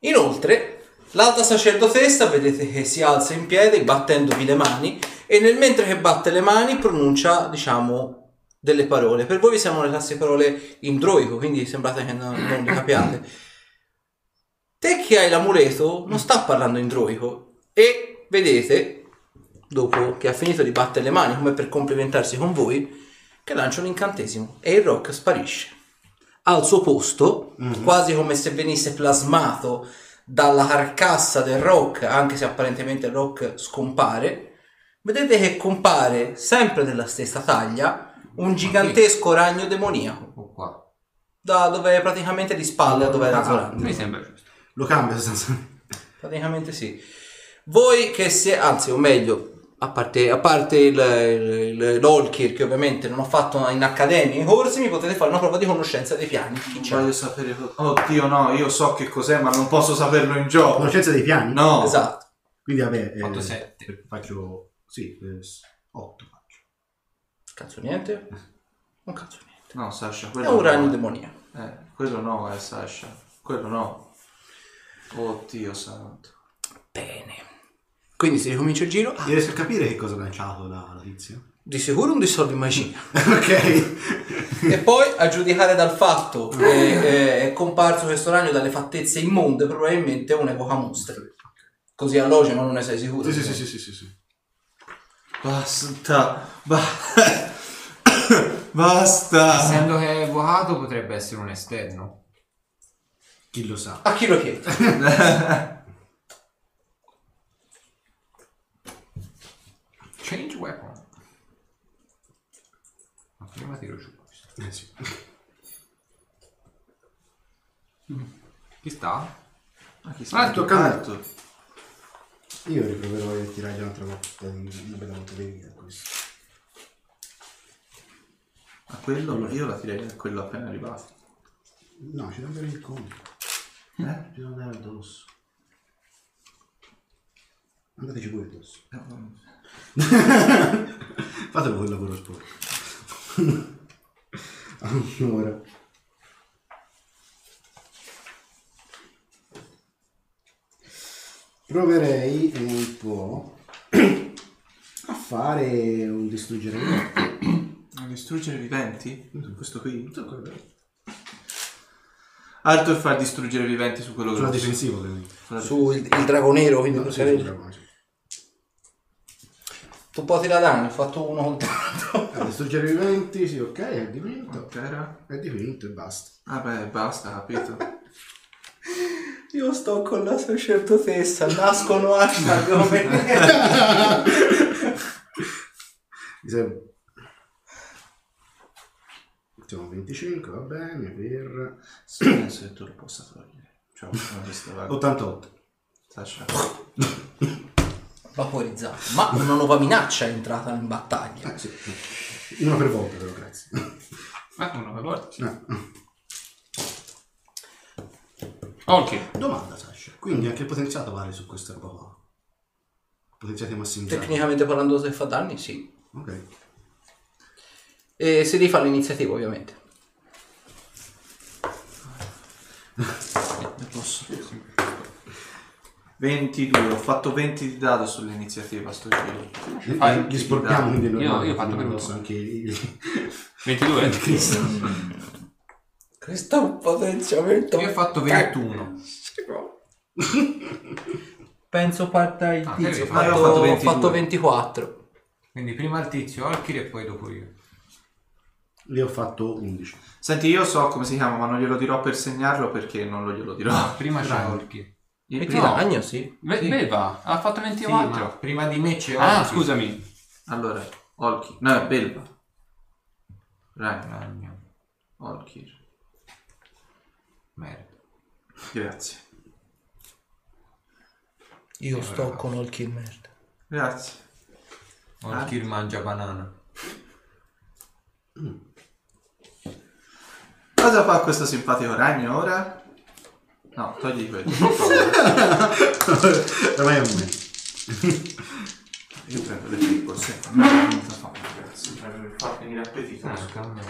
A: Inoltre, l'alta sacerdotessa vedete che si alza in piedi battendovi le mani e nel mentre che batte le mani pronuncia, diciamo, delle parole. Per voi vi sembrano le classiche parole in droico, quindi sembrate che non, non le capiate. Te che hai l'amuleto non sta parlando in droico e vedete, dopo che ha finito di battere le mani come per complimentarsi con voi, che lancia un incantesimo e il rock sparisce al suo posto, quasi come se venisse plasmato dalla carcassa del rock, anche se apparentemente il rock scompare, vedete che compare sempre della stessa taglia un gigantesco ragno demoniaco,
D: O qua.
A: da dove praticamente di spalle a dove era Zoran.
E: Mi sembra giusto.
B: Lo cambia sostanzialmente.
A: Praticamente sì. Voi che siete, anzi, o meglio, a parte, a parte il, il, il- l'Olkir, che ovviamente non ho fatto in accademia i corsi, mi potete fare una prova di conoscenza dei piani. Chi c'è?
G: Voglio sapere. co- Oddio, no, io so che cos'è, ma non posso saperlo in
B: La
G: gioco.
B: conoscenza dei piani?
G: No,
A: Esatto.
B: Quindi vabbè. eh,
D: Fatto sette.
B: Faccio. Sì, 8 faccio.
A: Cazzo, niente. Non cazzo niente.
G: No, Sasha,
A: È
G: quello
A: un ragno
G: no.
A: demoniaco.
G: Eh, quello no, eh, Sasha. Quello no. Oh, Dio santo.
A: Bene. Quindi si ricomincia il giro. Ah,
B: Io riesco a capire che cosa ha lanciato la, la tizia.
A: di sicuro un dissolvo in
B: [laughs]
A: magia.
B: ok.
A: e poi, a giudicare dal fatto
B: [laughs]
A: che eh, è comparso questo ragno dalle fattezze immonde, probabilmente è un'epoca mostre. Così a Loge, ma non ne sei sicuro.
B: sì, sì, sì, sì, sì, sì, sì.
G: Basta. Ba- [coughs] Basta.
D: Essendo che è evocato potrebbe essere un esterno.
B: Chi lo sa.
A: A chi lo chiedi?
D: Change weapon. Ma prima tiro giù questo.
B: Eh sì.
D: Chi sta?
G: Ma chi
B: Ah, tocca a me.
G: Arthur.
B: Io riproverò a tirare un'altra volta. Non vedo molto bene questo.
G: A quello io la tirerei a quello appena arrivato.
B: No, ci devo andare incontro.
G: Eh?
B: Ci devo andare addosso. Andateci pure addosso. [laughs] Fatelo quel lavoro sporco. [laughs] allora. Proverei eh, un po' a fare un distruggere [coughs] morti.
G: Non distruggere viventi? Questo qui?
B: Sulla
G: Arthur fa distruggere viventi su quello grosso.
B: difensiva ovviamente.
G: Sulla
A: Su il, il drago nero, quindi
B: No,
A: tu
B: sì,
A: sei-
B: sul drago, sì.
A: Tu puoi tirare danno, ho fatto uno col tanto. [laughs]
B: Ah, distruggere viventi, sì, ok, è dipinto.
G: Era?
B: È dipinto e basta.
E: [laughs]
G: Ah beh, basta,
D: [laughs]
G: capito.
A: Io sto con la [laughs] sacerdotessa, nascono [laughs] hashtag come
B: Mi sembra. Siamo 25, va bene, per
G: Sì, penso che tu lo possa togliere. Cioè, non visto, guarda.
B: 88.
G: Sasha.
A: vaporizzato. Ma una nuova minaccia è entrata in battaglia.
B: Ah, sì. Una per volta però, grazie.
E: Ma uno per volta. sì.
B: Ah,
E: Ok.
B: Domanda, Sasha. Quindi anche il potenziato vale su questa roba qua? Potenziati massimiliano.
A: Esatto. Tecnicamente parlando se fa danni, sì.
B: Ok.
A: E si rifà l'iniziativa, ovviamente.
G: Posso? 22, ho fatto 20 di dado sull'iniziativa sto giro.
B: Li, li sporchiamo quindi
E: Ah, Io-
B: normale,
E: io ho fatto
B: quindi
E: per
B: posso
E: uno.
B: anche
E: [laughs]
B: il- [laughs]
E: 22.
B: il Cristo.
A: Questo è un potenziamento.
D: Io ho fatto 21.
A: [laughs] Penso parta il
D: Ah,
A: tizio. Ho
D: devi
G: fare-
A: fatto,
G: Io ho fatto
A: ho fatto
G: 22.
A: 24.
D: Quindi prima il tizio Alkir e poi dopo io.
B: Lì ho fatto 11.
G: Senti, io so come si chiama, ma non glielo dirò per segnarlo perché non lo glielo dirò.
D: Prima c'è Alkir.
G: Il
A: Il
G: primo-
A: ragno, sì.
E: Be- Beva, ha fatto
D: Sì,
E: 24.
D: ma prima di me c'è
E: ah,
D: Alkir.
E: scusami.
G: Allora, Olki. No, è Belva. Ragno,
D: Ragno.
G: Olkir.
D: Merda.
G: Grazie.
A: Io sto con Olkin Merda.
G: Grazie.
D: Alkir mangia banana.
G: Cosa fa questo simpatico ragno ora? No, togli quello.
B: Ormai è un me.
G: Io prendo le piccole, se no, non fa grazie. Per far venire appetito.
D: Ah, cambia.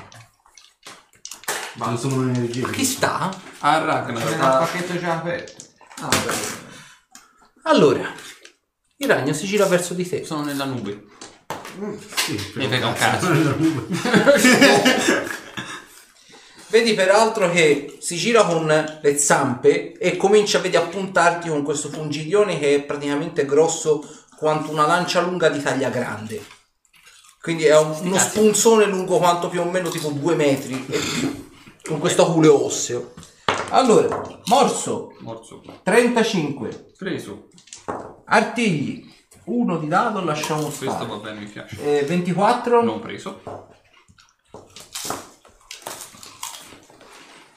B: Ma non sono un'energia.
A: Chi sta?
E: A
D: C'è un
E: Ragnar.
D: pacchetto già aperto.
G: Ah, bene.
A: Allora, il ragno si gira verso di te.
E: Sono nella nube.
B: Sì,
E: Mi frega un
B: cazzo.
A: Vedi peraltro che si gira con le zampe e comincia vedi, a puntarti con questo fungiglione che è praticamente grosso quanto una lancia lunga di taglia grande. Quindi è un- uno spunzone lungo quanto più o meno tipo due metri e più, con questo aculeo osseo. Allora, morso
E: Morso.
A: 35,
E: Preso.
A: artigli 1 di dado, lasciamo
E: Questo va
A: stare.
E: bene, mi piace.
A: Eh, 24,
E: Non preso.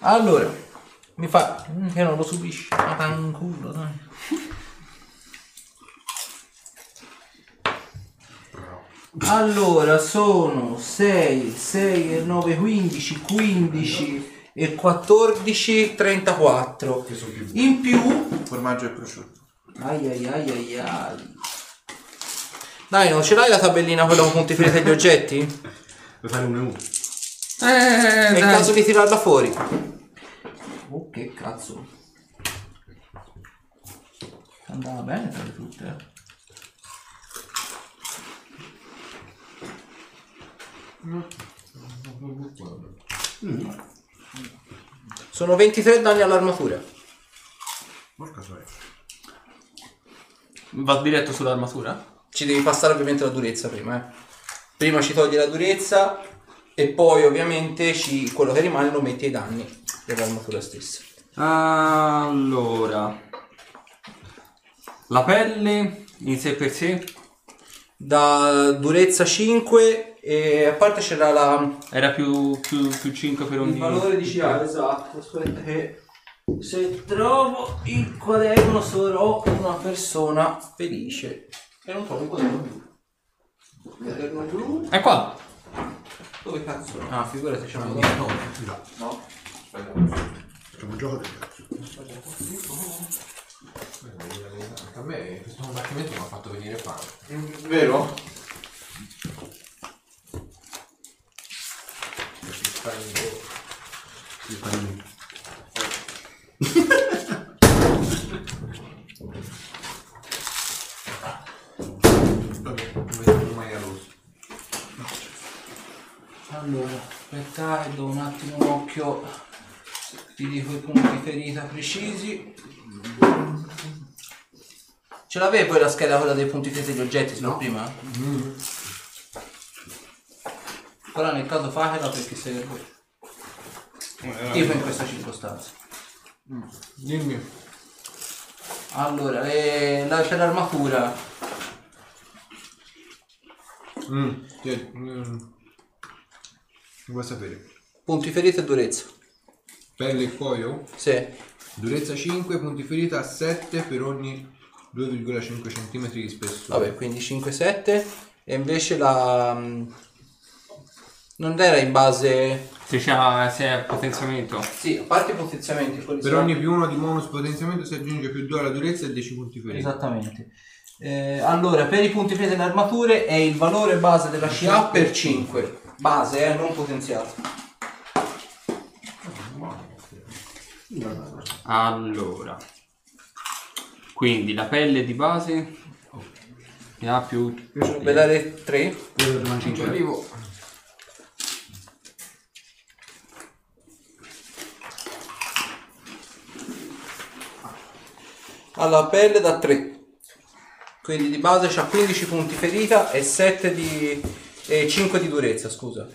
A: Allora, mi fa mm, che non lo subisci, ma tanculo, dai. Allora, sono 6, 6 e 9, 15, 15 e 14, 34. In più,
G: Formaggio e prosciutto.
A: ai ai ai ai ai. Dai, non ce l'hai la tabellina quella con i punti feriti e gli oggetti?
B: Puoi fare 1 e 1.
E: Eh,
A: È il
E: dai.
A: caso di tirarla fuori.
E: Oh, che cazzo.
G: Andava bene per tutte. eh.
A: Sono 23 danni all'armatura.
B: Porca troia.
E: Va diretto sull'armatura?
A: Ci devi passare ovviamente la durezza prima, eh. Prima ci togli la durezza e poi ovviamente ci- quello che rimane lo metti ai danni dell'armatura stessa.
E: Allora. La pelle in sé per sé
A: Da durezza 5 e a parte c'era la...
E: era più, più, 5 per ogni...
A: di CA, esatto. Aspetta che se trovo il quaderno sarò una persona felice. E non trovo il quaderno blu. Il quaderno blu?
E: È qua.
A: Dove cazzo? Ah, figurati, c'è un
B: Già,
A: No.
B: facciamo un gioco del cazzo.
D: A me questo combattimento mi ha fatto venire fame.
G: Vero?
B: Il panino.
D: Vabbè, non vedo mai a rosso.
A: Allora, aspettate, do un attimo un occhio. Ti dico i punti ferita precisi. Ce l'avevi poi la scheda quella dei punti ferita degli oggetti sulla prima? Però nel caso fatela perché serve. Tipo in questa circostanza.
D: Dimmi.
A: Allora, le- la- c'è l'armatura.
D: Mm, sì, mm. Non vuoi sapere?
A: Punti ferita e durezza.
D: Pelle e cuoio?
A: Sì.
D: Durezza 5, punti ferita 7 per ogni 2,5 cm di spessore.
A: Vabbè, quindi 5-7. E invece la... mm, Non era in base...
E: Se c'è, se è potenziamento.
A: Sì, a parte i potenziamenti. quelli
D: Per
A: sono-
D: ogni più 1 di bonus potenziamento si aggiunge più 2 alla durezza e 10 punti ferita.
A: Esatto. Esattamente. Eh, allora, per i punti presi delle armature è il valore base della CA per 5. Base, eh, non potenziato.
E: Allora. Quindi la pelle di base che ha più...
A: Dovrebbe dare 3.
D: Non ci arrivo.
A: Alla pelle da 3. Quindi di base c'ha 15 punti ferita e 7 di... e 5 di durezza, scusa.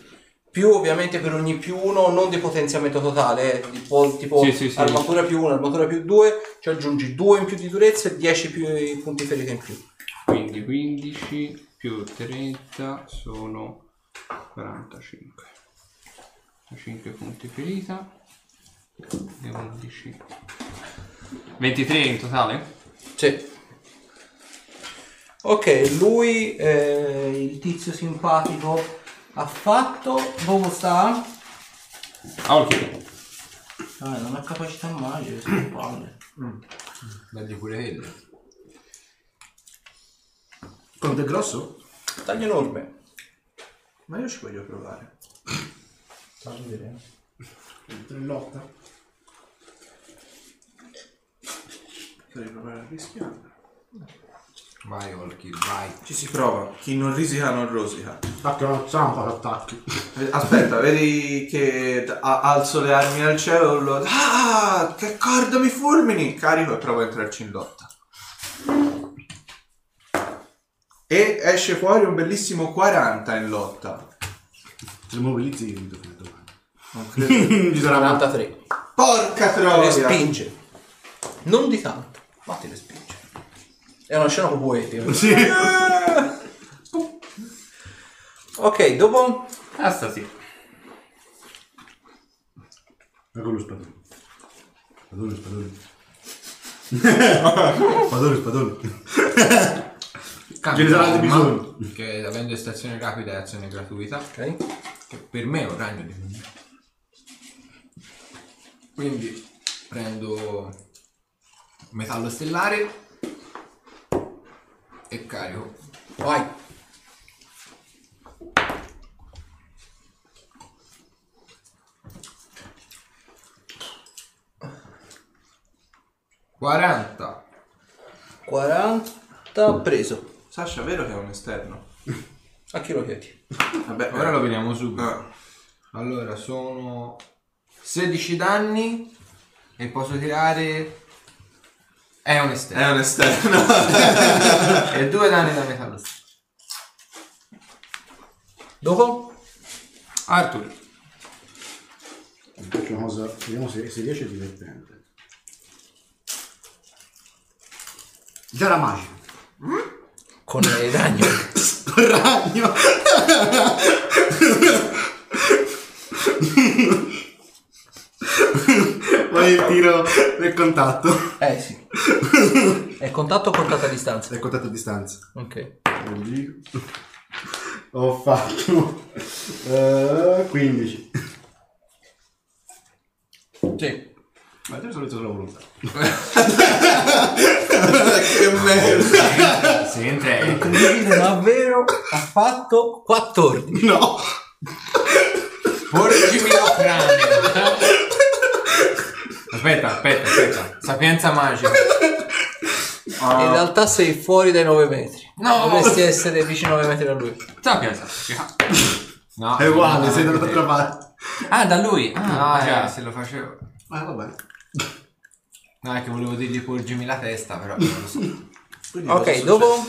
A: Più ovviamente per ogni più 1, non di potenziamento totale, eh, tipo, tipo
E: Sì, sì, sì.
A: armatura più 1, armatura più 2, ci aggiungi 2 in più di durezza e 10 più eh, punti ferita in più.
E: Quindi 15 più 30 sono 45. 5 punti ferita e 11. 23 in totale?
A: Sì. Ok, lui, eh, il tizio simpatico, ha fatto... Dove sta?
E: Ah, ok.
A: Ah, non ha capacità magica, sono palle.
D: Dagli pure quello.
B: Quello del grosso?
A: Taglio enorme.
G: Ma io ci voglio provare.
B: In lotta?
G: Vorrei provare a rischiare.
D: Vai Olki, vai.
G: Ci si prova. Chi non risica non rosica.
B: Attacchi una zampa, attacchi.
G: Aspetta, vedi che a- alzo le armi al cielo e urlo, Ah, che corda mi fulmini! Carico e provo a entrarci in lotta. E esce fuori un bellissimo 40 in lotta.
B: Se mobilizzi io ti fai domanda.
G: Non
B: [laughs]
G: credo.
B: Ci sarà una
A: 93.
G: Porca
A: Le
G: troia!
A: spinge. Non di tanto, ma ti respinge. È una scena proprio
G: [laughs]
A: epica.
B: Sì.
A: Ok, dopo...
E: Ah, sta sì.
B: Ma con lo spadone. Spadone, spadone. [laughs] spadone, spadone. Ce ne saranno bisogno.
D: Che avendo stazione rapida e azione gratuita,
A: Ok.
D: che per me è un ragno di vita. Quindi prendo metallo stellare e carico.
A: Vai.
F: 40.
A: 40 preso.
G: Sasha, è vero che è un esterno?
A: A chi lo chiedi?
G: Vabbè,
D: Eh,
F: Ora lo vediamo subito.
G: Ah,
F: Allora, sono 16 danni e posso tirare... È un
G: è
F: esterno.
G: un esterno.
D: [laughs]
F: E due danni da metallo.
A: Dopo?
F: Arthur.
B: Faccio una cosa, vediamo se, se riesce è divertente. Giara magica.
G: [laughs]
A: Con eh, il ragno.
B: Ragno! Poi il tiro del contatto.
A: Eh sì. È contatto o contatto a distanza?
B: Del contatto a distanza.
A: Ok.
B: Ho fatto eh, 15.
G: Eh,
A: Sì.
B: Ma te solito solo volontà.
G: che merda.
D: Sente,
A: Davvero ha fatto 14.
B: No!
D: porgimi lo cranio. Aspetta, aspetta, aspetta. Sapienza magica.
A: In realtà sei fuori dai 9 metri.
E: No!
A: Dovresti essere vicino 9 metri da lui.
E: Sapienza magica.
D: No,
B: È uguale, sei dall'altra parte.
E: Ah, da lui. Ah,
D: No, eh,
E: già.
D: se lo facevo.
B: Ah, vabbè.
D: No, è che volevo dirgli porgimi la testa, però non lo so.
G: Quindi
A: Ok,
G: cosa
A: dopo?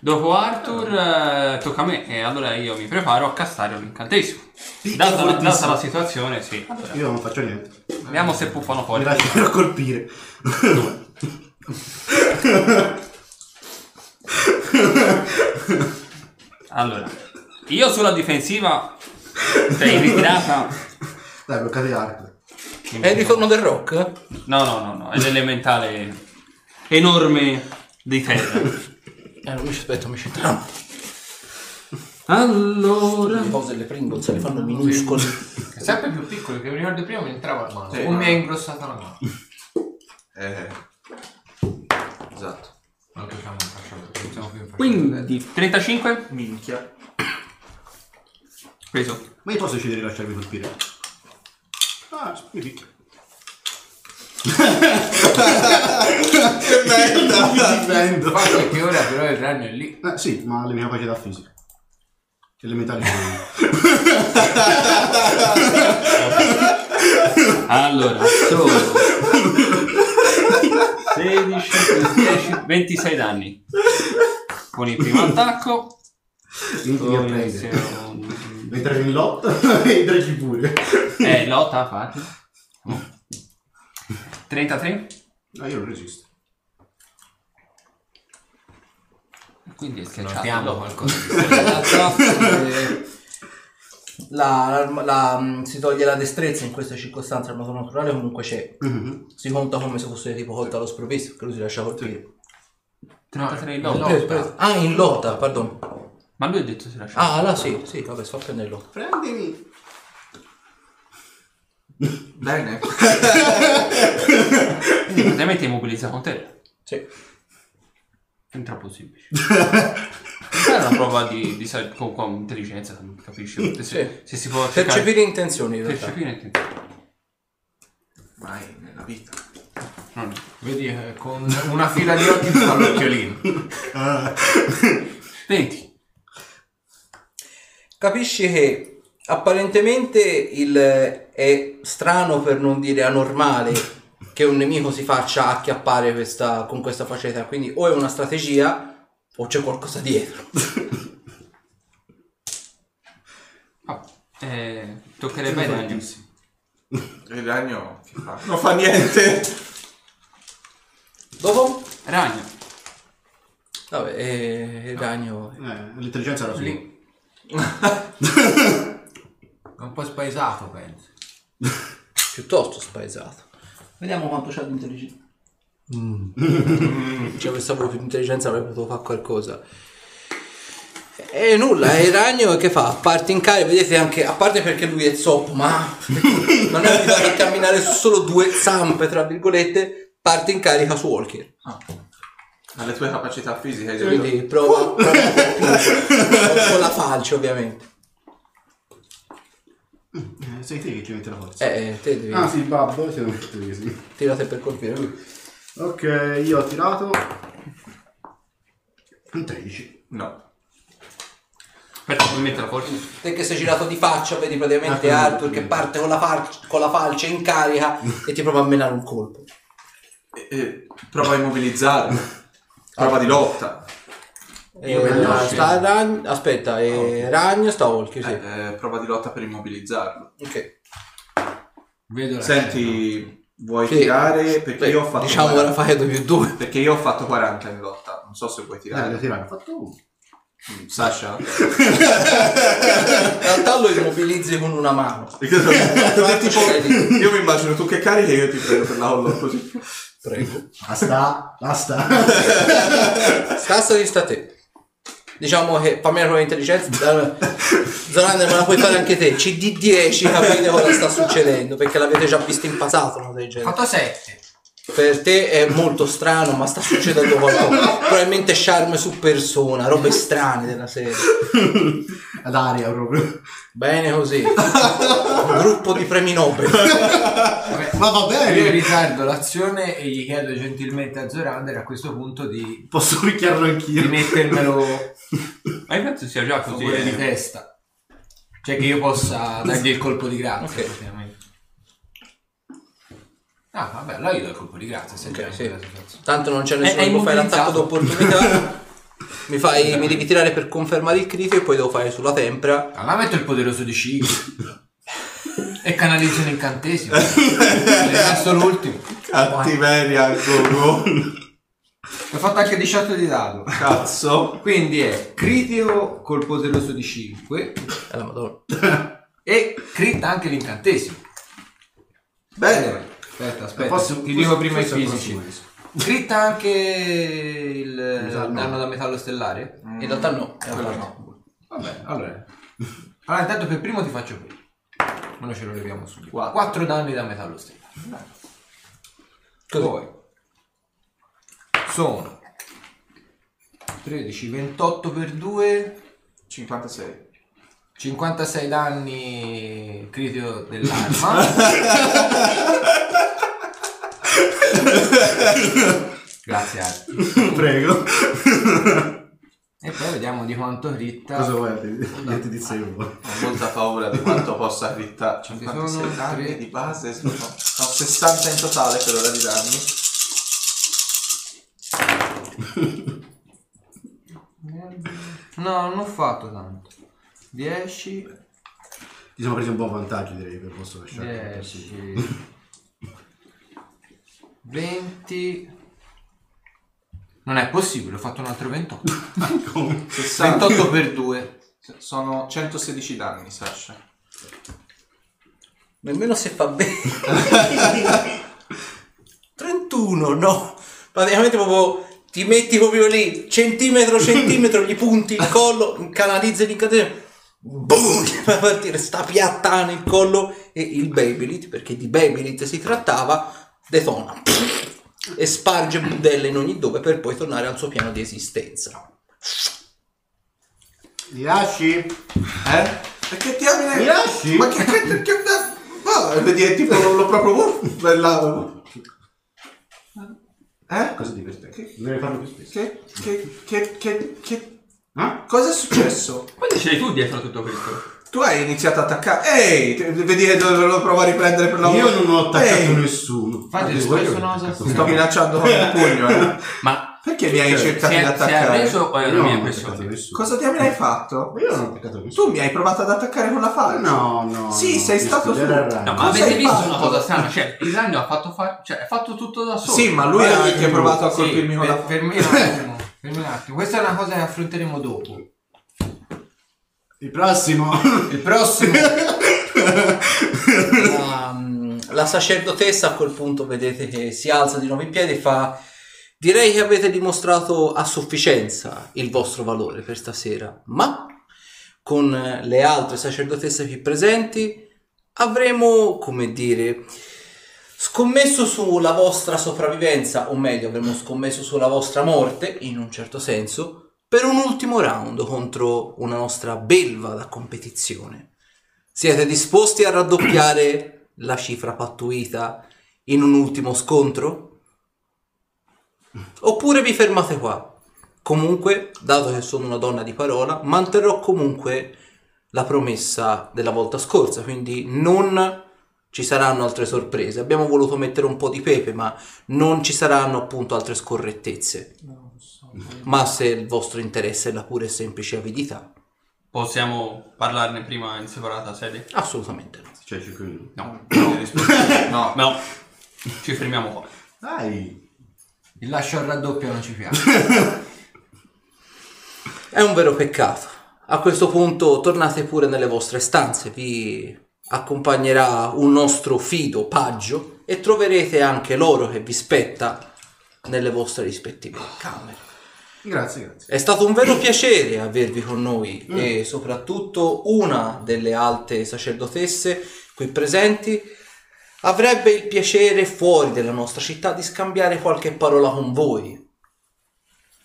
E: Dopo Arthur eh, tocca a me e allora io mi preparo a castare un incantesimo. Data, la- data la situazione, sì. Allora,
B: Io non faccio niente.
E: vediamo se puffano
B: Mi
E: fuori.
B: lascerò colpire.
E: Allora, io sulla difensiva sei ritirata.
B: Dai, bloccate l'arte.
A: È il ritorno del rock?
E: No, no, no, no, è l'elementale enorme di terra.
A: Eh, lui ci aspetta, mi ci trama.
E: Allora,
A: Le cose le Pringles se le fanno minuscole.
D: È sempre più piccolo, che mi ricordo prima mi entrava la mano.
G: Sì.
D: o mi ha ingrossata la mano.
G: Eh, esatto.
D: Anche se non faccio non siamo più in faccia.
E: quindi 35
G: Minchia.
E: preso.
B: Ma io posso decidere di lasciarmi colpire? Ah, mi picchia.
G: Che merda.
B: Ti prendo.
D: Il fatto è che ora però il ragno è lì.
B: Eh, sì, ma le mie capacità fisiche. Elementari sono.
E: Allora, sono 16 più 10, 26 danni. Con il primo attacco,
D: Oh,
B: Quindi a
E: con il
B: [laughs] prendere.
E: secondo.
B: [laughs] Mentre in lotta, vedrai pure.
E: Eh, lotta, infatti. 33,
B: No, io non resisto.
E: quindi è
D: Notiamo
E: schiacciato.
D: qualcosa.
A: eh, La, la- la- mh, si toglie la destrezza in queste circostanze, il moto naturale comunque c'è. Si conta come se fosse tipo colta allo sprovvisto, che lui si lascia colpire.
E: 33 in
A: No,
E: lotta.
A: preso, preso. Ah, in lotta, pardon.
E: Ma lui ha detto si lascia.
A: Ah, là sì, sì, vabbè, sto a prendere lotta.
B: Prendimi.
G: Bene.
E: Quindi Ah, praticamente immobilizza con te.
A: Sì.
E: È troppo semplice. Questa è una prova di, di sa- con, con intelligenza, non capisci? Se,
A: Sì.
E: se si può cercare-
A: Percepire intenzioni in realtà.
E: percepire intelligenza.
G: Mai nella vita.
E: No, no.
D: Vedi, eh, con una fila di occhi fa l'occhiolino.
B: Ah.
E: 20.
A: Capisci che apparentemente il, è strano per non dire anormale che un nemico si faccia acchiappare questa- con questa facilità, quindi o è una strategia o c'è qualcosa dietro.
E: Ah, eh, toccherebbe ai ragni.
G: Il ragno che fa? Non fa niente.
A: Dopo?
E: Ragno.
A: Vabbè, eh, il ragno...
B: Eh, l'intelligenza era su.
D: Lì. È un po' spaesato, penso.
A: piuttosto spaesato. Vediamo quanto c'ha di intelligenza. Se avesse avuto più intelligenza avrebbe potuto fare qualcosa. E nulla, è il ragno che fa? Parte in carica, vedete anche, a parte perché lui è zoppo, ma [laughs] non è abituato a camminare su solo due zampe, tra virgolette, parte in carica su Walker.
G: Alle tue capacità fisiche, hai detto.
A: Quindi prova, prova un po' più. con la falce ovviamente.
B: Eh, sei te che ci metti la forza.
A: Eh, te devi Ah.
B: Ah sì, babbo, siamo tutti lì, sì.
A: tirate per colpire lui.
B: Ok, io ho tirato un 13.
G: No.
E: Aspetta, puoi metterla fuori?
A: Te che sei girato di faccia, vedi praticamente
B: Ah,
A: Arthur che parte con la, fal- con la falce in carica e ti prova a menare un colpo.
G: Eh, eh, prova a immobilizzarlo. prova di lotta. Eh,
A: Io sta ragno, aspetta, eh, ragno sta walker, sì.
G: Ah, Eh, eh, prova di lotta per immobilizzarlo.
A: Ok.
D: Vedo la
G: Senti, vuoi
A: Sì.
G: tirare? Perché
A: Beh,
G: io ho fatto
A: diciamo ora fai 2 più
G: [laughs]
A: 2.
G: Perché io ho fatto 40 in lotta. Non so se vuoi
B: Dai, devo
G: tirare.
B: tirare, ho fatto uno.
G: Mm, Sasha?
A: In realtà lo immobilizzi con una mano.
G: [laughs] Perché tipo,
A: Stai lì.
G: io mi immagino tu che carichi e io ti prendo per la collo così.
A: Prego.
B: Basta,
A: [laughs]
B: basta.
A: Scassa di sta te. Diciamo che fammi una prova di intelligenza. [laughs] Zonander, me la puoi fare anche te. CD10, capite cosa sta succedendo, perché l'avete già visto in passato, una cosa del genere.
D: Fatto 7.
A: Per te è molto strano, ma sta succedendo qualcosa. Probabilmente charme su persona, robe strane della serie.
B: Ad aria proprio.
A: Bene così. Un gruppo di premi Nobel.
B: Ma va
G: Eh.
D: Io
B: bene,
D: ritardo l'azione e gli chiedo gentilmente a Zorander a questo punto di,
B: posso picchiarlo
D: di
B: anch'io.
D: mettermelo
E: Ma io penso sia già
D: a
E: così.
D: favore di
E: eh.
D: testa. Cioè che io
E: [laughs]
D: possa dargli il colpo di grazia.
A: Ok.
D: praticamente. Ah, vabbè, allora io do il colpo di grazia. Se
A: Ok,
D: c'è
A: sì.
D: ancora la situazione.
A: Tanto non c'è nessuno
E: È- è
A: che può fare l'attacco
E: immobilizzato. [laughs]
A: d'opportunità. Mi, fai, mi devi tirare per confermare il critico e poi devo fare sulla tempra.
D: Allora Ah, metto il poderoso di Cigli. e canalizzo un incantesimo. È rimasto l'ultimo.
G: Cattiveria al gogo.
D: Ho fatto anche 18 di dado.
G: Cazzo.
D: Quindi è critico col poderoso di
A: Eh,
D: 5
A: la madonna.
D: e crit anche l'incantesimo.
G: Bene.
D: Aspetta, aspetta,
B: Posso-
D: ti
B: questo-
D: dico prima i
B: questo è il
D: fisici.
B: prossimo esco.
D: Crit anche il eh,
B: Metallo.
D: danno da metallo stellare?
A: In realtà no. è una parte.
D: Vabbè, allora. Allora intanto per primo ti faccio quello. Ora ce lo leviamo subito.
G: Quattro.
D: 4 danni da metallo stellare.
A: Così.
D: Poi sono 13, 28 per 2,
G: 56.
D: 56 danni critico dell'arma. Grazie Arti.
B: Prego.
D: E poi vediamo di quanto Ritta
B: Cosa vuoi? Io ti dico io.
G: Ho molta paura di quanto possa cioè, arrittare.
D: Sono
G: 56 danni
D: tre.
G: di base. Sono no, 60 in totale per ora di danni.
D: No, non ho fatto tanto. 10,
B: Ti siamo presi un buon vantaggio direi per posso lasciare.
D: 10, 20. Non è possibile, ho fatto un altro 28.
G: 60.
D: 28 per 2.
G: Sono 116 danni, Sasha.
A: Nemmeno se fa bene. 31, no. Praticamente proprio ti metti proprio lì, centimetro centimetro, gli punti il collo, canalizzi l'incantesimo. Boom! [laughs] Ti fa partire sta piattana il collo e il Babylit, perché di Babylit si trattava, detona [laughs] e sparge budelle in ogni dove per poi tornare al suo piano di esistenza.
B: Li lasci?
G: Eh? Perché ti ami
B: Mi lasci?
G: Ma che che che che- No, vedi, è tipo l'ho proprio uh, bella. Eh?
B: Cosa divertente. Dovrei farlo più spesso.
G: Che che che che che
B: Eh?
G: cosa è successo?
E: Quindi ce l'hai tu dietro a tutto questo.
G: Tu hai iniziato a attaccare. Ehi, te- vedi che lo, lo provo a riprendere per la
B: Io Eh, non ho attaccato
G: Ehi,
B: nessuno.
D: Infatti,
B: Ma
D: il
B: voi-
D: stesso naso-
G: Sto minacciando con il pugno, eh.
E: Ma
G: Perché mi hai
E: si
G: cercato di
E: è, si è
G: attaccare?
E: reso o è
B: Io
E: una
B: non ho
E: mia
B: attaccato
E: impressione?
B: nessuno.
G: Cosa diavolo hai fatto?
B: Ma io non ho attaccato nessuno.
G: Tu mi hai provato ad attaccare con la falce.
B: No, no.
G: Sì,
B: no,
G: sei
B: questo
G: stato
B: già
G: tu.
B: era il rango.
E: No, ma
G: Cosa
E: avete
G: hai
E: visto
G: fatto?
E: una cosa strana? Cioè, il ragno ha fatto, fa- cioè, ha fatto tutto da solo.
G: Sì, ma lui ha anche provato a colpirmi con la
D: per,
G: falce.
D: fermi un attimo, fermi un attimo. Questa è una cosa che affronteremo dopo.
B: Il [laughs] prossimo.
D: Il prossimo
A: la, mm, la sacerdotessa a quel punto vedete che si alza di nuovo in piedi e fa direi che avete dimostrato a sufficienza il vostro valore per stasera ma con eh, le altre sacerdotesse qui presenti avremo come dire scommesso sulla vostra sopravvivenza o meglio avremo scommesso sulla vostra morte in un certo senso per un ultimo round contro una nostra belva da competizione siete disposti a raddoppiare la cifra pattuita in un ultimo scontro? Oppure vi fermate qua. Comunque, dato che sono una donna di parola, manterrò comunque la promessa della volta scorsa, quindi non ci saranno altre sorprese. Abbiamo voluto mettere un po' di pepe, ma non ci saranno appunto altre scorrettezze. Ma se il vostro interesse è la pura e semplice avidità,
E: Possiamo parlarne prima in separata sede?
A: assolutamente no.
B: C'è 5 minuti.
E: No. No.
G: No,
E: No. Ci fermiamo qua.
B: Dai!
D: Il lascio al raddoppio non ci piace.
A: È un vero peccato. A questo punto tornate pure nelle vostre stanze, vi accompagnerà un nostro fido paggio e troverete anche l'oro che vi spetta nelle vostre rispettive camere.
B: Grazie, grazie.
A: È stato un
B: [coughs]
A: vero piacere avervi con noi
B: Mm.
A: e soprattutto una delle alte sacerdotesse qui presenti avrebbe il piacere fuori della nostra città di scambiare qualche parola con voi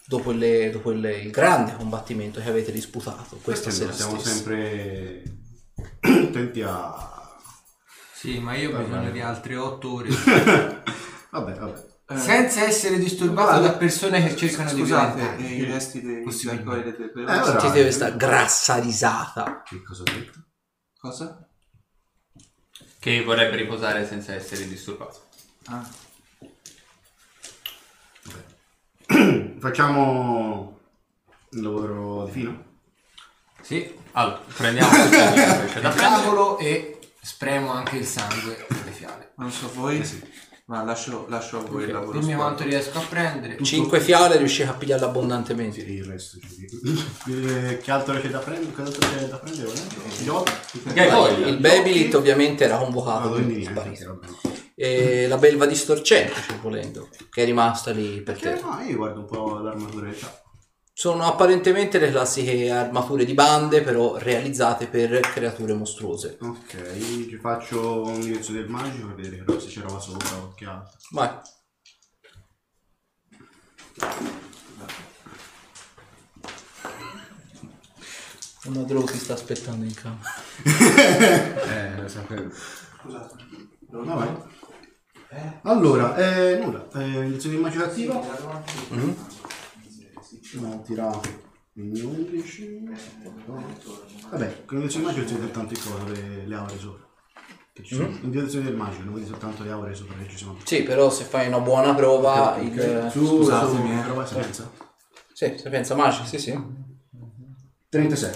A: dopo, le- dopo il- il grande combattimento che avete disputato Eh, questa sera
B: Perché noi siamo
A: stessa.
B: sempre attenti a... [laughs]
D: Sì, ma io ho bisogno di altre 8 ore.
B: Vabbè, vabbè.
D: Eh.
B: Eh,
G: Eh,
D: Senza essere disturbato da persone che cercano di
G: scusate, eh,
D: violentarmi.
G: i resti dei
D: Possibile.
G: gargoyle del- del-
B: Eh, allora-
A: Sentite questa grassa risata.
B: Che cosa ho detto? [clears throat]
G: Cosa?
E: Che vorrebbe riposare senza essere disturbato.
G: Ah.
B: Facciamo il lavoro di fino.
D: Sì,
E: Allora, prendiamo tutto quello che c'è da
D: il
E: prendere.
D: tavolo e spremo anche il sangue delle fiale.
G: Non so voi,
A: Eh
G: ma lascio, lascio a voi il lavoro.
D: Dimmi
G: sporco.
D: quanto riesco a prendere.
A: 5 fiale riuscite a pigliarle abbondantemente.
B: Il resto ci dico. Che altro c'è da prendere? Che altro c'è da prendere? Gli occhi.
E: Che
A: Eh, Poi
E: voglia.
A: il Babylit ovviamente era convocato,
B: Ah,
A: quindi
B: quindi niente.
A: sparito.
B: vabbè.
A: E la belva distorcente, se volendo, che è rimasta lì per
B: Perché
A: terra.
B: no, io guardo un po' l'armatura che c'ha.
A: Sono apparentemente le classiche armature di bande, però realizzate per creature mostruose.
B: Ok, ci faccio un indirizzo del magico per vedere però se c'era roba sopra o che altro.
A: Vai. Una droga ti sta aspettando in camera.
F: Eh, lo sapevo.
B: No, vai. Allora, eh, nulla, eh, indirizzo del magico attiva. No, tira Mm-hmm. il 11. Vabbè, con l'indirizzo del magico c'è soltanto il coso, le, le aure sopra. Che ci sono.
A: Mm-hmm.
B: Indirizzo del magico, non vedi soltanto le aure sopra che ci sono.
A: Sì, però se fai una buona prova, il...
B: Ok, Su, Scusatemi,
G: scusatemi, eh.
B: prova senza.
A: Sì, se pensa magica, sì, sì.
B: 36.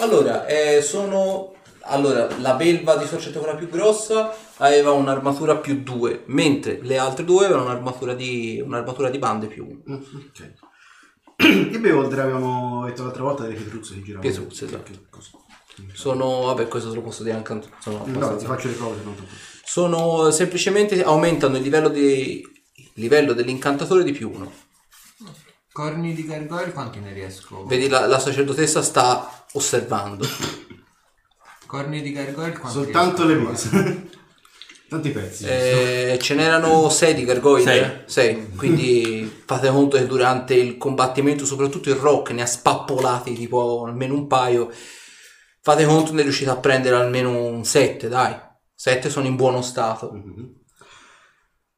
A: Allora, eh, sono... Allora, la belva di Sorcetto, quella più grossa, aveva un'armatura più 2, mentre le altre due avevano un'armatura di, un'armatura di bande più 1.
B: Mm, Ok. [clears throat] Che bevolder avevamo detto l'altra volta delle pietruzze che giravano.
A: Pietruzze, esatto.
B: Che- che cosa?
A: Sono, vabbè, questo te lo posso dire anche, sono
B: Mm,
A: abbastanza
B: Vabbè, ti faccio le prove se no dopo.
A: Sono semplicemente aumentano il livello, di, il livello dell'incantatore di più uno.
D: Corni di gargoyle quanti ne riesco?
A: Vedi, la, la sacerdotessa sta osservando.
D: Corni di gargoyle quanti
B: Soltanto le
D: riesco?
B: base. [laughs] Tanti pezzi.
A: Eh, ce n'erano 6 di gargoyle. 6. Quindi fate conto che durante il combattimento, soprattutto il rock ne ha spappolati tipo almeno un paio. Fate conto ne è riuscito a prendere almeno un 7, dai. 7 sono in buono stato.
B: Mhm.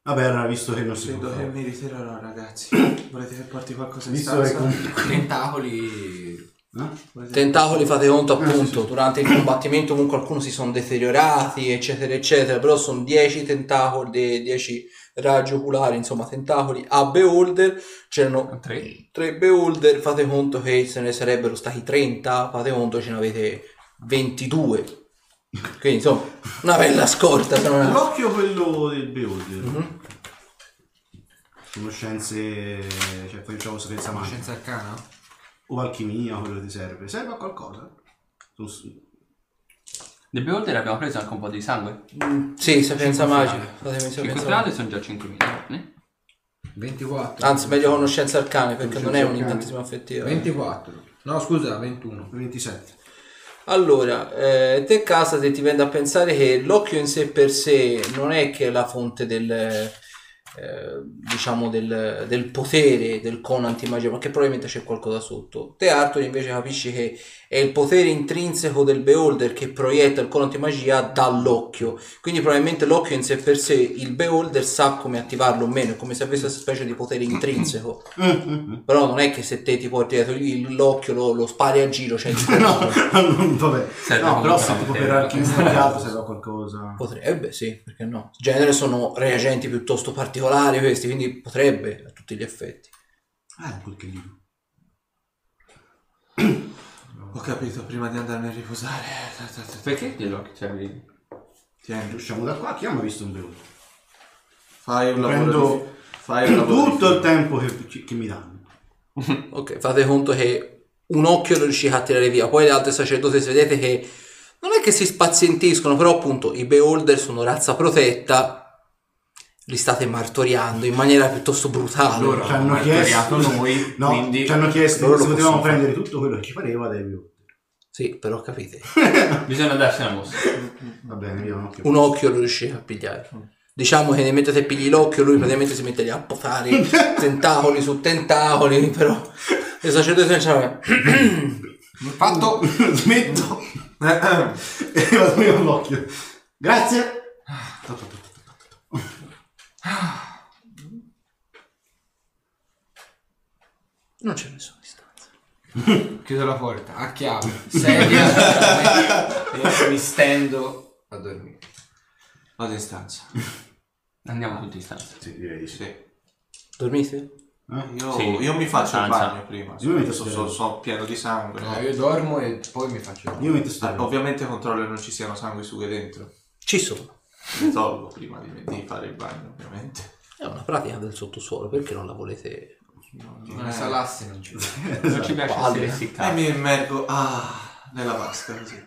B: Vabbè, allora, visto che non si può
G: Credo che
B: fare.
G: mi ritirerò,
D: [coughs]
G: ragazzi. Volete che porti qualcosa in
B: Visto che
G: stanza?
B: comunque...
D: Tentacoli.
B: Eh?
G: Volete-
A: Tentacoli fate conto appunto, durante il combattimento comunque alcuni si sono deteriorati, eccetera, eccetera, però sono 10 tentacoli, de- 10 raggi oculari, insomma tentacoli a Beholder, c'erano
E: Tre.
A: 3 Beholder, fate conto che se ne sarebbero stati 30, fate conto ce ne avete 22. Quindi insomma, una bella scorta. se non-
B: L'occhio quello del bevolder. Conoscenze... Cioè, poi diciamo sapienza magica.
D: Scienza arcana?
B: O alchimia, quello che ti serve. Serve a qualcosa? Tu-
E: Del Beholder abbiamo preso anche un po' di sangue.
A: Sì, sapienza magica. Fate
E: Cinque
A: sapienza
E: strade
A: magica.
E: sono già 5.000. eh?
F: 24.
A: Anzi, meglio conoscenza arcane perché non è
B: Conoscenza
A: un'incantesima affettiva.
F: 24. No, scusa, 21.
B: 27.
A: Allora, eh, te casa se ti vende a pensare che l'occhio in sé per sé non è che è la fonte del, eh, diciamo del, del potere del cono antimagia, perché probabilmente c'è qualcosa sotto. Te Arthur invece capisci che è è il potere intrinseco del beholder che proietta il cono di magia dall'occhio. Quindi probabilmente l'occhio in sé per sé, il beholder sa come attivarlo o meno, è come se avesse una specie di potere intrinseco.
B: Mm-hmm.
A: Però non è che se te ti porti dietro il- l'occhio lo, lo spari a giro, cioè
B: [laughs] no, vabbè.
E: Serve
B: no, però
E: comunque
B: se
E: la
B: tipo per
E: materia.
B: alchimista di altro serve a qualcosa.
A: potrebbe, sì, perché no. In genere sono reagenti piuttosto particolari questi, quindi potrebbe a tutti gli effetti.
B: Ah, quel che libro.
G: Ho capito, prima di andarne a riposare. ta, ta, ta, ta.
E: Perché cioè, glielo c'avevi?
G: Tieni,
B: Usciamo da qua, chi ha mai visto un beholder?
G: fai un lavoro
B: Prendo
G: di- fai un lavoro di-
B: tutto il tempo che, che mi danno.
A: Ok, fate conto che un occhio lo riuscite a tirare via, poi le altre sacerdotesse vedete che non è che si spazientiscono, però appunto i beholder sono razza protetta, li state martoriando in maniera piuttosto brutale.
B: Ci hanno chiesto
D: noi,
B: [laughs] No,
D: quindi
B: ci hanno chiesto
A: loro
B: se
A: lo
B: potevamo
A: possono
B: prendere tutto quello che ci pareva dai beholder.
A: Sì, però capite,
E: Bisogna darsi una mossa.
B: Va bene, io un occhio.
A: un occhio lo riuscite a pigliare. Diciamo che ne mettete pigli l'occhio, lui praticamente si mette lì a potare tentacoli su tentacoli, però le sacerdotesse cioè, non c'è.
B: [laughs]
D: fatto
B: Smetto e vado io all'occhio. Grazie.
A: Non c'è nessuna distanza.
D: chiudo la porta a chiave [laughs] sedia e mi stendo a dormire
G: Vado in stanza.
E: Andiamo tutti in stanza.
B: Sì, direi di sì. Eh?
A: Dormite?
G: Io,
E: Sì,
G: io mi faccio il
E: stanza.
G: bagno prima.
B: Io mi metto
G: so,
B: a
G: so-
B: sedere.
G: so pieno di sangue.
A: Eh.
D: No, io dormo e poi mi faccio dormire.
B: Io metto
G: Ah,
B: sto.
G: Ovviamente controllo che non ci siano sanguisughe dentro.
A: Ci sono.
G: Le tolgo prima di, di fare il bagno, ovviamente.
A: È una pratica del sottosuolo, perché non la volete?
D: una salassi non [laughs] ci
E: Non ci piace
A: Palle.
E: essere
G: E
E: essiccati.
G: mi immergo ah, nella vasca così.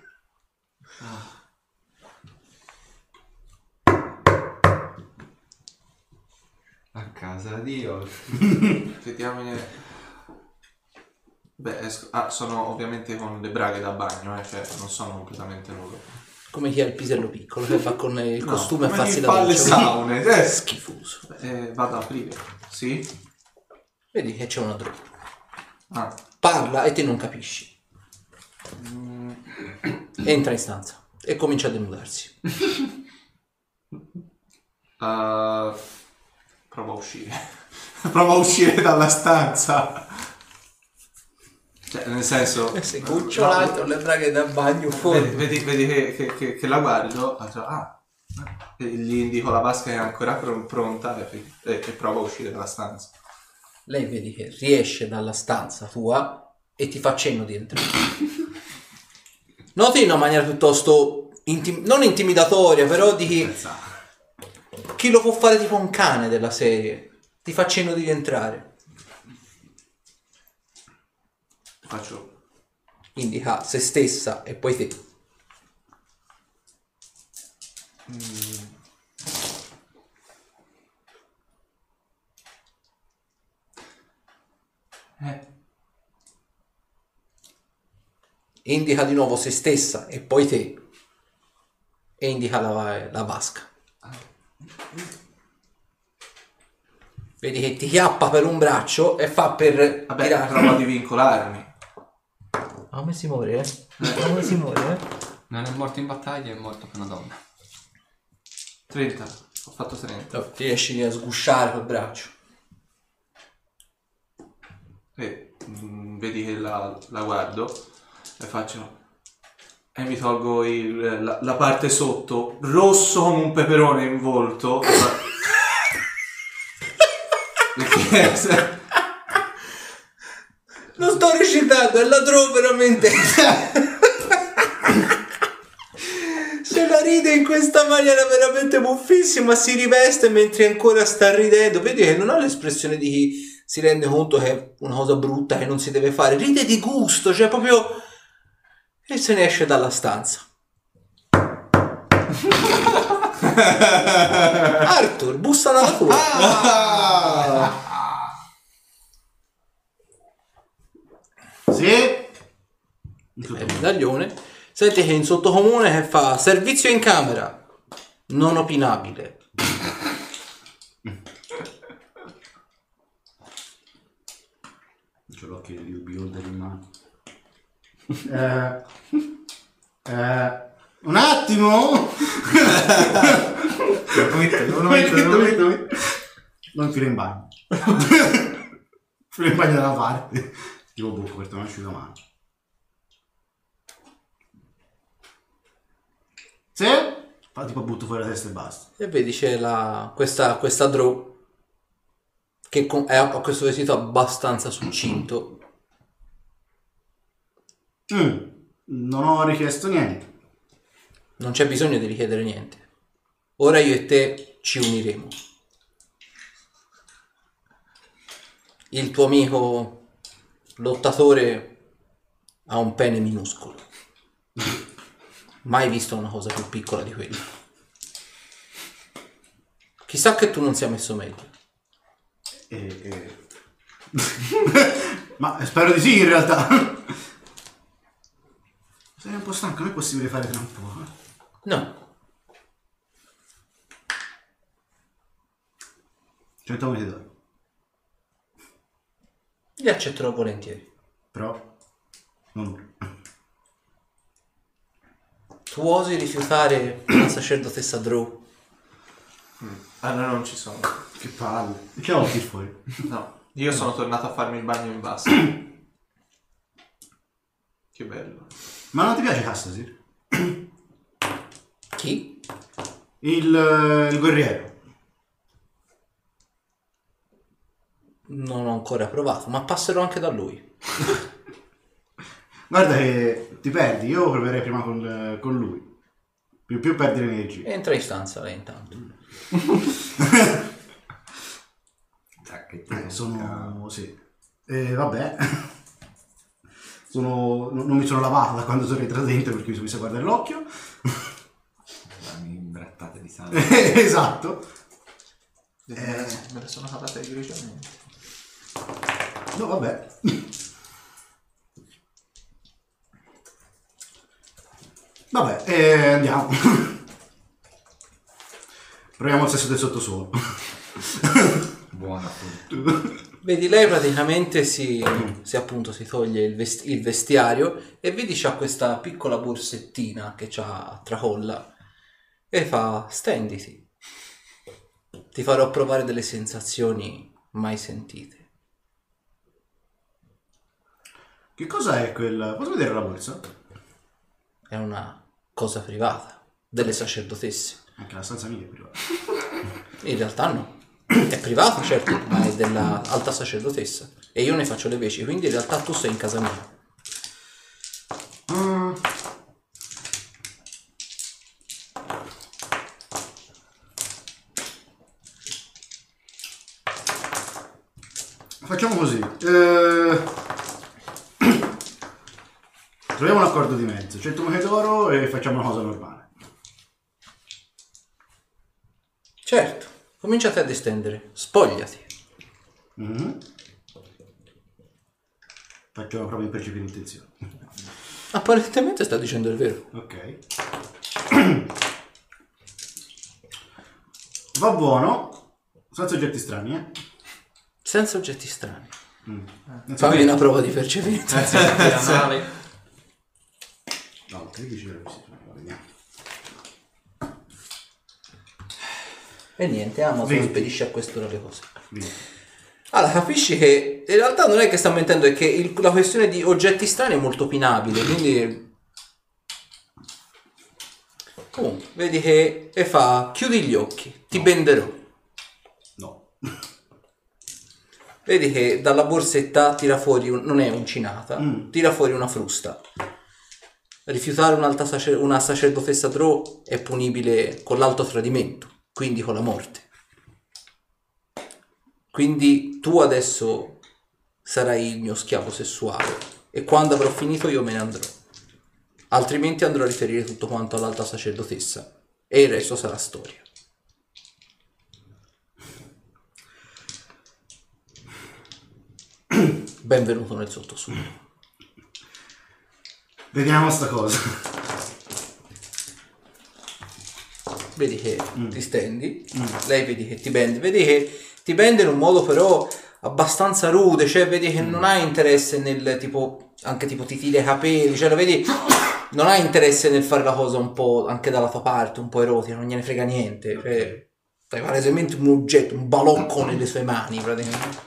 D: a casa di Dio
G: Che diamine. Beh, esco- ah, sono ovviamente con le braghe da bagno, eh, cioè non sono completamente nudo.
A: Come chi ha il pisello piccolo che va con il
G: No,
A: costume a
G: ma
A: farsi
G: mi
A: la
G: fa le
A: doccia.
G: saune, eh.
A: Schifoso.
G: Eh, vado ad aprire. Sì?
A: Vedi che c'è una droga.
G: Ah.
A: Parla e te non capisci. Entra in stanza e comincia a denudarsi.
G: Eh, provo a uscire. [laughs] provo a uscire dalla stanza. Cioè, nel senso...
A: Sei cucciolato le braghe da bagno
G: Vedi, vedi- vedi che, che- che- che la guardo, faccio, ah, e gli indico la vasca che è ancora pr- pronta e, fi- e- e provo a uscire dalla stanza.
A: Lei vedi che riesce dalla stanza tua e ti fa cenno di entrare. Noti in una maniera piuttosto intim- non intimidatoria, però di chi, chi lo può fare tipo un cane della serie. Ti fa cenno di rientrare.
G: Faccio,
A: Indica ah, se stessa e poi te. Mm. Eh. Indica di nuovo se stessa e poi te. E indica la, la vasca. Vedi che ti chiappa per un braccio e fa per
G: vabbè,
A: tirarti.
G: provo a divincolarmi.
A: Ah, come si muore, eh? Ah, come si muore, eh?
E: Non è morto in battaglia, è morto per una donna.
G: 30, ho fatto 30.
A: No, ti riesci a sgusciare quel braccio.
G: E mm, vedi che la, la guardo e faccio... E mi tolgo il- la, la parte sotto, rosso come un peperone in
E: [laughs]
G: volto. e fa- Perché se-
A: Non sto recitando, è la trovo veramente. [laughs] Se la ride in questa maniera veramente buffissima, si riveste mentre ancora sta ridendo. Vedi che non ha l'espressione di chi si rende conto che è una cosa brutta che non si deve fare. Ride di gusto, cioè proprio. E se ne esce dalla stanza. Arthur, bussa alla tua.
B: Sì.
A: è il medaglione. Senti che in sottocomune che fa servizio in camera, non opinabile.
B: C'ho l'occhio di beholder in mano. Eh, eh, un attimo! Non filo in bagno. [laughs] filo in bagno da una parte. Tipo boh, buco per un asciugamano. Sì? Fa tipo butto fuori la testa e basta.
A: E vedi c'è la, questa, questa Drew che con- è- ha questo vestito abbastanza succinto.
B: Mm, Non ho richiesto niente.
A: Non c'è bisogno di richiedere niente. Ora io e te ci uniremo. Il tuo amico lottatore ha un pene minuscolo. Mai visto una cosa più piccola di quella. Chissà che tu non sia messo meglio.
B: E- e- [laughs] Ma spero di sì in realtà. Sei un po' stanco, non è possibile fare tra un po'. eh?
A: No,
B: 100 monete d'oro.
A: li accetterò volentieri.
B: Però non ora.
A: Tu osi rifiutare la sacerdotessa Drew?
G: Allora Ah, non ci sono.
B: Che palle. Che ho qui fuori?
G: No. Io sono tornato a farmi il bagno in basso. che bello.
B: Ma non ti piace Castasir?
A: Chi?
B: Il, eh, il guerriero.
A: Non ho ancora provato, ma passerò anche da lui.
B: Guarda che ti perdi, io proverei prima con, eh, con lui. Più più perdi le energie.
A: Entra in stanza lei intanto.
B: Eh, sono... sì. Eh, vabbè. [laughs] Sono, non non mi sono lavato da quando sono entrato dentro perché mi sono messo a guardare l'occhio.
F: Mi imbrattate di sangue.
B: [laughs] esatto.
G: Me la- Eh, me la sono cavata egregiamente.
B: No, vabbè. Vabbè, eh, andiamo. [laughs] Proviamo il sesso del sottosuolo. [laughs]
F: Buona fortuna.
A: Vedi, lei praticamente si, si, appunto si toglie il, vest- il vestiario e vedi c'ha questa piccola borsettina che c'ha a tracolla e fa stenditi. Ti farò provare delle sensazioni mai sentite.
B: Che cosa è quella? Posso vedere la borsa?
A: È una cosa privata delle sacerdotesse.
B: Anche la stanza mia è privata.
A: In realtà no. È privata, certo, ma è dell'alta sacerdotessa. E io ne faccio le veci, quindi in realtà tu sei in casa mia.
B: Facciamo così. eh, [clears throat] Troviamo un accordo di mezzo. 100 monete d'oro e facciamo una cosa normale.
A: Certo, cominciate a distendere, spogliati.
B: Mhm. Facciamo proprio in percepire intenzione.
A: Apparentemente sta dicendo il vero.
B: Ok. [clears throat] Va buono. Senza oggetti strani, eh?
A: Senza oggetti strani.
B: Non so
A: Fammi una prova di percepimento.
E: Eh,
G: [laughs]
B: No, 13 euro, sì, va, vediamo.
A: E niente, Amazon
B: Venti.
A: spedisce a quest'ora le cose.
B: Vedi.
A: Allora, capisci che in realtà non è che sta mentendo, è che il- la questione di oggetti strani è molto opinabile, quindi... Comunque, vedi che... e fa, chiudi gli occhi, ti benderò.
B: No.
A: Vedi che dalla borsetta tira fuori, un- non è uncinata,
B: Mm.
A: tira fuori una frusta. Rifiutare un'alta sacer- una sacerdotessa Drow è punibile con l'alto tradimento, quindi con la morte. Quindi tu adesso sarai il mio schiavo sessuale e quando avrò finito io me ne andrò. Altrimenti andrò a riferire tutto quanto all'alta sacerdotessa e il resto sarà storia. Benvenuto nel sottosuolo.
B: Vediamo sta cosa.
A: vedi che ti stendi, lei vedi che ti bende, vedi che ti bende in un modo però abbastanza rude, cioè vedi che non ha interesse nel tipo anche tipo ti tira i capelli, cioè lo vedi, non ha interesse nel fare la cosa un po' anche dalla tua parte, un po' erotica, non gliene frega niente. Cioè, fai palesemente un oggetto, un balocco nelle sue mani praticamente.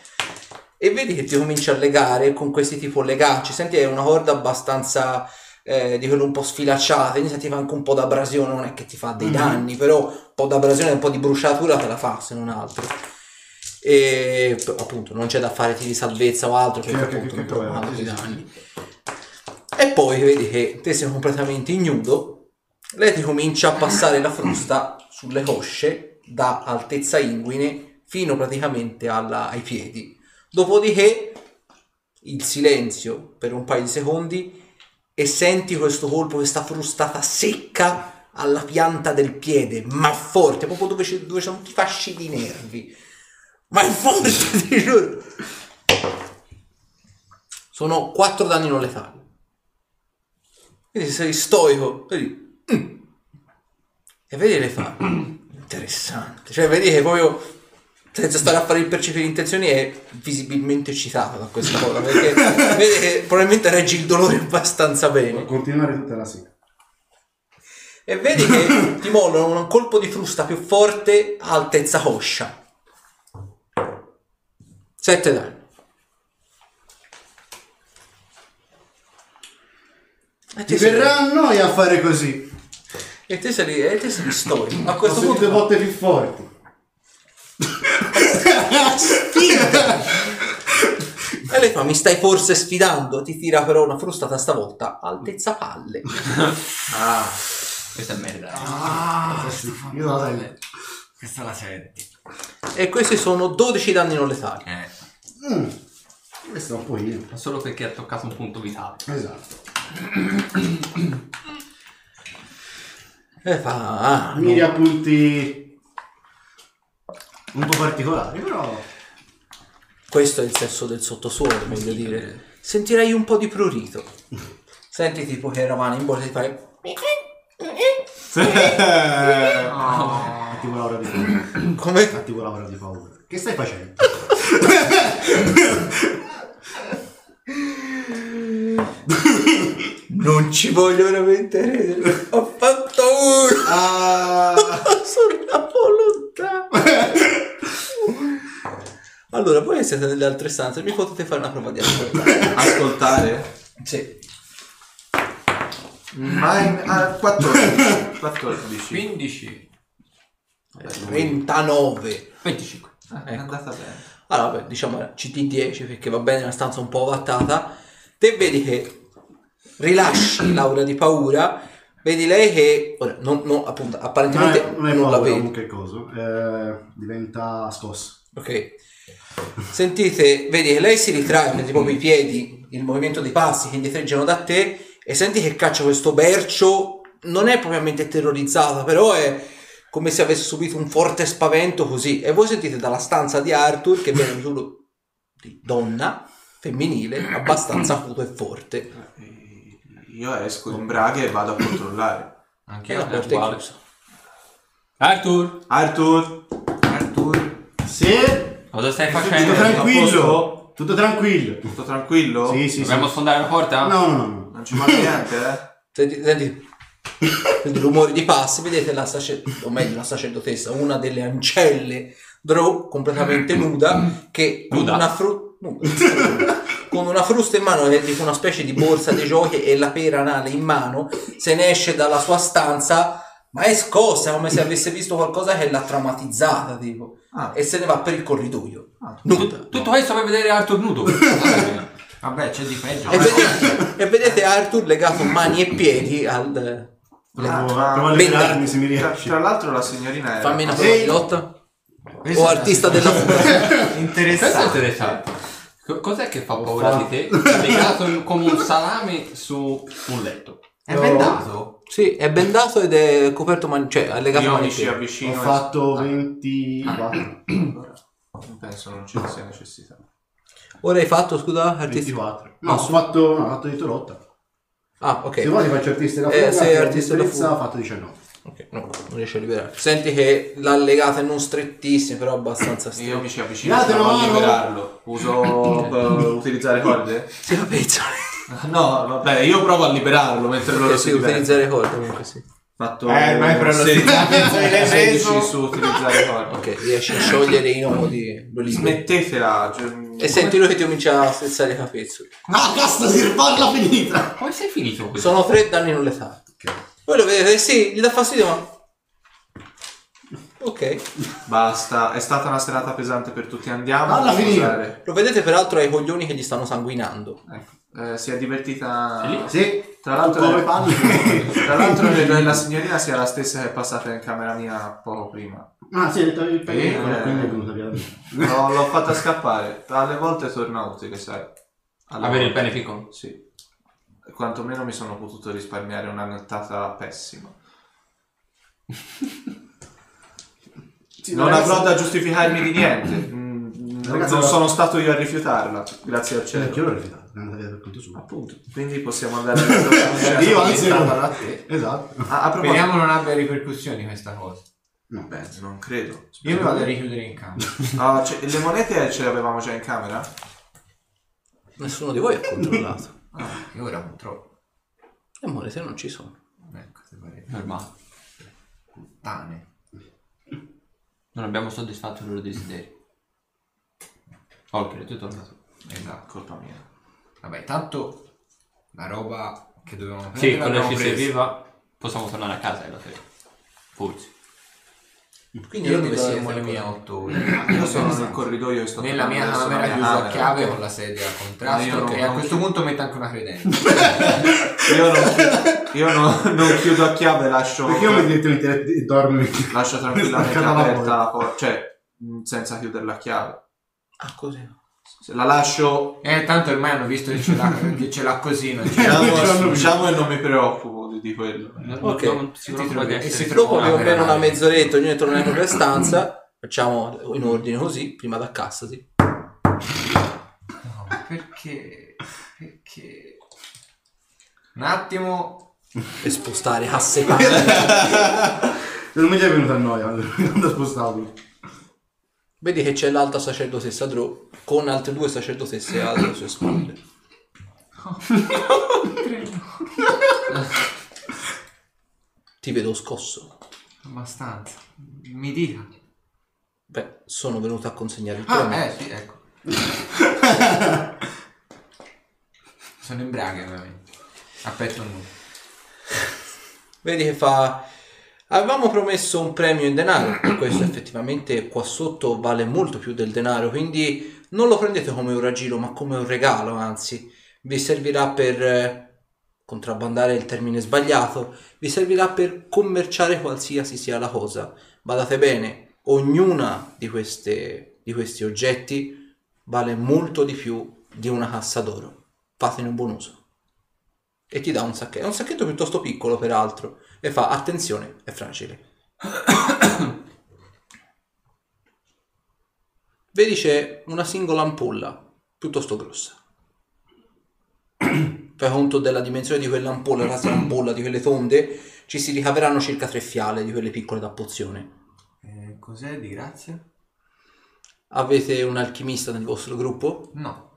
A: E vedi che ti comincia a legare con questi tipo legacci, senti è una corda abbastanza eh, di quello un po' sfilacciata, quindi se ti fa anche un po' d'abrasione, non è che ti fa dei danni, però un po' d'abrasione, un po' di bruciatura te la fa se non altro. E p- appunto non c'è da fare tiri di salvezza o altro perché
B: Che- che-
A: appunto
B: che-
A: non
B: che-
A: provano
B: sì,
A: dei
B: sì, sì.
A: danni. E poi vedi che te sei completamente ignudo, lei ti comincia a passare la frusta sulle cosce da altezza inguine fino praticamente alla- ai piedi. Dopodiché il silenzio per un paio di secondi e senti questo colpo, questa frustata secca alla pianta del piede, ma forte, proprio dove, c'è- dove sono tutti i fasci di nervi. Ma è forte, [laughs] ti giuro. Sono 4 danni non letali. Quindi sei stoico. Vedi. mm. E vedi le fa. Interessante. Cioè, vedi che proprio. Senza stare a fare il percepire intenzioni è visibilmente eccitato da questa cosa. Perché vedi che probabilmente reggi il dolore abbastanza bene.
B: Continuare tutta la sera.
A: E vedi
B: [laughs]
A: che ti mollano un colpo di frusta più forte a altezza coscia. Sette danni. E
B: Ti
A: te sei,
B: verrà a noi a fare così.
A: e te sei, e te sei storico. A
B: Ho
A: questo
B: sentito
A: punto
B: botte più forti.
A: e lei fa mi stai forse sfidando, ti tira però una frustata stavolta a altezza palle.
E: Questa è merda.
D: Ah,
B: Eh, Io la tengo.
D: questa la senti.
A: E questi sono 12 danni non letali.
D: Eh.
B: Mm. Questo è un po' io.
E: Ma Solo perché ha toccato un punto vitale.
B: Esatto.
A: E fa ah, no.
B: Miri a punti un po' particolari, però
A: Questo è il senso del sottosuolo, voglio dire. Sentirei un po' di prurito. Senti tipo che eravamo in borsa di fare...
B: attivo l'aura di paura.
A: [laughs]
B: [coughs]
A: Come?
B: Attivo l'aura di paura. Che stai facendo?
A: Non ci voglio veramente credere. Ho fatto uno Ah. [laughs] sulla volontà. allora, voi che siete nelle altre stanze, mi potete fare una prova [laughs] di ascoltare.
G: Ascoltare?
A: sì.
G: Ma è- ah, 14. 14.
E: 15.
A: 39.
E: 25.
G: È andata bene.
A: Allora, vabbè, diciamo CT10 perché va bene, è una stanza un po' avattata. Te vedi che rilasci l'aura di paura. Vedi lei che... Ora, non, non- appunto,
B: Non
A: apparentemente
B: è, non è eh.
A: non la
B: paura,
A: vedi.
B: comunque cosa. Eh, diventa scossa.
A: Ok. Sentite, vedi che lei si ritrae,
E: Mm.
A: prende proprio i piedi, il movimento dei passi che indietreggiano da te e senti che caccia questo bercio, non è propriamente terrorizzata, però è come se avesse subito un forte spavento così. E voi sentite dalla stanza di Arthur che viene un giuro di donna femminile abbastanza acuto e forte.
G: Io esco in braghe e vado a controllare.
A: E
E: Anche
A: la
E: io
A: porta è chiusa.
E: Arthur,
G: Arthur,
B: Sì,
E: cosa stai
B: tutto
E: facendo?
B: tranquillo. Tutto tranquillo.
G: tutto tranquillo?
B: Sì, sì, sì.
E: Dobbiamo sfondare la porta?
B: No, no, no. no.
G: Non ci manca niente, eh?
A: Senti, senti, senti rumori di passi, vedete la sacerdotessa, o meglio la sacerdotessa, una delle ancelle Drow completamente nuda, che con
E: Nuda?
A: una, fru- nuda, con una frusta in mano, che è tipo una specie di borsa dei giochi e la pera anale in mano, se ne esce dalla sua stanza, ma è scossa, come se avesse visto qualcosa che l'ha traumatizzata, tipo,
G: Ah.
A: e se ne va per il corridoio.
G: Ah.
A: Nuda.
E: Tutto questo per vedere Arthur nudo.
D: Vabbè, c'è di peggio.
B: Eh,
A: E vedete, e vedete Arthur legato mani e piedi al...
B: Provo,
G: Ah,
B: provo a
A: vent'anni.
B: liberarmi se mi
G: Tra,
B: riesci.
G: tra l'altro la signorina era...
B: Eh,
A: Fammi una prova di lotta.
D: Questo
A: o
D: è
A: artista della
E: Questo è
D: Interessante.
E: interessante. Co- Cos'è che fa paura di te? Cioè, Legato in- come un salame su un letto.
D: È bendato?
A: Sì, è bendato ed è coperto, man- cioè allegato
G: Io
A: mani e
G: mi ci
A: piedi.
B: Ho
G: avvicino. e-
B: fatto 24.
G: Allora, non penso non ci sia necessità.
A: Ora hai fatto, scusa,
B: Ah,
A: artista.
B: 24. No, ho fatto, no, ho fatto di Torotta.
A: Ah, ok.
B: Se vuoi ti faccio artista da
A: Eh,
B: fuga.
A: sei
B: che ho
A: artista da
B: esperienza,
A: fuga.
B: ho fatto 19.
A: Ok, No, non riesci a liberare. Senti che l'allegata è non strettissima, però abbastanza stretta.
G: Io mi ci avvicino
B: Datelo,
G: provo a
B: mano!
G: liberarlo. Uso eh, utilizzare corde?
A: Si la pezza.
G: No, vabbè, io provo a liberarlo mentre loro
A: Perché
G: si
A: si
G: liberano.
A: utilizza le corde comunque sì.
G: Fatto
B: Eh, ma è per lo
G: 16
B: stesso, l'hai preso.
G: 16 su utilizzare corda.
A: Ok, riesci a sciogliere i nodi. lo liberi.
G: Smettetela. cioè,
A: E senti lui che ti comincia a stezzare i capezzoli.
B: No, basta, si parla finita!
E: Come sei finito questo?
A: Sono tre danni non letali. Voi lo vedete, sì, gli dà fastidio, ma. Ok.
G: Basta, è stata una serata pesante per tutti, andiamo.
B: Alla fine.
G: Scusate.
A: Lo vedete peraltro ai coglioni che gli stanno sanguinando.
G: Eh, si è divertita.
B: Sì,
G: Tra l'altro,
B: come parli?
G: [laughs] tra l'altro credo che la signorina sia la stessa che è passata in camera mia poco prima.
B: Ah, sì, hai detto il
G: Eh,
B: pennello,
G: eh.
B: quindi è venuta via da me.
G: No, l'ho fatta scappare. Alle volte torna utile, sai. Alle
E: Avere il
G: volte.
E: benefico?
G: Sì. Quantomeno mi sono potuto risparmiare una nottata pessima.
B: Sì,
G: non
B: ragazzi-
G: avrò da giustificarmi di niente. Mm,
B: Ragazzi,
G: non
B: no.
G: sono stato io a rifiutarla, grazie al
B: Cioè,
G: cielo.
B: che ora è finita? È andata via per conto suo.
G: Appunto. Quindi possiamo andare
B: [laughs]
G: a vedere.
B: Cioè, Io anzi ero
G: a,
B: da te. [laughs] Esatto.
G: a proposito,
D: Speriamo non abbia ripercussioni questa cosa.
B: No, beh.
G: Beh, non credo.
D: Io mi vado a richiudere in campo.
G: Ah, cioè, le monete ce le avevamo già in camera?
A: Nessuno di voi ha controllato.
D: E ora purtroppo.
A: Le monete Eh, non ci sono.
D: Ecco, se pare.
E: Normale.
D: Tane.
E: Non abbiamo soddisfatto i loro desideri. Oltre, tu è tornato.
D: Esatto.
G: Colpa mia.
D: Vabbè, tanto la roba che dovevamo prendere
E: Sì, quella
D: l'abbiamo
E: ci
D: presa.
E: serviva. Possiamo tornare a casa, è la teoria. Forse.
A: Quindi
D: Io
A: io
D: mi
A: dove
D: dormo
A: siete?
D: le mie
A: ancora?
D: 8 ore.
G: Io sono nel corridoio e sto
D: Nella mia
G: tornando
D: camera
G: verso la
D: chiusa a
G: mia
D: chiave con la sedia a
G: Io
D: contrasto
G: non-
D: e a
G: non-
D: questo punto metto anche una credenza.
G: Io, non, io non- non chiudo a chiave, lascio,
B: Perché io mi direttamente e dormo
G: lascio tranquillamente
B: Staccata la
G: aperta la porta, cioè mh, senza chiuderla a chiave.
A: Ah, così.
G: Se la lascio,
D: Eh, tanto ormai hanno visto che ce l'ha, che ce l'ha così,
F: Eh,
D: non
G: [laughs]
D: ce l'ha.
G: diciamo, diciamo e non mi preoccupo di, di quello.
A: Ok.
E: Non si preoccupa di
D: E si
E: essere
A: Dopo più o
E: tornati.
A: Ah, meno una mezz'oretta, ognuno torna nella stanza. Facciamo in ordine così, prima da cassati.
D: No, perché? Perché? Un attimo.
A: E spostare casse tante.
B: Non mi è venuta a noia [laughs] quando spostavo.
A: Vedi che c'è l'alta sacerdotessa Drew con altre due sacerdotesse alle sue spalle. [laughs] Ti vedo scosso.
D: Abbastanza. Mi dica.
A: Beh, sono venuto a consegnare il
D: Ah,
A: premio.
D: eh, sì, ecco. [laughs] Sono in braga, ovviamente. A petto nudo.
A: Vedi che fa. Avevamo promesso un premio in denaro, per questo effettivamente qua sotto vale molto più del denaro, quindi non lo prendete come un raggiro, ma come un regalo, anzi, vi servirà per eh, contrabbandare è il termine sbagliato, vi servirà per commerciare qualsiasi sia la cosa. Badate bene, ognuna di, queste, di questi oggetti vale molto di più di una cassa d'oro. Fatene un buon uso e ti dà un sacchetto. È un sacchetto piuttosto piccolo, peraltro, e fa attenzione, è fragile. [coughs] Vedi c'è una singola ampolla, piuttosto grossa. [coughs] Fai conto della dimensione di quell'ampolla, la ampolla di quelle tonde, ci si ricaveranno circa tre fiale di quelle piccole da pozione.
D: Eh, cos'è di grazia?
A: Avete un alchimista nel vostro gruppo?
D: No.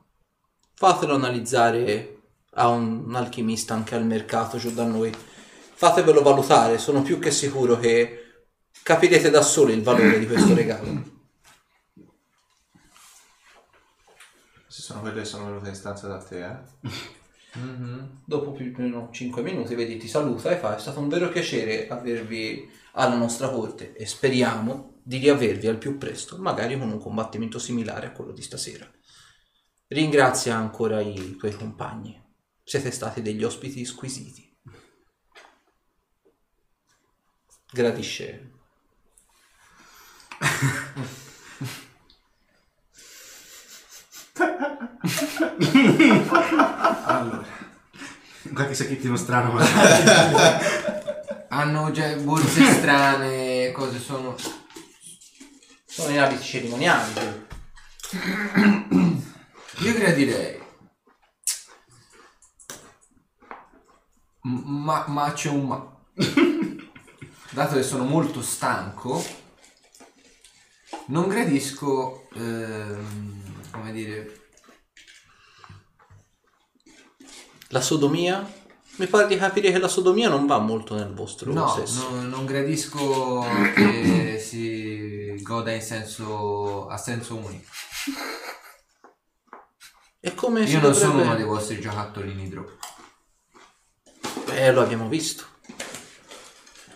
A: fatelo analizzare a un, un alchimista anche al mercato giù da noi. Fatevelo valutare, sono più che sicuro che capirete da soli il valore di questo regalo.
G: Se sono quelle che sono venute in stanza da te, eh.
A: Dopo più o meno 5 minuti, vedi, ti saluta e fa, è stato un vero piacere avervi alla nostra corte e speriamo di riavervi al più presto, magari con un combattimento similare a quello di stasera. Ringrazia ancora i tuoi compagni, siete stati degli ospiti squisiti. Gradisce
B: Allora. Guarda che sacchettino strano, ma...
D: Hanno già [laughs] borse strane, cose sono...
A: Sono i abiti cerimoniali.
D: Io gradirei. M- Ma, ma c'è un [laughs] ma. Dato che sono molto stanco, non gradisco, ehm, come dire,
A: La sodomia? Mi pare di capire che la sodomia non va molto nel vostro
D: No,
A: sesso.
D: no, non gradisco che si goda in senso, a senso unico.
A: E come si
D: Io non sono
A: dovrebbe-
D: uno dei vostri giocattolini drop.
A: Eh, lo abbiamo visto.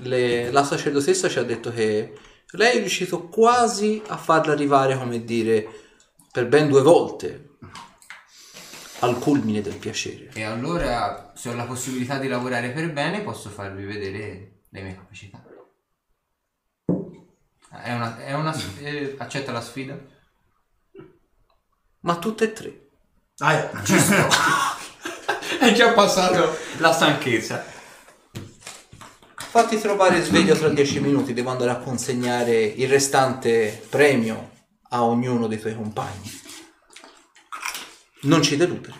A: Le- la sacerdotessa ci ha detto che lei è riuscito quasi a farla arrivare, come dire, per ben due volte al culmine del piacere.
D: E allora, se ho la possibilità di lavorare per bene, posso farvi vedere le mie capacità. È una, è una sf- eh, accetta la sfida?
A: Ma tutte e tre.
B: Ah,
E: È già passato la stanchezza.
A: Fatti trovare sveglio tra dieci minuti, devo andare a consegnare il restante premio a ognuno dei tuoi compagni. Non ci deludere.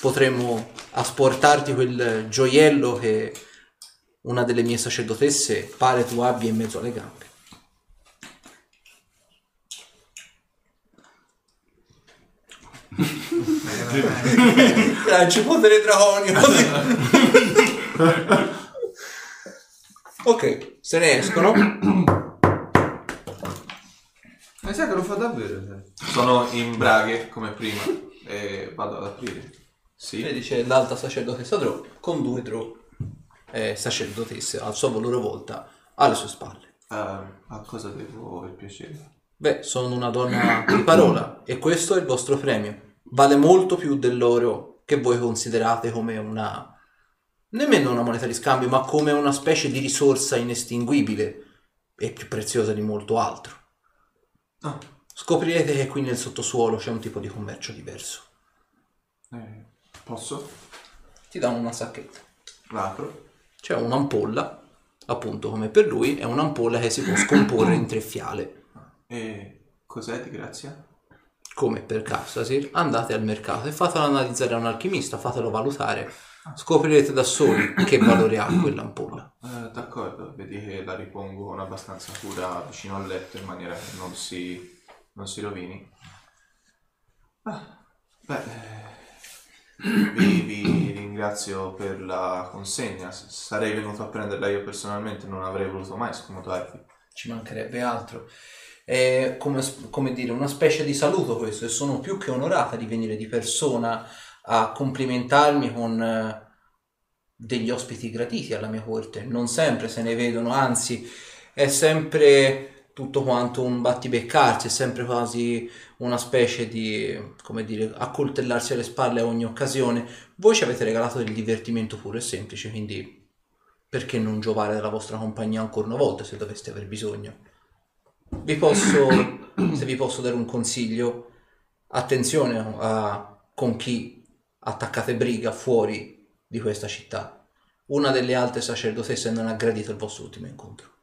A: Potremmo asportarti quel gioiello che una delle mie sacerdotesse pare tu abbia in mezzo alle gambe. Lanci potere draconio. Ok, se ne escono.
F: Ma sai che lo fa davvero? sai?
G: Sono in braghe come prima e vado ad aprire.
A: E
G: Sì.
A: Cioè, dice l'alta sacerdotessa Drò con due Drò eh, sacerdotesse al suo loro volta alle sue spalle.
G: Ehm, a cosa devo il piacere?
A: Beh, sono una donna di parola e questo è il vostro premio. Vale molto più dell'oro che voi considerate come una... nemmeno una moneta di scambio, ma come una specie di risorsa inestinguibile e più preziosa di molto altro.
G: Ah.
A: Scoprirete che qui nel sottosuolo c'è un tipo di commercio diverso.
G: Eh, posso?
A: Ti danno una sacchetta.
G: L'apro.
A: C'è un'ampolla, appunto come per lui, è un'ampolla che si può scomporre in tre fiale.
G: E cos'è di grazia?
A: Come per Castasir, andate al mercato e fatelo analizzare a un alchimista, fatelo valutare. Scoprirete da soli che valore ha quell'ampolla.
G: Eh, d'accordo, vedi che la ripongo con abbastanza cura vicino al letto in maniera che non si, non si rovini. Ah, beh, eh, vi, vi ringrazio per la consegna. S- Sarei venuto a prenderla io personalmente, non avrei voluto mai scomodarvi.
A: Ci mancherebbe altro. È come, come dire, una specie di saluto questo e sono più che onorata di venire di persona a complimentarmi con eh, degli ospiti graditi alla mia corte. Non sempre se ne vedono, anzi è sempre tutto quanto un battibeccarsi, è sempre quasi una specie di, come dire, accoltellarsi alle spalle a ogni occasione. Voi ci avete regalato del divertimento puro e semplice, quindi perché non giovare della vostra compagnia ancora una volta se doveste aver bisogno? Vi posso, se vi posso dare un consiglio, attenzione a, con chi attaccate briga fuori di questa città. Una delle alte sacerdotesse non ha gradito il vostro ultimo incontro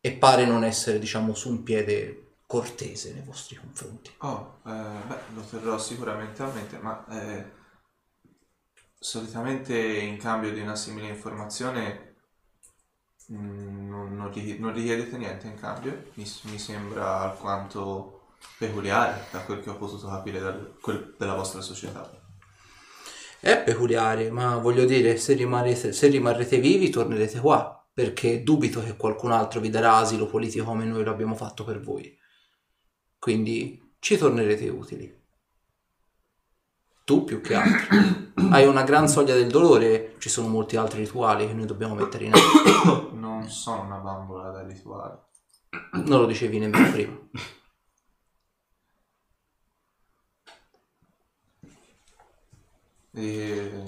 A: e pare non essere, diciamo, su un piede cortese nei vostri confronti.
G: Oh, eh, beh, lo terrò sicuramente a mente, ma eh, solitamente in cambio di una simile informazione mm, non, non richi- non richiedete niente in cambio. Mi, s- mi sembra alquanto peculiare da quel che ho potuto capire dal- quel- della vostra società.
A: È peculiare, ma voglio dire, se rimarrete, se rimarrete vivi tornerete qua, perché dubito che qualcun altro vi darà asilo politico come noi lo abbiamo fatto per voi. Quindi ci tornerete utili. Tu più che altro. Hai una gran soglia del dolore, ci sono molti altri rituali che noi dobbiamo mettere in atto.
G: Non sono una bambola da rituale.
A: Non lo dicevi nemmeno prima.
G: E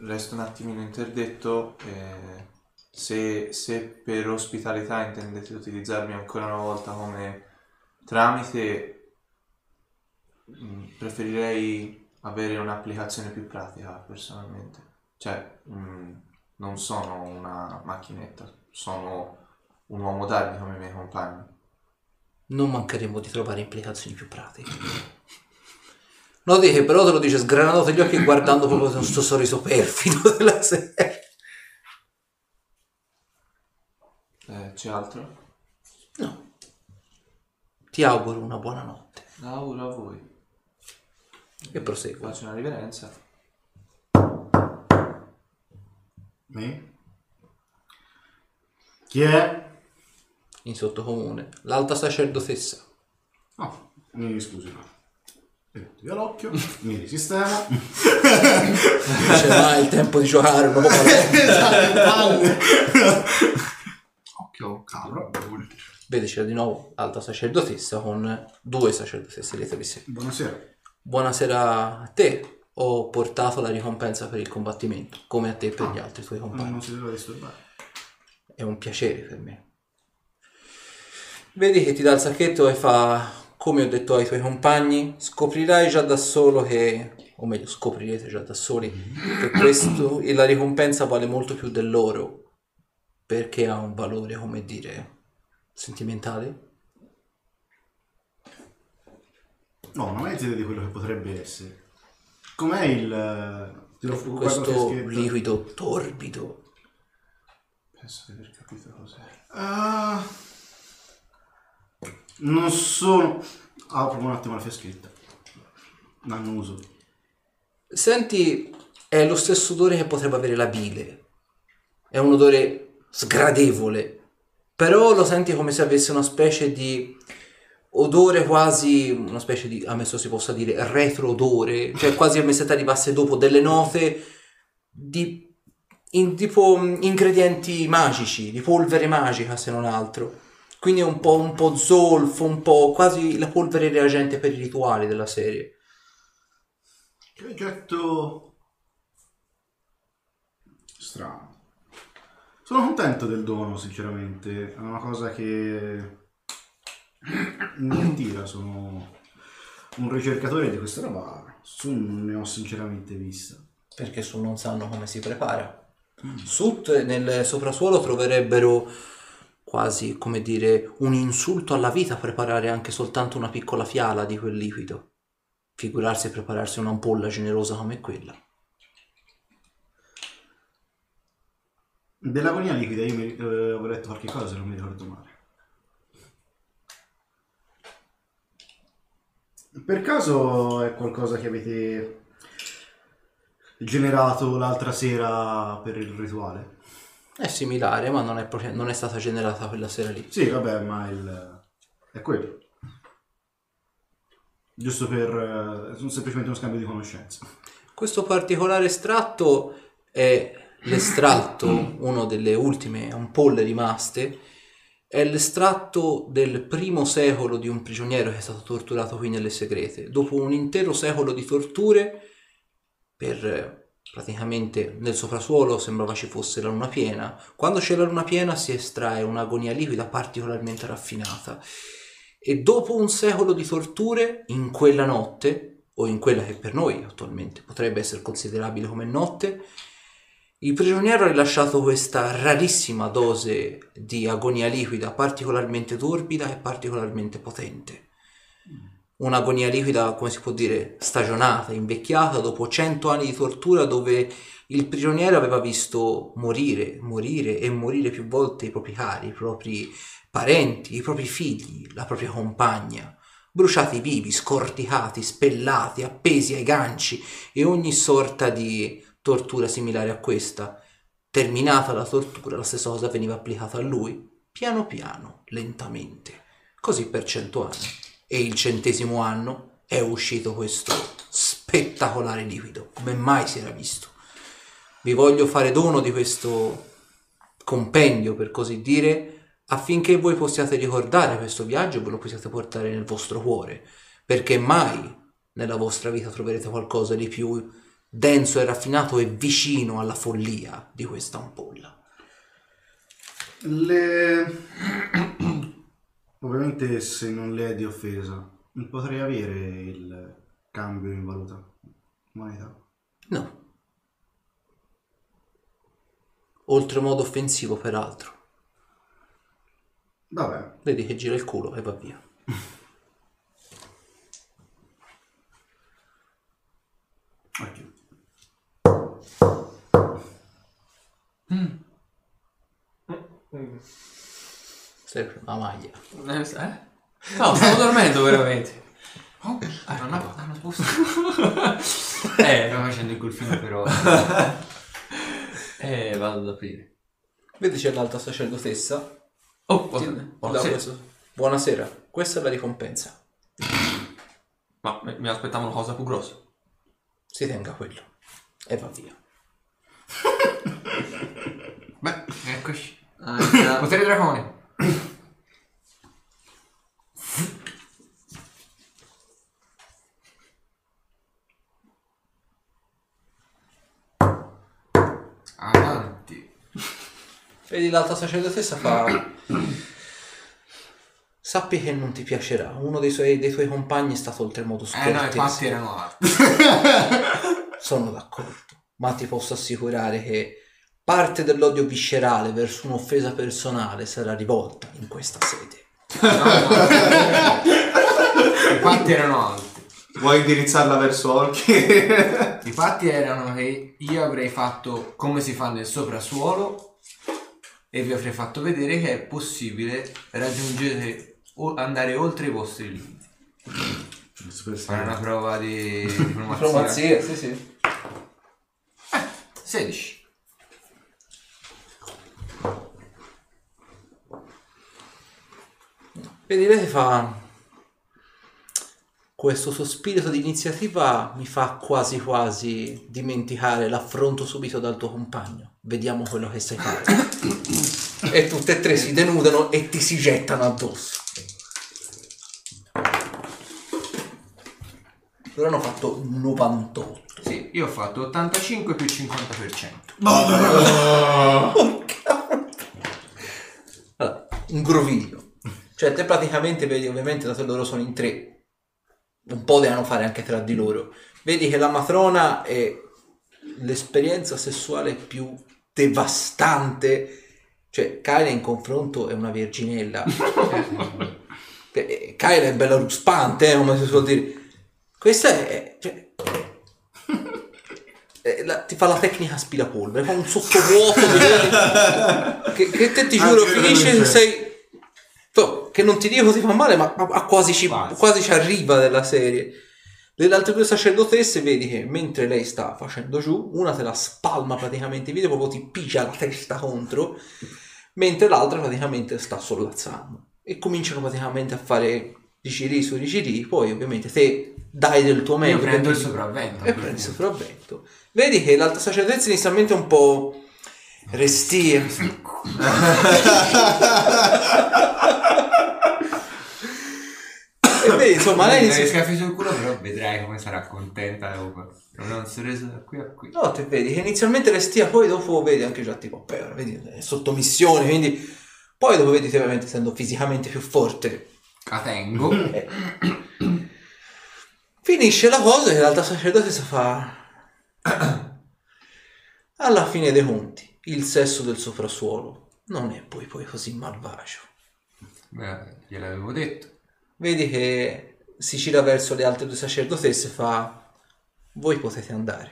G: resto un attimino interdetto. eh, se, se per ospitalità intendete utilizzarmi ancora una volta come tramite, mh, preferirei avere un'applicazione più pratica personalmente. Cioè, mh, non sono una macchinetta, sono un uomo d'armi come i miei compagni.
A: Non mancheremo di trovare implicazioni più pratiche. Noti che però te lo dice sgranato gli occhi e guardando proprio questo sorriso perfido della serie.
G: Eh, c'è altro?
A: No. Ti auguro una buona notte.
G: Laura a voi.
A: E proseguo.
G: Faccio una riverenza.
B: [laughs] Me? Chi è?
A: in sottocomune, l'alta sacerdotessa.
B: Mi scusi, no. Metto Via l'occhio, mi risistemo.
A: Non c'è mai il tempo di giocare, proprio
E: Occhio,
B: Cavolo.
A: Vedi, c'era di nuovo l'alta sacerdotessa con due sacerdotesse dietro di sé.
B: Buonasera.
A: Buonasera a te. Ho portato la ricompensa per il combattimento, come a te e per gli altri tuoi
B: Non,
A: compagni.
B: non si doveva disturbare.
A: È un piacere per me. Vedi che ti dà il sacchetto e fa, come ho detto ai tuoi compagni, scoprirai già da solo che, o meglio, scoprirete già da soli, che questo, la ricompensa vale molto più dell'oro, perché ha un valore, come dire, sentimentale.
B: No, non è idea di quello che potrebbe essere. Com'è il... eh, Tiro fuori
A: Questo liquido torbido.
G: Penso di aver capito cos'è.
B: Ah, non sono... Apro un attimo la fiaschetta. Non uso.
A: Senti, è lo stesso odore che potrebbe avere la bile. È un odore sgradevole, però lo senti come se avesse una specie di odore quasi, una specie di, a me so si possa dire, retroodore, cioè quasi come se ti arrivasse dopo delle note di in- tipo mh, ingredienti magici, di polvere magica se non altro. Quindi è un po', un po' zolfo, un po' quasi la polvere reagente per i rituali della serie.
B: Che oggetto... Strano. Sono contento del dono, sinceramente. È una cosa che mi attira. Sono un ricercatore di questa roba. Su non ne ho sinceramente vista.
A: perché su non sanno come si prepara. Sut nel soprasuolo troverebbero quasi, come dire, un insulto alla vita preparare anche soltanto una piccola fiala di quel liquido. Figurarsi e prepararsi un'ampolla generosa come quella.
B: Dell'agonia liquida io mi, eh, avevo letto qualche cosa se non mi ricordo male. Per caso è qualcosa che avete generato l'altra sera per il rituale?
A: È similare, ma non è, proprio- non è stata generata quella sera lì.
B: Sì, vabbè, ma il... è quello. Giusto per... eh, sono semplicemente uno scambio di conoscenze.
A: Questo particolare estratto è l'estratto, una delle ultime ampolle rimaste, è l'estratto del primo secolo di un prigioniero che è stato torturato qui nelle segrete. Dopo un intero secolo di torture, per eh, praticamente nel soprasuolo sembrava ci fosse la luna piena. Quando c'è la luna piena si estrae un'agonia liquida particolarmente raffinata. E dopo un secolo di torture, in quella notte, o in quella che per noi attualmente potrebbe essere considerabile come notte, il prigioniero ha rilasciato questa rarissima dose di agonia liquida particolarmente torbida e particolarmente potente. Un'agonia liquida, come si può dire, stagionata, invecchiata dopo 100 anni di tortura dove il prigioniero aveva visto morire, morire e morire più volte i propri cari, i propri parenti, i propri figli, la propria compagna bruciati vivi, scorticati, spellati, appesi ai ganci e ogni sorta di tortura similare a questa. Terminata la tortura, la stessa cosa veniva applicata a lui, piano piano, lentamente, così per cento anni. E il centesimo anno è uscito questo spettacolare liquido, come mai si era visto. Vi voglio fare dono di questo compendio, per così dire, affinché voi possiate ricordare questo viaggio e ve lo possiate portare nel vostro cuore, perché mai nella vostra vita troverete qualcosa di più denso e raffinato e vicino alla follia di questa ampolla.
B: Le... [clears throat] Ovviamente se non le è di offesa, potrei avere il cambio in valuta. Moneta.
A: No. Oltremodo offensivo, peraltro.
B: Vabbè,
A: Vedi che gira il culo e va via.
B: ok.
A: Sempre una maglia.
E: Eh? [laughs] No, stavo dormendo veramente.
D: Oh, ah, non ha- hanno [laughs] posto.
E: Eh,
D: Stiamo facendo il golfino però.
E: E Eh, vado ad aprire.
A: Vedi c'è l'alta sacerdotessa.
E: Oh,
A: Ti-
E: buona-
A: dà
E: buonasera.
A: questo. Buonasera, questa è la ricompensa.
E: Ma mi mi aspettavo una cosa più grossa. [laughs]
A: Si tenga quello. E va via.
D: Beh, eccoci.
E: Ah,
D: [laughs] Potere dracone. Avanti.
A: Vedi l'alta sacerdotessa fa... Sappi che non ti piacerà. Uno dei, suoi- dei tuoi compagni è stato oltremodo
D: Eh no, i
A: scortese.
D: fatti erano alti.
A: Sono d'accordo, ma ti posso assicurare che parte dell'odio viscerale verso un'offesa personale sarà rivolta in questa sede.
D: I fatti erano alti.
G: Vuoi indirizzarla verso Olki?
D: I fatti erano che io avrei fatto come si fa nel soprasuolo e vi avrei fatto vedere che è possibile raggiungere o andare oltre i vostri limiti. Fare una
A: [laughs]
D: prova di diplomazia.
A: sì, sì.
D: 16.
A: Vedi, lei fa... Questo suo spirito di iniziativa mi fa quasi quasi dimenticare l'affronto subito dal tuo compagno. Vediamo quello che sai fare. e tutte e tre si denudano e ti si gettano addosso. Loro hanno fatto 98.
D: Sì, io ho fatto 85 più 50%.
A: Allora, un groviglio. Cioè, te praticamente vedi, ovviamente, dato che loro sono in tre, un po' devono fare anche tra di loro. Vedi che la matrona è l'esperienza sessuale più devastante. Cioè, Kyla in confronto è una virginella. Cioè, Eh, Kyla è bella ruspante, eh, come si suol dire. Questa è... cioè, eh, la- ti fa la tecnica aspirapolvere, fa un sottovuoto
B: [laughs]
A: di- che, che te ti giuro
G: Anche quello non
A: finisce
G: c'è.
A: sei to- che non ti dico ti fa male ma, ma- ma quasi, ci, quasi ci arriva della serie le altre due sacerdotesse vedi che mentre lei sta facendo giù una te la spalma praticamente via proprio ti pigia la testa contro mentre l'altra praticamente sta sollazzando e cominciano praticamente a fare rigiri su rigiri poi ovviamente te dai del tuo meglio
D: Io prendo il
A: perché-
D: sopravvento.
A: e prendi il sopravvento. Vedi che l'alta sacerdotessa inizialmente è un po' restia. [laughs] e vedi, insomma, lei
D: Le
A: inizia...
D: schiaffi sul culo, però vedrai come sarà contenta dopo. Avrà un sorriso da qui a qui.
A: No, te vedi che inizialmente restia, poi dopo vedi anche già tipo, beh, ora vedi, è sottomissione, quindi... Poi dopo vedi te ovviamente essendo fisicamente più forte. [laughs]
D: Catengo.
A: Finisce la cosa e l'alta sacerdotessa fa... Alla fine dei conti, il sesso del soprasuolo non è poi poi così malvagio.
D: Beh, gliel'avevo detto.
A: Vedi che si gira verso le altre due sacerdotesse e fa... Voi potete andare.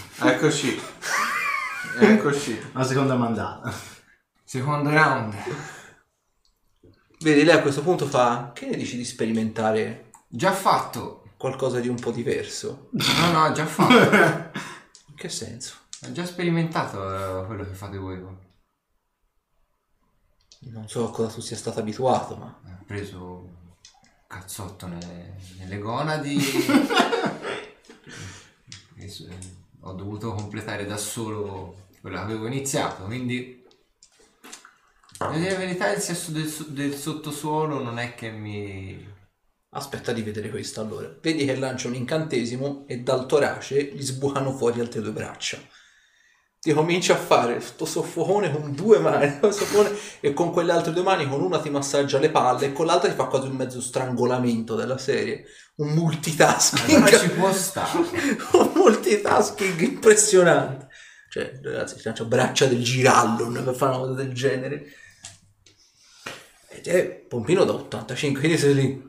G: [laughs] Eccoci. Eccoci.
B: La seconda mandata. [laughs]
D: Secondo round.
A: Vedi, lei a questo punto fa... Che ne dici di sperimentare
D: Già fatto.
A: qualcosa di un po' diverso?
D: No, no, già fatto.
A: In che senso?
D: Ho già sperimentato eh, quello che fate voi. Ho
A: Non so a cosa tu sia stato abituato, ma...
D: preso un cazzotto nelle,
A: [laughs]
D: nelle gonadi. E s- eh, ho dovuto completare da solo quello che avevo iniziato. Quindi, a dire la verità, il sesso del, so- del sottosuolo non è che mi. [laughs]
A: Aspetta di vedere questo allora. Vedi che lancia un incantesimo e dal torace gli sbucano fuori altre due braccia. Ti comincia a fare sto soffocone con due mani [laughs] soffocone, e con quelle altre due mani con una ti massaggia le palle e con l'altra ti fa quasi un mezzo strangolamento della serie. Un multitasking.
D: Allora ci può stare.
A: [laughs] un multitasking impressionante. Cioè, ragazzi, si lancia braccia del girallon per fare una cosa del genere. Ed è Pompino da 85, quindi sei lì.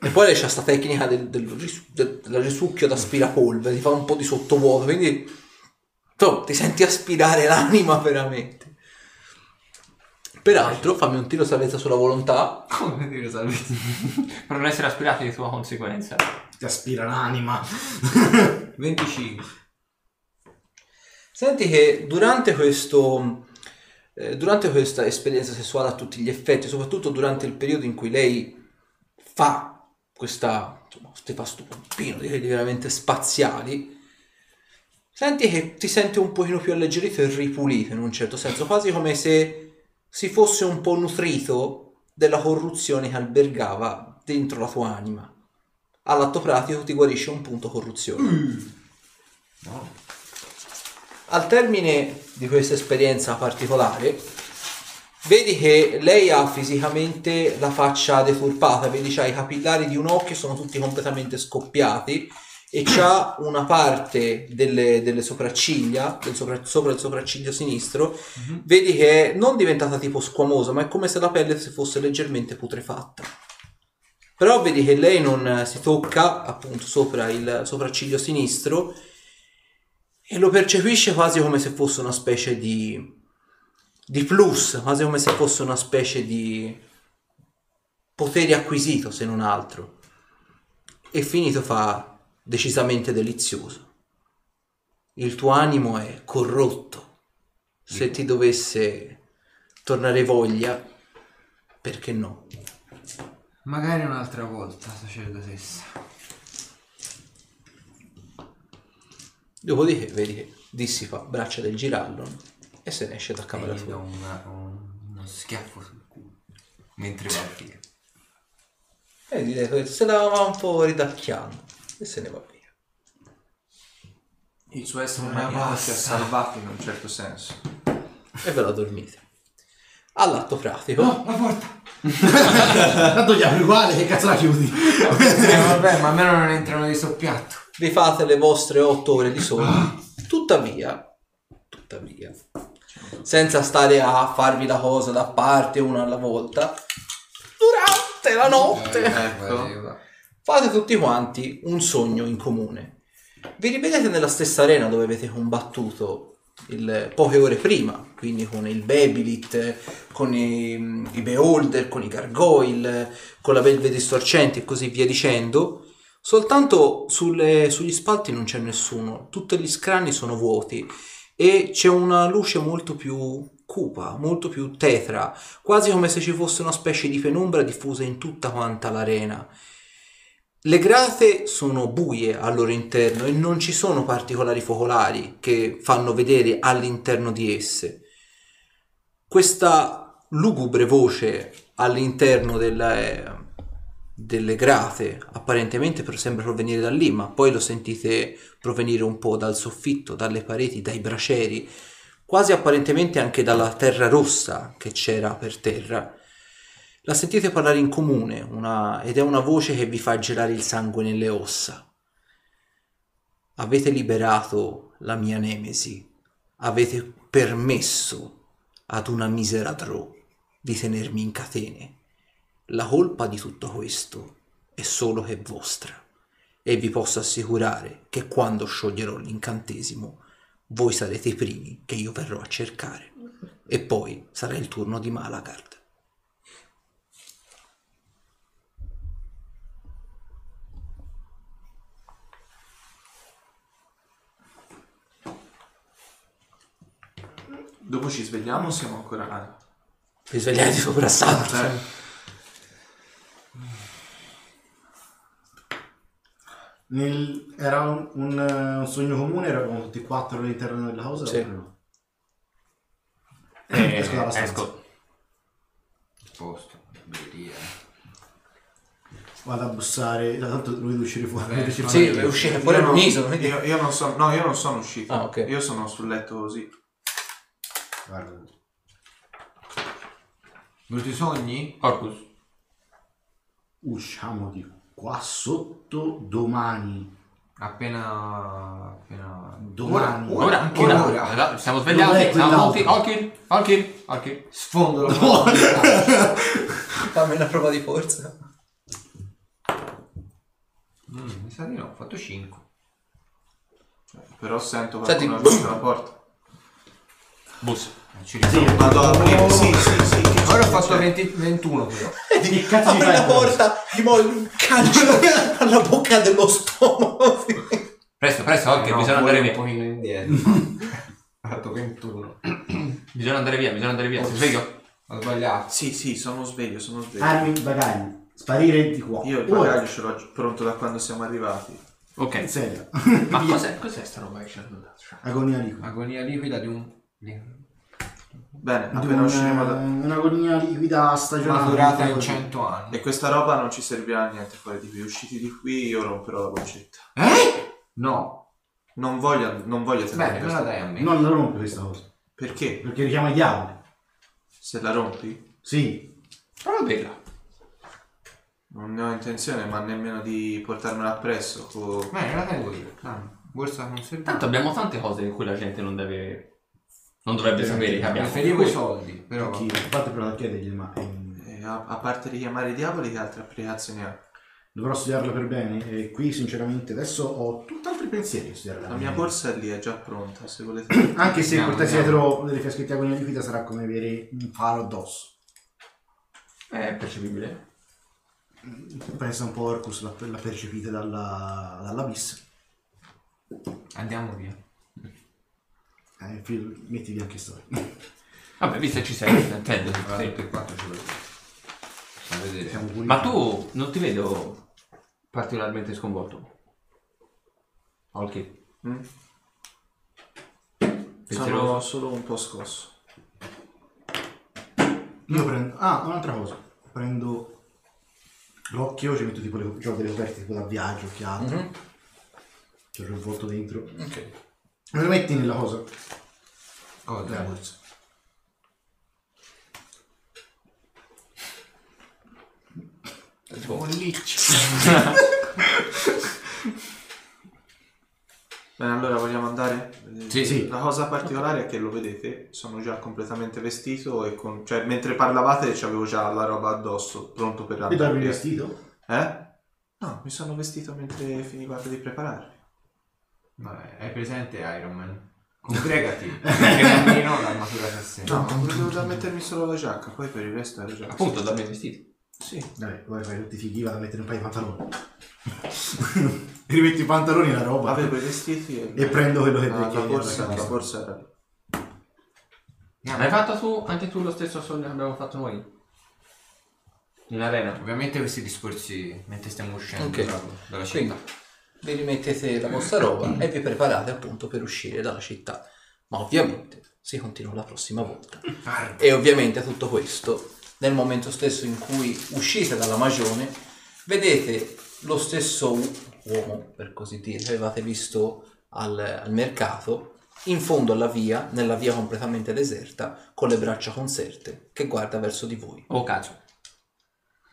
A: e poi lei c'ha sta tecnica del, del, ris- del- del risucchio da aspirapolvere, ti fa un po' di sottovuoto, quindi tu ti senti aspirare l'anima veramente. Peraltro, fammi un tiro salvezza sulla volontà.
D: Come dire, salve.
E: per non essere aspirati di sua conseguenza.
B: Ti aspira l'anima.
D: 25.
A: Senti che durante questo eh, durante questa esperienza sessuale a tutti gli effetti, soprattutto durante il periodo in cui lei fa questa insomma, ste fa sto pompino di quelli veramente spaziali, senti che ti senti un pochino più alleggerito e ripulito in un certo senso, quasi come se si fosse un po' nutrito della corruzione che albergava dentro la tua anima. All'atto pratico ti guarisce un punto corruzione. Al termine di questa esperienza particolare, vedi che lei ha fisicamente la faccia deturpata, vedi c'ha i capillari di un occhio sono tutti completamente scoppiati e c'ha una parte delle, delle sopracciglia, del sopra, sopra il sopracciglio sinistro, vedi che è non diventata tipo squamosa, ma è come se la pelle si fosse leggermente putrefatta. Però vedi che lei non eh, si tocca appunto sopra il sopracciglio sinistro e lo percepisce quasi come se fosse una specie di, di plus, quasi come se fosse una specie di potere acquisito, se non altro. E finito fa decisamente delizioso. Il tuo animo è corrotto. Se ti dovesse tornare voglia, perché no?
D: Magari un'altra volta, sacerdotessa.
A: Dopodiché vedi che dissifa braccia del girallo e se ne esce da
D: E
A: camera
D: gli do
A: sua.
D: una- un- uno schiaffo sul culo. Mentre
A: Cioè,
D: va via.
A: E direi che se la va un po' ridacchiando e se ne va via.
G: Il suo essere
D: Ma
G: umano ti ha
D: basta.
G: salvato in un certo senso.
A: E ve la dormite. All'atto pratico,
D: La
A: [laughs]
D: porta!
B: Tanto gli apri uguale, che cazzo la chiudi?
D: Eh, vabbè, ma almeno non entrano di soppiatto.
A: vi fate le vostre otto ore di
B: Ah.
A: sonno. Tuttavia, tuttavia, senza stare a farvi la cosa da parte una alla volta, durante la
D: Eh,
A: notte
G: Ecco.
A: fate tutti quanti un sogno in comune. Vi rivedete nella stessa arena dove avete combattuto il- poche ore prima, quindi con il Babylit, con i, i Beholder, con i Gargoyle, con la Velve Distorcente e così via dicendo. Soltanto sulle- sugli spalti non c'è nessuno, tutti gli scranni sono vuoti e c'è una luce molto più cupa, molto più tetra, quasi come se ci fosse una specie di penombra diffusa in tutta quanta l'arena. Le grate sono buie al loro interno e non ci sono particolari focolari che fanno vedere all'interno di esse. Questa lugubre voce all'interno eh, delle, delle grate apparentemente però sembra provenire da lì, ma poi lo sentite provenire un po' dal soffitto, dalle pareti, dai braceri, quasi apparentemente anche dalla terra rossa che c'era per terra. La sentite parlare in comune una- ed è una voce che vi fa gelare il sangue nelle ossa. Avete liberato la mia nemesi, avete permesso ad una misera Dro di tenermi in catene. La colpa di tutto questo è solo che è vostra e vi posso assicurare che quando scioglierò l'incantesimo voi sarete i primi che io verrò a cercare e poi sarà il turno di Malagard.
G: Dopo ci svegliamo o siamo ancora...
A: Vi svegliate soprassalto.
G: Eh.
B: Nel- era un, un, eh, un sogno comune, eravamo tutti e quattro all'interno della cosa?
A: Sì.
B: oppure no?
D: Eh,
B: Esco dalla stanza.
A: ecco.
D: esco. Posto. Via.
B: Vado a bussare, tanto lui deve uscire fuori.
D: Beh,
B: deve uscire
A: Sì,
B: fuori.
A: è uscito fuori
G: non-
A: all'isola, quindi-
G: Io, io non sono... No, io non sono uscito.
A: Ah, ok.
G: Io sono sul letto così.
B: Guarda.
D: Brutti sogni?
E: Orcus.
B: Usciamo di qua sotto domani.
D: Appena... appena...
B: Domani.
D: Ora, ora,
E: Ora,
D: anche
E: ora,
D: ora.
E: ora, siamo
B: Non è
E: svegliati, siamo pronti.
B: quell'altro.
E: Orkir, Orkir, Orkir.
D: Sfondo la porta.
A: Fammi una prova di forza.
D: Mm, mi sa di no, ho fatto 5.
G: Però sento
A: Senti,
G: qualcuno
A: boom.
G: vicino alla porta.
E: Bus.
F: Ah,
D: Ci
G: Sì,
D: ritorno.
G: vado a aprire. Sì, sì, sì. che c'è?
D: Ora ho fatto 20 21 però.
B: Che cazzo
A: Apri la porta, gli molli un calcio [laughs] alla bocca dello stomaco.
E: Presto, presto, Orkir,
D: No,
E: bisogna
D: vuole
E: andare
D: un
E: via.
F: [laughs]
D: pochino indietro.
F: fatto 21.
E: [clears throat] Bisogna andare via, bisogna andare via. Si sveglio.
F: Ho sbagliato.
G: Sì, sì, sono sveglio, sono sveglio.
B: Armi, bagagli, sparire di qua.
G: Io il
B: Ora.
G: bagaglio ce l'ho gi- pronto da quando siamo arrivati.
B: In
E: Ok.
B: serio.
E: Ma
B: Via.
E: cos'è?
C: Cos'è sta roba che ci hanno dato?
B: Agonia liquida.
F: Agonia liquida di un... di-
G: Bene,
B: Di
G: appena
B: un- eh,
G: usciremo da...
B: Un'agonia liquida stagionata.
F: Una durata in
B: così.
F: 100 anni.
G: E questa roba non ci servirà a niente fuori di qui. Usciti di qui, io romperò la boccetta.
F: No.
G: Non voglio, non voglio tenere
F: Bene, me
G: questa.
F: la dai a me.
B: Non la rompo questa cosa.
G: Perché?
B: Perché richiama i diavoli.
G: Se la rompi?
B: Sì.
E: Prova a berla.
G: Non ne ho intenzione, ma nemmeno di portarmela appresso. co-
F: Bene, me la tengo io. Dai, Ah, Borsa conservata.
E: Tanto abbiamo tante cose che quella gente non deve. Non dovrebbe sapere che abbiamo.
F: Preferivo i soldi, però...
B: Chi- Infatti però a chiedergli, ma ehm,
G: E Eh, a, a parte richiamare i diavoli, che altre applicazioni ha?
B: dovrò studiarla per bene. E qui sinceramente adesso ho tutt'altri pensieri a studiarla.
G: La
B: per
F: Eh.
G: mia
B: bene.
G: borsa lì è già pronta, se volete.
B: Anche se
F: Andiamo,
B: portarsi
F: andiamo.
B: dietro delle fiaschette di agonia liquida sarà come avere un faro addosso.
E: È percepibile.
B: Pensa un po' Orcus, la, la percepite dalla, dall'abisso.
F: Andiamo via.
B: Eh, fi- mettivi anche storia.
E: Vabbè, visto che ci sei, [coughs] intendo.
F: Allora,
E: Sì.
F: tutti e quattro ce lo A vedere.
B: Siamo puliti.
E: Ma tu non ti vedo particolarmente sconvolto. Ok.
G: Mm? Sono
E: Penserò...
G: solo un po' scosso.
B: Io prendo... Ah, un'altra cosa. Prendo l'occhio, ci metto tipo le, ci ho delle offerte tipo da viaggio, Cioè, chiaro.
F: Mhm.
B: Ci ho rivolto dentro.
A: Ok.
B: Me lo metti nella cosa?
F: Cosa?
B: Nella borsa.
G: Bene, allora vogliamo andare?
B: Sì, sì.
G: La cosa particolare è che lo vedete, sono già completamente vestito e con... cioè mentre parlavate c'avevo già la roba addosso, pronto per
B: E darmi il
G: via.
B: vestito?
G: Eh? No, mi sono vestito mentre finivate di prepararvi.
F: Vabbè, hai presente Iron Man? Congregati, perché bambino l'armatura si assente.
G: No, volevo da mettermi solo la giacca, poi per il resto ero già...
E: Appunto, da me vestiti.
G: Sì.
B: Vabbè, poi fai tutti fighi, vado a mettere un paio di pantaloni. Rimetti i pantaloni [laughs] e la roba.
G: Avevo i vestiti Ah, e...
B: E prendo quello che
G: la,
B: perché-
G: la borsa,
B: perché-
G: la borsa era lì.
E: Hai fatto tu, anche tu lo stesso sogno che abbiamo fatto noi? In arena.
F: Ovviamente questi discorsi mentre stiamo uscendo
A: Ok.
F: dalla- dalla città.
A: Quindi vi rimettete la vostra roba e vi preparate appunto per uscire dalla città. Ma ovviamente si continua la prossima volta. E ovviamente tutto questo, nel momento stesso in cui uscite dalla magione, vedete lo stesso u- uomo, per così dire, che avevate visto al, al mercato, in fondo alla via, nella via completamente deserta, con le braccia conserte, che guarda verso di voi
E: Oh cazzo.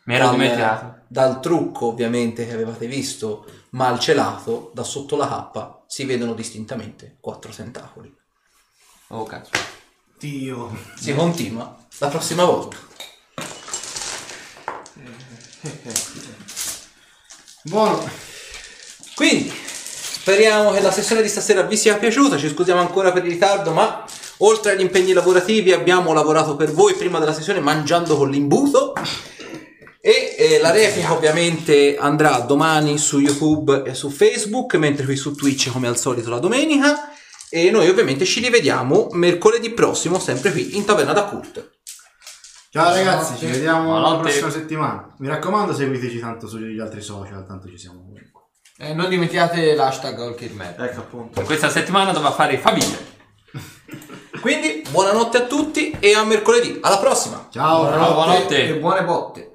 E: Mi ero
A: dal-
E: dimenticato.
A: dal trucco ovviamente che avevate visto malcelato da sotto la cappa si vedono distintamente quattro tentacoli
E: Oh cazzo.
B: Dio.
E: Mm.
A: si continua la prossima volta
B: Buono.
A: quindi speriamo che la sessione di stasera vi sia piaciuta ci scusiamo ancora per il ritardo ma oltre agli impegni lavorativi abbiamo lavorato per voi prima della sessione mangiando con l'imbuto E eh, la replica ovviamente andrà domani su YouTube e su Facebook, mentre qui su Twitch come al solito la domenica. E noi ovviamente ci rivediamo mercoledì prossimo, sempre qui in Taverna da Cult.
B: Ciao ragazzi, ci vediamo la
E: Buonanotte.
B: prossima settimana. Mi raccomando, seguiteci tanto sugli altri social, tanto ci siamo comunque.
F: Eh, non dimenticate l'hashtag All Kid Mad.
G: Ecco appunto.
E: Questa settimana doveva fare Fabile.
A: Quindi buonanotte a tutti e a mercoledì, alla prossima!
B: Ciao,
E: Buonanotte.
F: E buone botte.